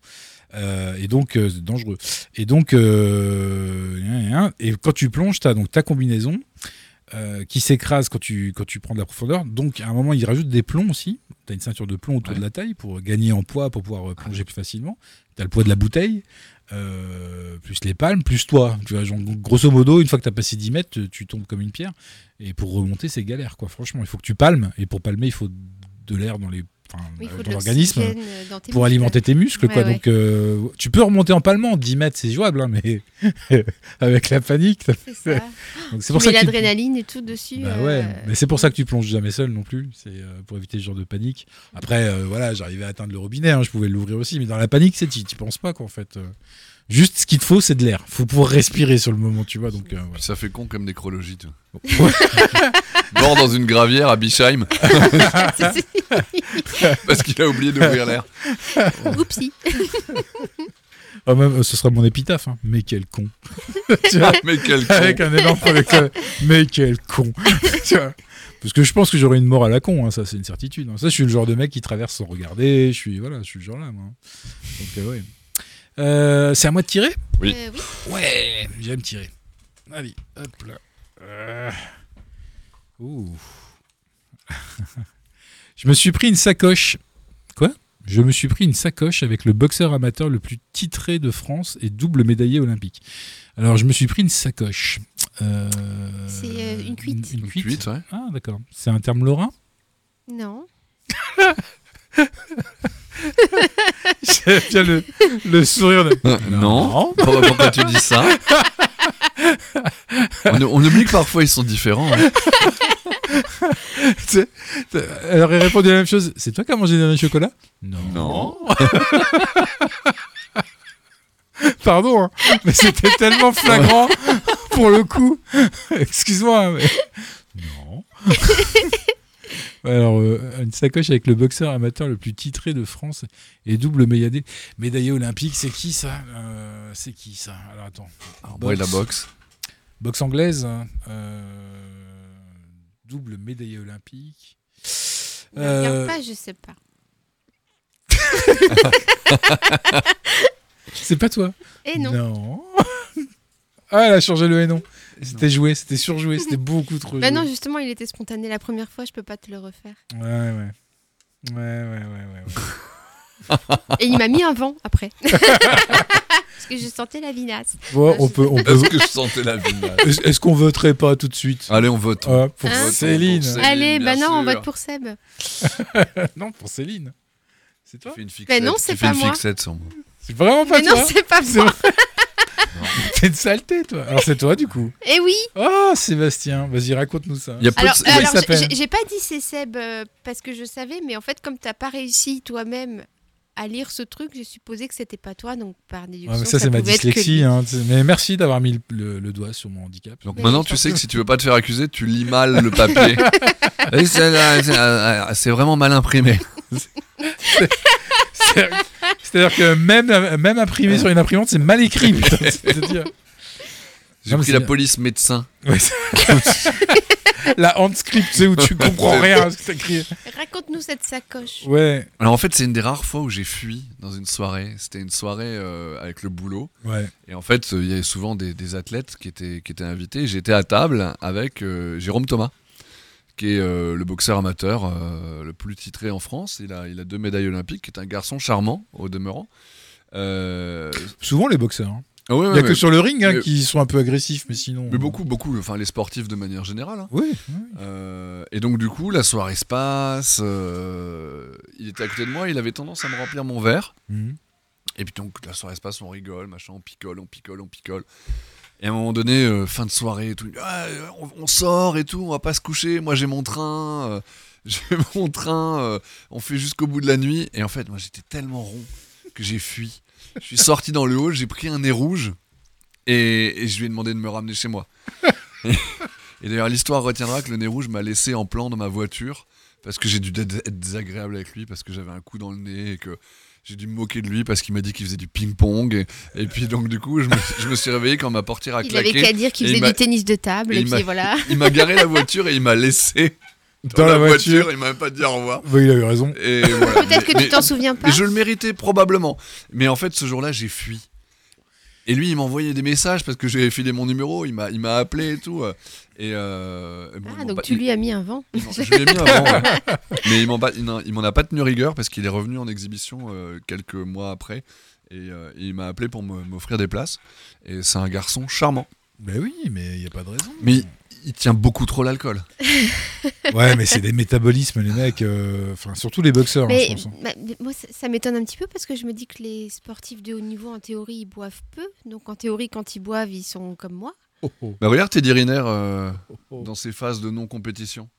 Euh, et donc euh, c'est dangereux. Et donc euh, hein, hein, et quand tu plonges, tu as donc ta combinaison euh, qui s'écrase quand tu quand tu prends de la profondeur. Donc à un moment, ils rajoutent des plombs aussi. Tu as une ceinture de plomb autour Ouais. de la taille pour gagner en poids pour pouvoir euh, plonger plus facilement. Tu as le poids de la bouteille. euh, plus les palmes, plus toi. Tu vois, genre, grosso modo, une fois que tu as passé 10 mètres, tu- tu tombes comme une pierre. Et pour remonter, c'est galère, quoi. Franchement, il faut que tu palmes. Et pour palmer, il faut de l'air dans les, enfin, Oui, il faut dans de l'organisme l'oxygène, euh, dans tes pour muscles. alimenter tes muscles, Ouais, quoi. ouais. Donc, euh, tu peux remonter en palmant. 10 mètres, c'est jouable, hein, mais (laughs) avec la panique. ça- C'est ça. Donc, (laughs) c'est Tu pour ça mets que tu- l'adrénaline et tout dessus. Bah euh, ouais, mais c'est pour ça que tu plonges jamais seul non plus. C'est euh, pour éviter ce genre de panique. Après, euh, voilà, j'arrivais à atteindre le robinet, hein, je pouvais l'ouvrir aussi, mais dans la panique, c'est t'y t'y penses pas, quoi, en fait. Euh, Juste, ce qu'il te faut, c'est de l'air. Faut pouvoir respirer sur le moment, tu vois. Donc, euh, Puis ça fait con comme nécrologie, toi. (laughs) voilà. Mort dans une gravière à Bischheim (laughs) c'est- (laughs) c'est- (laughs) parce qu'il a oublié d'ouvrir l'air. Oupsie. Ah, même, euh, ce sera mon épitaphe. hein. Mais quel con. Tu vois Mais quel (laughs) avec con. un énorme projecteur. Mais quel con (laughs) Tu vois Parce que je pense que j'aurais une mort à la con, hein, ça c'est une certitude. hein. Ça, je suis le genre de mec qui traverse sans regarder. Je suis voilà, je suis ce genre là moi. Donc euh, ouais. Euh, c'est à moi de tirer. (laughs) Oui. Euh, oui. Ouais, j'aime tirer. Allez, hop là. Euh. Ouh. (laughs) je me suis pris une sacoche. Quoi Je me suis pris une sacoche avec le boxeur amateur le plus titré de France et double médaillé olympique. Alors, je me suis pris une sacoche. Euh, C'est, euh, une cuite. Une, une Une cuite. cuite, ouais. Ah, d'accord. C'est un terme (laughs) lorrain Non. J'aime bien le, le sourire de. Euh, Non. Pourquoi, pourquoi tu dis ça on, on oublie que parfois ils sont différents. hein. Tu sais, Elle aurait répondu la même chose. C'est toi qui as mangé le dernier chocolat Non. Pardon, hein, mais c'était tellement flagrant pour le coup. Excuse-moi. mais- Non. Alors, euh, une sacoche avec le boxeur amateur le plus titré de France et double médaillé, médaillé olympique. C'est qui ça Euh, C'est qui ça Alors attends. Alors, ouais, la boxe. Boxe anglaise. hein. Euh, double médaillé olympique. Ne Euh, regarde pas, je sais pas. C'est pas toi Eh non. (laughs) ah, elle a changé le nom. C'était joué, c'était surjoué, c'était beaucoup trop Bah joué. non, justement, il était spontané la première fois, je peux pas te le (laughs) refaire. Ouais, ouais. Ouais, ouais, ouais, ouais. ouais. Et il m'a mis un vent (laughs) après. Parce que je sentais la vinasse. Bon, on peut. On peut... Est-ce que je sentais la vie là Est-ce est-ce qu'on voterait pas tout de suite Allez, on vote. Ah, Pour Hein Céline. Pour Céline, Allez, bah bien non, on sûr. vote pour Seb. Non, pour Céline. C'est Tu toi fais une fixette. Mais non, tu c'est fais pas une moi. fixette sur moi. C'est vraiment pas Mais toi. non, c'est pas C'est moi. T'es une saleté, toi. Alors, c'est toi, du coup. Eh oui. Oh, Sébastien, vas-y, raconte-nous ça. Il y a peu Alors, de... euh, il alors, j'ai- s'appelle j'ai j'ai pas dit c'est Seb euh, parce que je savais, mais en fait, comme t'as pas réussi toi-même à lire ce truc, j'ai supposé que c'était pas toi, donc par déduction. Ouais, mais ça, c'est ma pouvait être que dyslexie. lui. hein. Mais merci d'avoir mis le, le- le doigt sur mon handicap. Donc Mais maintenant, je tu pense sais que si tu veux pas te faire accuser, tu lis mal (laughs) le papier. Oui, c'est- euh, c'est euh, c'est vraiment mal imprimé. C'est- C'est-à-dire que même, même imprimé sur une imprimante, c'est mal écrit. putain, c'est-à-dire- J'ai Non, mais pris c'est- la police médecin. Ouais, c'est- la handscript, c'est où (laughs) tu comprends rien à ce que t'as écrit. Raconte-nous cette sacoche. Ouais, Alors en fait, c'est une des rares fois où j'ai fui dans une soirée. C'était une soirée euh, avec le boulot. ouais. Et en fait, euh, il y avait souvent des, des athlètes qui étaient, qui étaient invités. J'étais à table avec euh, Jérôme Thomas, qui est euh, le boxeur amateur euh, le plus titré en France. Il a, il a deux médailles olympiques, qui est un garçon charmant au demeurant. Euh, Souvent les boxeurs. hein. ah ouais, Il ouais, n'y a mais, que sur le ring hein, mais- qui sont un peu agressifs, mais sinon. mais beaucoup, beaucoup, enfin les sportifs de manière générale. hein. Oui. oui. Euh, et donc du coup, la soirée se passe. euh, il était à côté de moi, il avait tendance à me remplir mon verre. Mhm. Et puis donc la soirée se passe, on rigole, machin, on picole, on picole, on picole. Et à un moment donné, euh, fin de soirée et tout, Ah, euh, on, on sort et tout, on va pas se coucher, moi j'ai mon train, euh, j'ai (laughs) mon train, euh, on fait jusqu'au bout de la nuit. Et en fait, moi j'étais tellement rond que j'ai fui. Je suis sorti dans le hall, j'ai pris un nez rouge et, et je lui ai demandé de me ramener chez moi. et d'ailleurs, l'histoire retiendra que le nez rouge m'a laissé en plan dans ma voiture parce que j'ai dû d- être désagréable avec lui parce que j'avais un coup dans le nez et que j'ai dû me moquer de lui parce qu'il m'a dit qu'il faisait du ping-pong. Et, et puis donc, du coup, je me, je me suis réveillé quand ma portière a Il avait claqué. qu'à dire qu'il et il faisait m'a- du tennis de table, et et, il m'a- puis (laughs) voilà. Il m'a garé la voiture et il m'a laissé dans, la, voiture. Il m'a même pas dit au revoir. Bah, il a eu raison. (laughs) Et voilà. Peut-être Mais- que tu mais- t'en souviens mais pas. je le méritais probablement. Mais en fait, ce jour-là, j'ai fui. Et lui, il m'envoyait des messages parce que j'avais filé mon numéro. Il m'a, il m'a appelé et tout. Et euh, bon, ils Ah, m'ont donc pas- tu ils- lui as mis un (laughs) vent. ils m'ont- je l'ai mis avant, (laughs) ouais. Mais il m'en, pas- il n'en- il m'en a pas tenu rigueur parce qu'il est revenu en exhibition euh, quelques mois après. Et euh, il m'a appelé pour me- m'offrir des places. Et c'est un garçon charmant. Ben oui, mais il n'y a pas de (laughs) raison. Mais il- il tient beaucoup trop l'alcool. Ouais, mais c'est des métabolismes, les mecs. euh, Enfin, surtout les boxeurs, hein, je Mais pense. hein. bah, mais moi, ça, ça m'étonne un petit peu parce que je me dis que les sportifs de haut niveau, en théorie, ils boivent peu. Donc en théorie, quand ils boivent, ils sont comme moi. Bah regarde Teddy Riner euh, dans ses phases de non-compétition.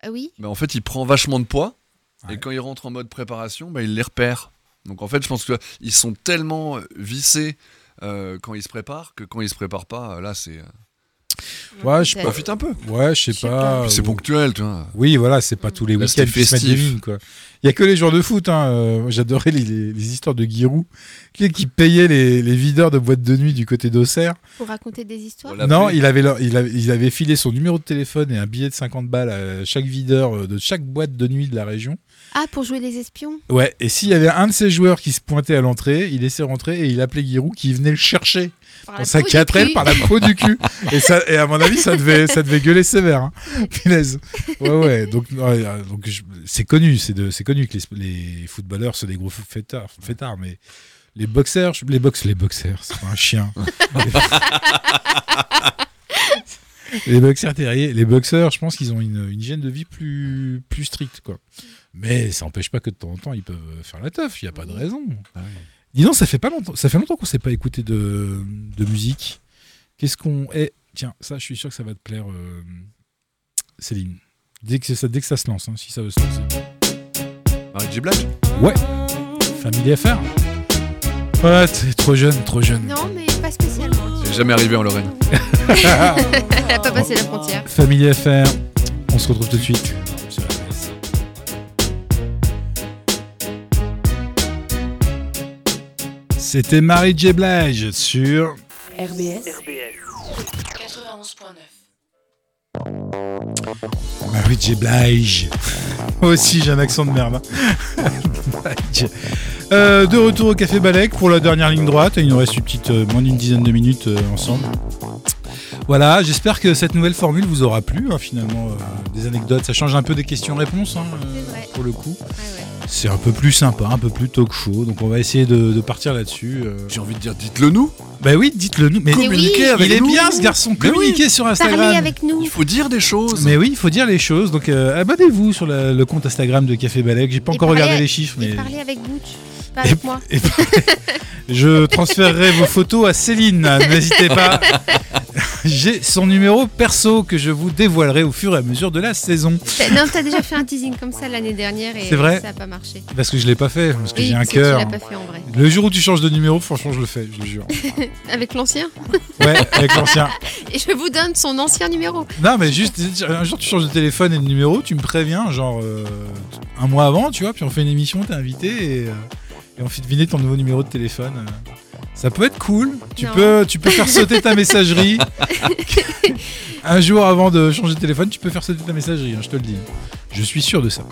Ah oui Bah, en fait, il prend vachement de poids. Ouais. Et quand il rentre en mode préparation, bah, il les repère. Donc en fait, je pense que ils sont tellement euh, vissés euh, quand ils se préparent que quand ils se préparent pas, euh, là, c'est. euh, Ouais, je sais pas. peut-être. Profite un peu. Ouais, je Je sais sais pas. pas. C'est ou- ponctuel, tu vois. Oui, voilà, c'est pas tous les Là, week-ends c'était qu'ils se mettent des festif. vignes, quoi. Il y a que les joueurs de foot. Hein. euh, moi, J'adorais les, les- les histoires de Giroud, qui, qui payait les, les videurs de boîtes de nuit du côté d'Auxerre. Pour raconter des histoires. Voilà. Non, L'appeler. il avait, leur- il avait, ils avaient filé son numéro de téléphone et un billet de 50 balles à chaque videur euh, de chaque boîte de nuit de la région. Ah, pour jouer les espions Ouais, et s'il y avait un de ces joueurs qui se pointait à l'entrée, il laissait rentrer et il appelait Giroud qui venait le chercher Par dans la sa peau du quatrelle cul. par la peau du cul. Et, ça, et à mon avis, ça devait, ça devait gueuler sévère. Hein. Punaise. Ouais, ouais. Donc, ouais, euh, donc je- c'est connu, c'est de- c'est connu que les, les footballeurs sont des gros fêtards, fêtards mais les boxeurs, je- les box, les boxeurs, c'est pas un chien. les boxeurs terriers, les boxeurs, je pense qu'ils ont une, une hygiène de vie plus, plus stricte, quoi. Mais ça n'empêche pas que de temps en temps, ils peuvent faire la teuf. Il n'y a pas de raison. Dis donc, ça fait pas longtemps, ça fait longtemps qu'on s'est pas écouté de, de musique. Qu'est-ce qu'on est Tiens, ça, je suis sûr que ça va te plaire, euh, Céline. Dès que ça, dès que ça se lance, hein, si ça veut se lancer. Marie J. Blige Ouais. Famille affaire. Voilà, t'es trop jeune, trop jeune. Non, mais pas spécialement. C'est jamais arrivé en Lorraine. (laughs) Elle n'a pas passé la (laughs) frontière. Famille affaire. On se retrouve tout de suite. C'était Marie J. Blige sur RBS, 91.9. Marie J. Blige. Moi aussi, j'ai un accent de merde. hein. (laughs) Euh, de retour au Café Balek pour la dernière ligne droite. Il nous reste une petite, euh, moins d'une dizaine de minutes euh, ensemble. Voilà, j'espère que cette nouvelle formule vous aura plu. hein, finalement, euh, des anecdotes, ça change un peu des questions-réponses hein, euh, C'est vrai. pour le coup. Ouais, ouais. Ah, C'est un peu plus sympa, un peu plus talk show. Donc on va essayer de, de partir là-dessus. euh. J'ai envie de dire, dites-le nous. Bah oui, dites-le nous. Mais Mais oui, il Communiquez avec est nous. bien ce garçon. Mais oui. Communiquez sur Instagram. Parlez avec nous. Il faut dire des choses. Mais oui, il faut dire les choses. Donc euh, abonnez-vous sur la- le compte Instagram de Café Balek. J'ai pas Et encore parlez- regardé les chiffres, mais Et parlez avec Butch. Pas avec moi. Et puis, je transférerai vos photos à Céline, n'hésitez pas. J'ai son numéro perso que je vous dévoilerai au fur et à mesure de la saison. T'as- Non, t'as déjà fait un teasing comme ça l'année dernière et C'est vrai ça n'a pas marché. Parce que je l'ai pas fait, parce que Oui, j'ai un c'est que tu cœur. l'as pas fait en vrai. Le jour où tu changes de numéro, franchement, je le fais, je le jure. Avec l'ancien Ouais, avec l'ancien. Et je vous donne son ancien numéro. Non, mais juste, un jour tu changes de téléphone et de numéro, tu me préviens, genre euh, un mois avant, tu vois, puis on fait une émission, t'es invité et, euh, et on fait deviner ton nouveau numéro de téléphone. euh. Ça peut être cool, tu Non. peux, tu peux faire sauter ta (laughs) messagerie. un jour avant de changer de téléphone, tu peux faire sauter ta messagerie, hein, je te le dis. Je suis sûr de ça.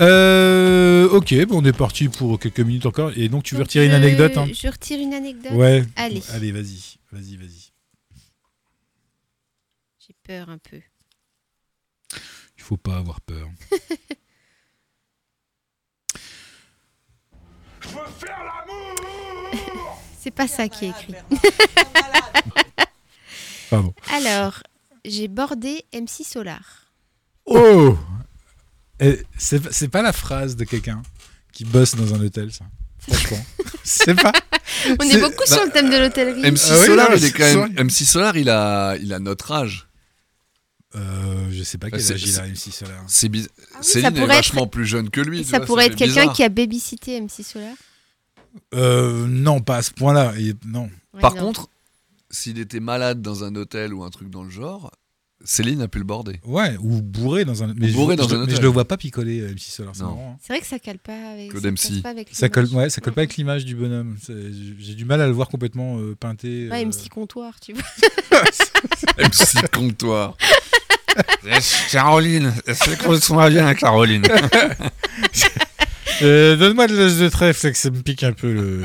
Euh, ok, bon, on est parti pour quelques minutes encore. Et donc tu veux Donc, retirer une je- anecdote hein Je retire une anecdote. Ouais. Allez. Allez, vas-y, vas-y, vas-y. J'ai peur un peu. Il faut pas avoir peur. C'est pas ça qui est écrit. Pardon. Alors, j'ai bordé MC Solar. Oh Et c'est, c'est pas la phrase de quelqu'un qui bosse dans un hôtel, ça. (laughs) Franchement. c'est pas. On est, C'est- beaucoup sur le thème de l'hôtellerie. M6 Ah oui, bah, Solar, non, il est c'est quand même. Solar. M6 Solar, il a, il a notre âge. Euh, je sais pas quel Bah, C'est- âge il a, c'est- MC Solar. C'est bi- Ah oui, ça Céline est pourrait être- vachement plus jeune que lui. tu Ça vois, pourrait fait être quelqu'un bizarre. qui a babysité MC Solar. Euh, non, pas à ce point-là. Il est- Non. Ouais, Par non. contre, s'il était malade dans un hôtel ou un truc dans le genre, Céline a pu (laughs) le border. Ouais, ou bourré dans un. Mais, je, bourré je- dans je- un mais hôtel. je le vois pas picoler, euh, MC Solar. C'est Non. marrant, hein. c'est vrai que ça colle pas avec. Claude ça MC. colle pas avec Ça colle, l'image. ouais, ça colle pas avec l'image du bonhomme. C'est- J'ai du mal à le voir complètement euh, peinté. Pas euh, MC Comptoir, tu vois. (laughs) M6 comptoir. Caroline, c'est correspond bien à Caroline. Euh, Donne-moi de l'os de trèfle, c'est que ça me pique un peu (laughs) le.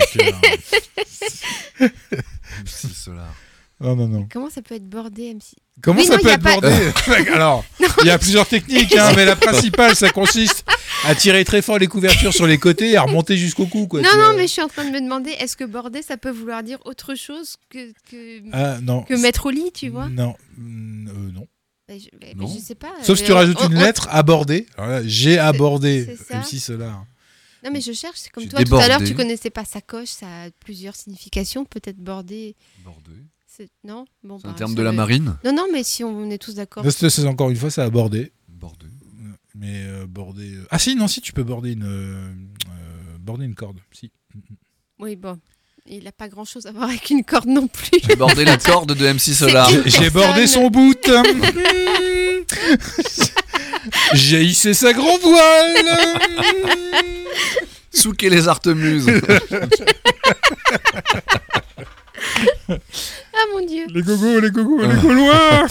M6 Solar. Oh, non, non, non. Comment ça peut être bordé MC Comment Oui, ça non, peut y a être pas- bordé (laughs) (laughs) Alors, il y a plusieurs techniques, hein, mais la principale, ça consiste à tirer très fort les couvertures sur les côtés et à remonter jusqu'au cou. Quoi, Non, tu non, vois. mais je suis en train de me demander est-ce que bordé ça peut vouloir dire autre chose que, que, Ah, non. que mettre au lit, tu vois Non. Mm, euh, non. Bah, je, bah, Non. je sais pas. Sauf si mais tu on- rajoutes on- une on- lettre, aborder. Alors là, J'ai abordé c'est ça. MC Solar. Non, mais je cherche. C'est comme J'ai toi, tout à l'heure, débordé. tu connaissais pas sacoche, ça a plusieurs significations. Peut-être bordé. Border. c'est- Non bon, Ah, C'est un bah, terme ça de la me- marine. Non, non, mais si on est tous d'accord. Non, c'est- c'est encore une fois, ça aborder. Border. Mais euh, border. euh, Ah si, non, si, tu peux border une, euh, euh, border une corde. Si. Oui, bon. Il n'a pas grand-chose à voir avec une corde (laughs) non plus. (laughs) J'ai bordé la corde de M6 Solar. C'est- J'ai Personne. bordé son hein. bout. (laughs) J'ai hissé sa grand voile. Souquez les (laughs) artemuses. Ah mon dieu. Les gogos, les gogos, les gaulois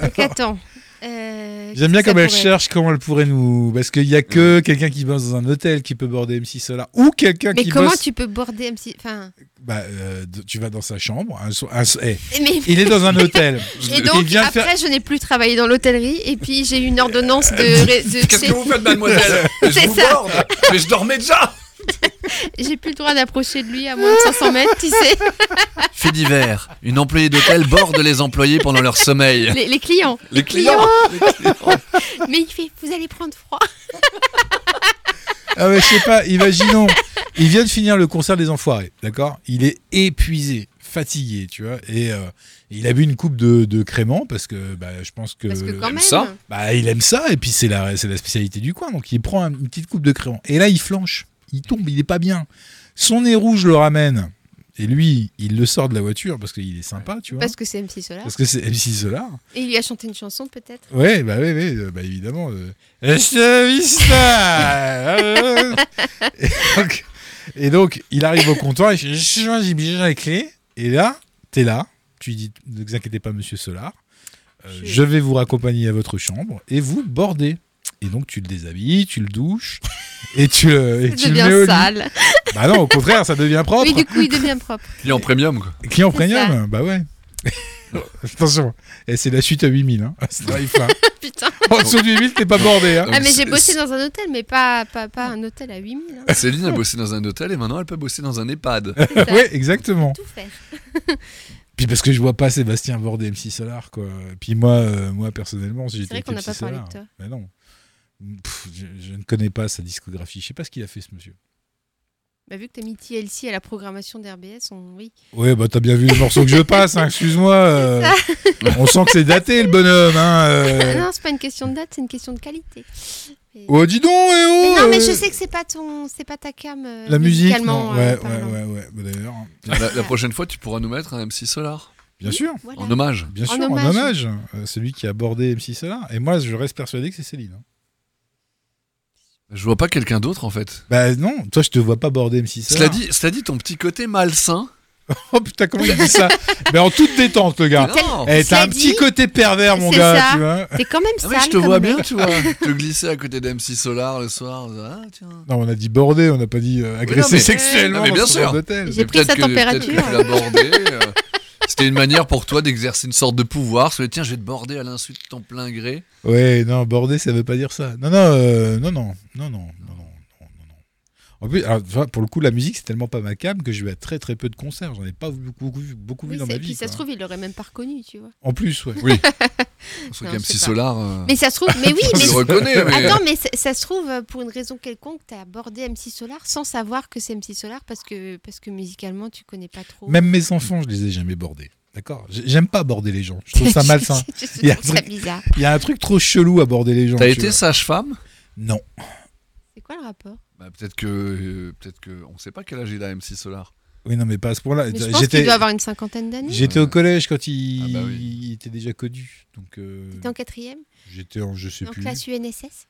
Donc attends. Euh, J'aime bien qu'est-ce que comme ça elle pourrait cherche comment elle pourrait nous... Parce qu'il n'y a que quelqu'un qui bosse dans un hôtel qui peut border MC Solar. Ou quelqu'un être Mais qui comment bosse... tu peux border MC Enfin. Bah, euh, de- tu vas dans sa chambre. un so- un so- eh, Mais... Il est dans un (laughs) hôtel. Et donc, il vient après, faire... je n'ai plus travaillé dans l'hôtellerie et puis j'ai eu une ordonnance de. Euh, (laughs) de- Qu'est-ce que vous faites, (laughs) mademoiselle C'est Je vous ça. borde. Mais je dormais déjà. J'ai plus le droit d'approcher de lui à moins de 500 mètres, (laughs) tu sais, Fait divers. Une employée d'hôtel borde les employés pendant leur sommeil. les, les clients. Les clients. Mais il fait, vous allez prendre froid. Ah ouais, je sais pas, imaginons. Il vient de finir le concert des Enfoirés, d'accord Il est épuisé, fatigué, tu vois. Et euh, il a bu une coupe de, de crément parce que bah, je pense que... Parce que quand même. ça Bah, il aime ça, et puis c'est la, c'est la spécialité du coin. Donc il prend un- une petite coupe de crayon. Et là, il flanche. Il tombe, il est pas bien. Son nez rouge le ramène. Et lui, il le sort de la voiture parce qu'il est sympa, tu vois. Parce que c'est MC Solar. Parce que c'est MC Solar. Et il lui a chanté une chanson peut-être. Ouais, bah oui, oui, euh, bah évidemment. euh, Hasta la vista Euh, et, donc, et donc, il arrive au comptoir, il fait J'ai- j'ai bien les clés. Et là, t'es là, tu lui dis Ne vous inquiétez pas, monsieur Solar, euh, Je- je vais vous raccompagner à votre chambre et vous bordez. Et donc, tu le déshabilles, tu le douches et tu, le- et Il tu le mets au devient lit. sale. Bah non, au contraire, ça devient propre. Oui, du coup, il devient (laughs) propre. Client premium, quoi. Client C'est ça. premium, bah ouais. (laughs) Attention, et c'est la suite à 8000. Hein. Ça drive (laughs) pas. Putain. En dessous du 8000, t'es pas bordé. Hein. Ah, mais c'est- j'ai bossé dans un hôtel, mais pas, pas, pas un hôtel à 8000. hein. Céline a bossé dans un hôtel et maintenant elle peut bosser dans un EHPAD. C'est (laughs) ça. Oui, exactement. Tout faire. Puis parce que je vois pas Sébastien border MC Solar, quoi. Puis moi, euh, moi personnellement, si j'étais vrai qu'on avec n'a MC pas parlé Solar, de toi. Mais non. Pff, je, je ne connais pas sa discographie. Je sais pas ce qu'il a fait, ce monsieur. Bah, vu que tu as mis TLC à la programmation d'RBS, on... oui. Oui, bah t'as bien vu les morceaux que je passe, hein, excuse-moi. (laughs) euh, on sent que c'est daté le bonhomme. Hein, euh. Ah Non, c'est pas une question de date, c'est une question de qualité. Mais- Oh, dis donc, eh oh, Mais non, mais je euh, sais que c'est pas ton, c'est pas ta cam. euh, La musique, non musicalement, euh, ouais, ouais, parlant. ouais, ouais. Bah, D'ailleurs, hein. La, la prochaine fois, tu pourras nous mettre un M6 Solar bien sûr, Voilà. en hommage. bien En sûr, en hommage. hommage. euh, celui qui a abordé MC Solar. Et moi, je reste persuadé que c'est Céline. hein. Je vois pas quelqu'un d'autre en fait. Bah non, toi, je te vois pas aborder MC Cela Solar. dit, cela dit, ton petit côté malsain. (laughs) Oh putain, comment il dit ça Mais en toute détente, le gars. Non. Eh, Cela t'as un petit dit, côté pervers, mon c'est gars, ça. tu vois. T'es quand même Ah sale. oui, je te comme vois mec. bien, tu vois. te glisser à côté d'M6 Solar le soir. Ah, tiens. Non, on a dit border, on n'a pas dit euh, agresser mais- sexuellement Non, mais dans bien ce sûr. genre d'hôtel. J'ai Mais pris peut-être sa que- température. peut-être que tu l'as bordé, euh, (laughs) C'était une manière pour toi d'exercer une sorte de pouvoir. Sur le tiens, je vais te border à l'insu de ton plein gré. Ouais, non, border, ça veut pas dire ça. Non, non, euh, non, non, non, non, non, non, non, non, non. En plus, alors, enfin, pour le coup, la musique, c'est tellement pas ma cam que je vais à très très peu de concerts. J'en ai pas beaucoup, beaucoup, beaucoup Oui, vu dans c'est- ma et puis vie. ça quoi. se trouve, il l'aurait même pas reconnu, tu vois. En plus, ouais. Parce Non, que je sais M6 pas. Solar. euh, Mais ça se trouve, (laughs) mais oui, je le mais reconnais, mais. Attends, mais ça, ça se trouve, euh, pour une raison quelconque, t'as abordé MC Solar sans savoir que c'est MC Solar parce que, parce que musicalement, tu connais pas trop. Même mes enfants, je les ai jamais bordés. D'accord J'ai- J'aime pas border les gens. Je trouve (laughs) ça malsain. (laughs) Je trouve Il y a un ça truc- bizarre. Il y a un truc trop chelou à border les gens. T'as tu été vois. sage-femme Non. C'est quoi le rapport Bah, peut-être que euh, peut-être que on sait pas quel âge il a M6 Solar. Oui, non, mais pas à ce point-là. Mais je pense qu'il J'étais doit avoir une cinquantaine d'années. j'étais au collège quand il... Ah bah oui. il était déjà connu. Donc, euh, T'es en quatrième, j'étais en, je sais en plus. classe UNSS.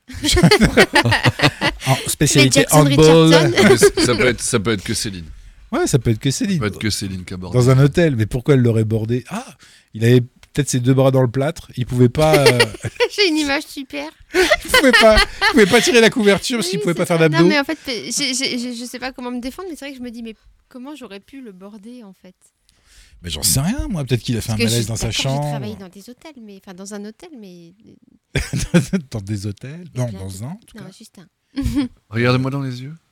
En spécialité Jackson handball. Richardson. (laughs) Mais c- (laughs) ça peut être ça peut être que Céline. Ouais, ça peut être que Ça Céline. peut être que Céline qui a bordé. dans un hôtel. Mais pourquoi elle l'aurait bordé Ah, il avait peut-être ses deux bras dans le plâtre. Il pouvait pas, (laughs) euh, J'ai une image super. il pouvait pas, il pouvait pas tirer la couverture parce Oui, qu'il pouvait c'est pas ça. faire Non, d'abdos. mais en fait, j'ai- j'ai- j'ai- je sais pas comment me défendre, mais c'est vrai que je me dis, mais comment j'aurais pu le border en fait Mais j'en sais rien, moi. Peut-être qu'il a fait un Parce que malaise je- dans sa d'accord, J'ai travaillé chambre, dans des hôtels, mais enfin dans un hôtel, mais (laughs) dans des hôtels, Et non, plein dans de- un. en tout cas. non, juste un. Regarde-moi dans les yeux. (laughs)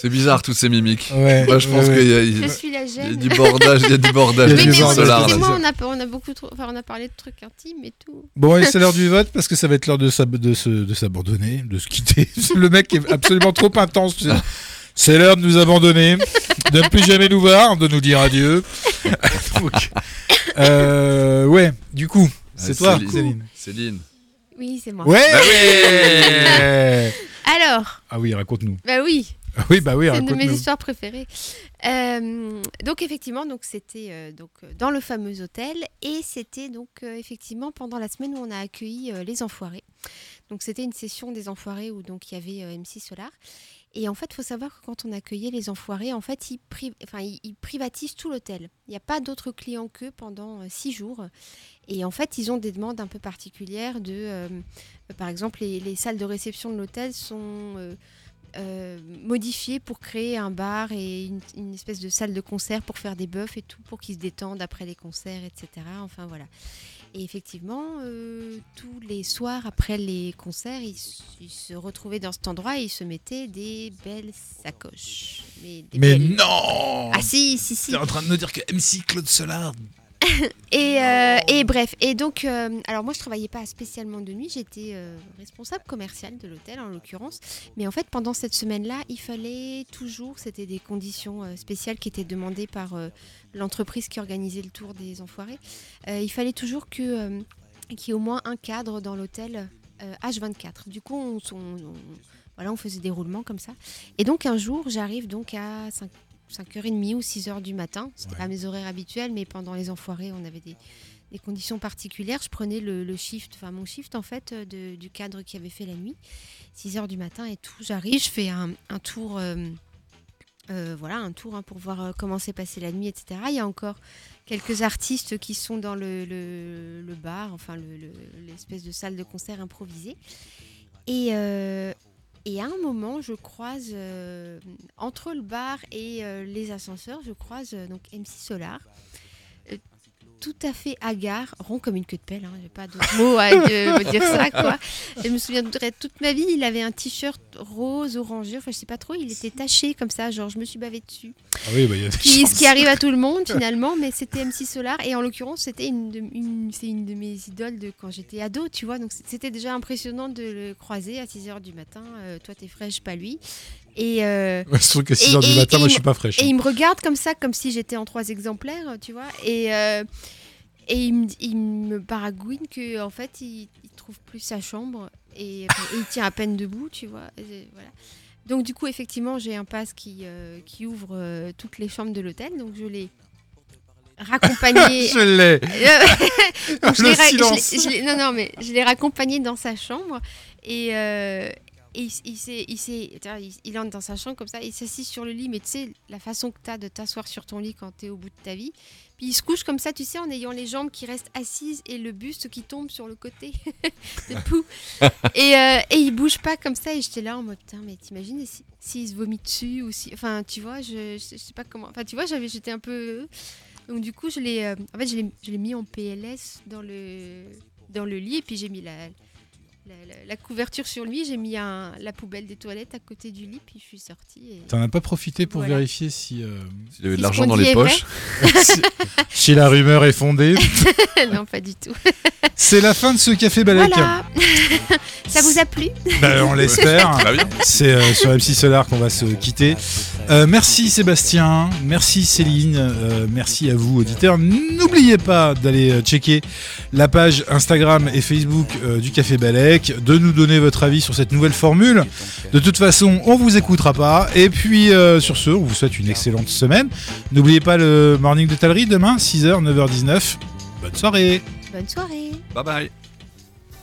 c'est bizarre toutes ces mimiques. Ouais. Moi, Bah, je ouais, pense ouais. qu'il y a, Je il- suis la il y gêne. a du bordage, il y a du bordage Il y a du Oui, de mais M6 on, bordage, Solar. c'est là. ça. excusez-moi, on a, on a beaucoup trop, enfin, on a parlé de trucs intimes et tout. Bon, allez, c'est l'heure du vote parce que ça va être l'heure de, s'ab- de, se, de s'abandonner, de se quitter. (laughs) Le mec est absolument trop intense. C'est- C'est l'heure de nous abandonner, de ne plus jamais nous voir, de nous dire adieu. (laughs) Donc, euh, ouais, du coup, c'est toi, Ah, Céline. Céline. Céline. Oui, c'est moi. Ouais Alors, Ah oui, raconte-nous. bah oui, Ah Oui, bah oui, c'est une de mes raconte-nous. histoires préférées. Euh, donc effectivement, donc c'était euh, donc euh, dans le fameux hôtel et c'était donc euh, effectivement pendant la semaine où on a accueilli euh, les enfoirés. Donc c'était une session des enfoirés où donc il y avait euh, MC Solar. Et en fait, faut savoir que quand on accueillait les enfoirés, en fait, ils, pri- enfin, ils, ils privatisent tout l'hôtel. Il n'y a pas d'autres clients qu'eux pendant euh, six jours. Et en fait, ils ont des demandes un peu particulières de, euh, par exemple, les, les salles de réception de l'hôtel sont euh, euh, modifiées pour créer un bar et une, une espèce de salle de concert pour faire des bœufs et tout, pour qu'ils se détendent après les concerts, etc. Enfin voilà. Et effectivement, euh, tous les soirs après les concerts, ils, s- ils se retrouvaient dans cet endroit et ils se mettaient des belles sacoches. Mais, des Mais belles- non Ah si, si, si. T'es en train de nous dire que MC Claude Solar. Et, euh, et bref, et donc, euh, alors moi je travaillais pas spécialement de nuit, j'étais euh, responsable commerciale de l'hôtel en l'occurrence, mais en fait pendant cette semaine-là, il fallait toujours, c'était des conditions euh, spéciales qui étaient demandées par euh, l'entreprise qui organisait le tour des enfoirés, Euh, il fallait toujours que euh, qu'il y ait au moins un cadre dans l'hôtel euh, H24. Du coup, on, on- on- voilà, on faisait des roulements comme ça. Et donc un jour, j'arrive donc à 5 5h30 ou 6h du matin. C'était Ouais. pas mes horaires habituels, mais pendant les enfoirés, on avait des, des conditions particulières. Je prenais le, le shift, enfin mon shift en fait, euh, de- du cadre qui avait fait la nuit. 6h du matin et tout. J'arrive, je fais un, un tour. euh, euh, voilà, un tour hein, pour voir euh, comment s'est passée la nuit, etc. Il y a encore quelques artistes qui sont dans le, le- le bar, enfin le- le- l'espèce de salle de concert improvisée. Et, euh, et à un moment, je croise euh, entre le bar et euh, les ascenseurs, je croise euh, donc MC Solar. euh, Tout à fait hagard, rond comme une queue de pelle, hein, j'ai pas d'autre mot à euh, dire ça. Quoi. Je me souviendrai toute ma vie, il avait un t-shirt rose, orangé, enfin je sais pas trop, il était taché comme ça, genre je me suis bavée dessus. Ah oui, bah, il y a des (laughs) Qui- chances. ce qui arrive à tout le monde finalement, mais c'était MC Solar et en l'occurrence c'était une, de- une- c'est une de mes idoles de quand j'étais ado, tu vois, donc c'était déjà impressionnant de le croiser à 6h du matin, euh, toi t'es fraîche, pas lui. Et, euh, Ouais, Surtout qu'à 6 Et- h du et- matin, et moi, il- je suis pas fraîche. et hein. il me regarde comme ça, comme si j'étais en trois exemplaires, tu vois. Et, euh, et il, me, il me baragouine que en fait, il, il trouve plus sa chambre et, euh, et il tient à peine debout, tu vois. Et voilà. Donc du coup, effectivement, j'ai un pass qui, euh, qui ouvre euh, toutes les chambres de l'hôtel, donc je l'ai raccompagné. Je l'ai. Euh, (laughs) Donc, je Le l'ai ra- je silence. l'ai- je l'ai- non, non, mais je l'ai raccompagné dans sa chambre et, euh, et il, s- il s'est- il s'est- attends, il- il entre dans sa chambre comme ça, il s'assit sur le lit, mais tu sais, la façon que tu as de t'asseoir sur ton lit quand tu es au bout de ta vie. Puis il se couche comme ça, tu sais, en ayant les jambes qui restent assises et le buste qui tombe sur le côté. (laughs) (laughs) de pou. Et, euh, et il bouge pas comme ça, et j'étais là en mode, putain, mais t'imagines s'il si, s'il se vomit dessus ou si. Enfin, tu vois, je, je sais pas comment. Enfin, tu vois, j'avais- j'étais un peu. Donc du coup, je l'ai, euh, en fait, je l'ai, je l'ai mis en PLS dans le, dans le lit et puis j'ai mis la, la, la- la couverture sur lui, j'ai mis un- la poubelle des toilettes à côté du lit, puis je suis sortie. Et... T'en as pas profité pour Voilà. vérifier si, euh, S'il avait Si de ce l'argent qu'on dans dit les est vrai. poches. si- si la rumeur est fondée. (laughs) non, pas du tout. C'est la fin de ce café balèque. Voilà, (laughs) ça vous a plu Bah, on l'espère. Très bien. C'est euh, sur MC Solar qu'on va se quitter. Euh, merci Sébastien, merci Céline, euh, merci à vous auditeurs. N'oubliez pas d'aller euh, checker la page Instagram et Facebook euh, du Café Balek, de nous donner votre avis sur cette nouvelle formule. De toute façon, on vous écoutera pas. Et puis euh, sur ce, on vous souhaite une excellente semaine. N'oubliez pas le morning de Talry demain, 6h, 9h19. Bonne soirée Bonne soirée Bye bye.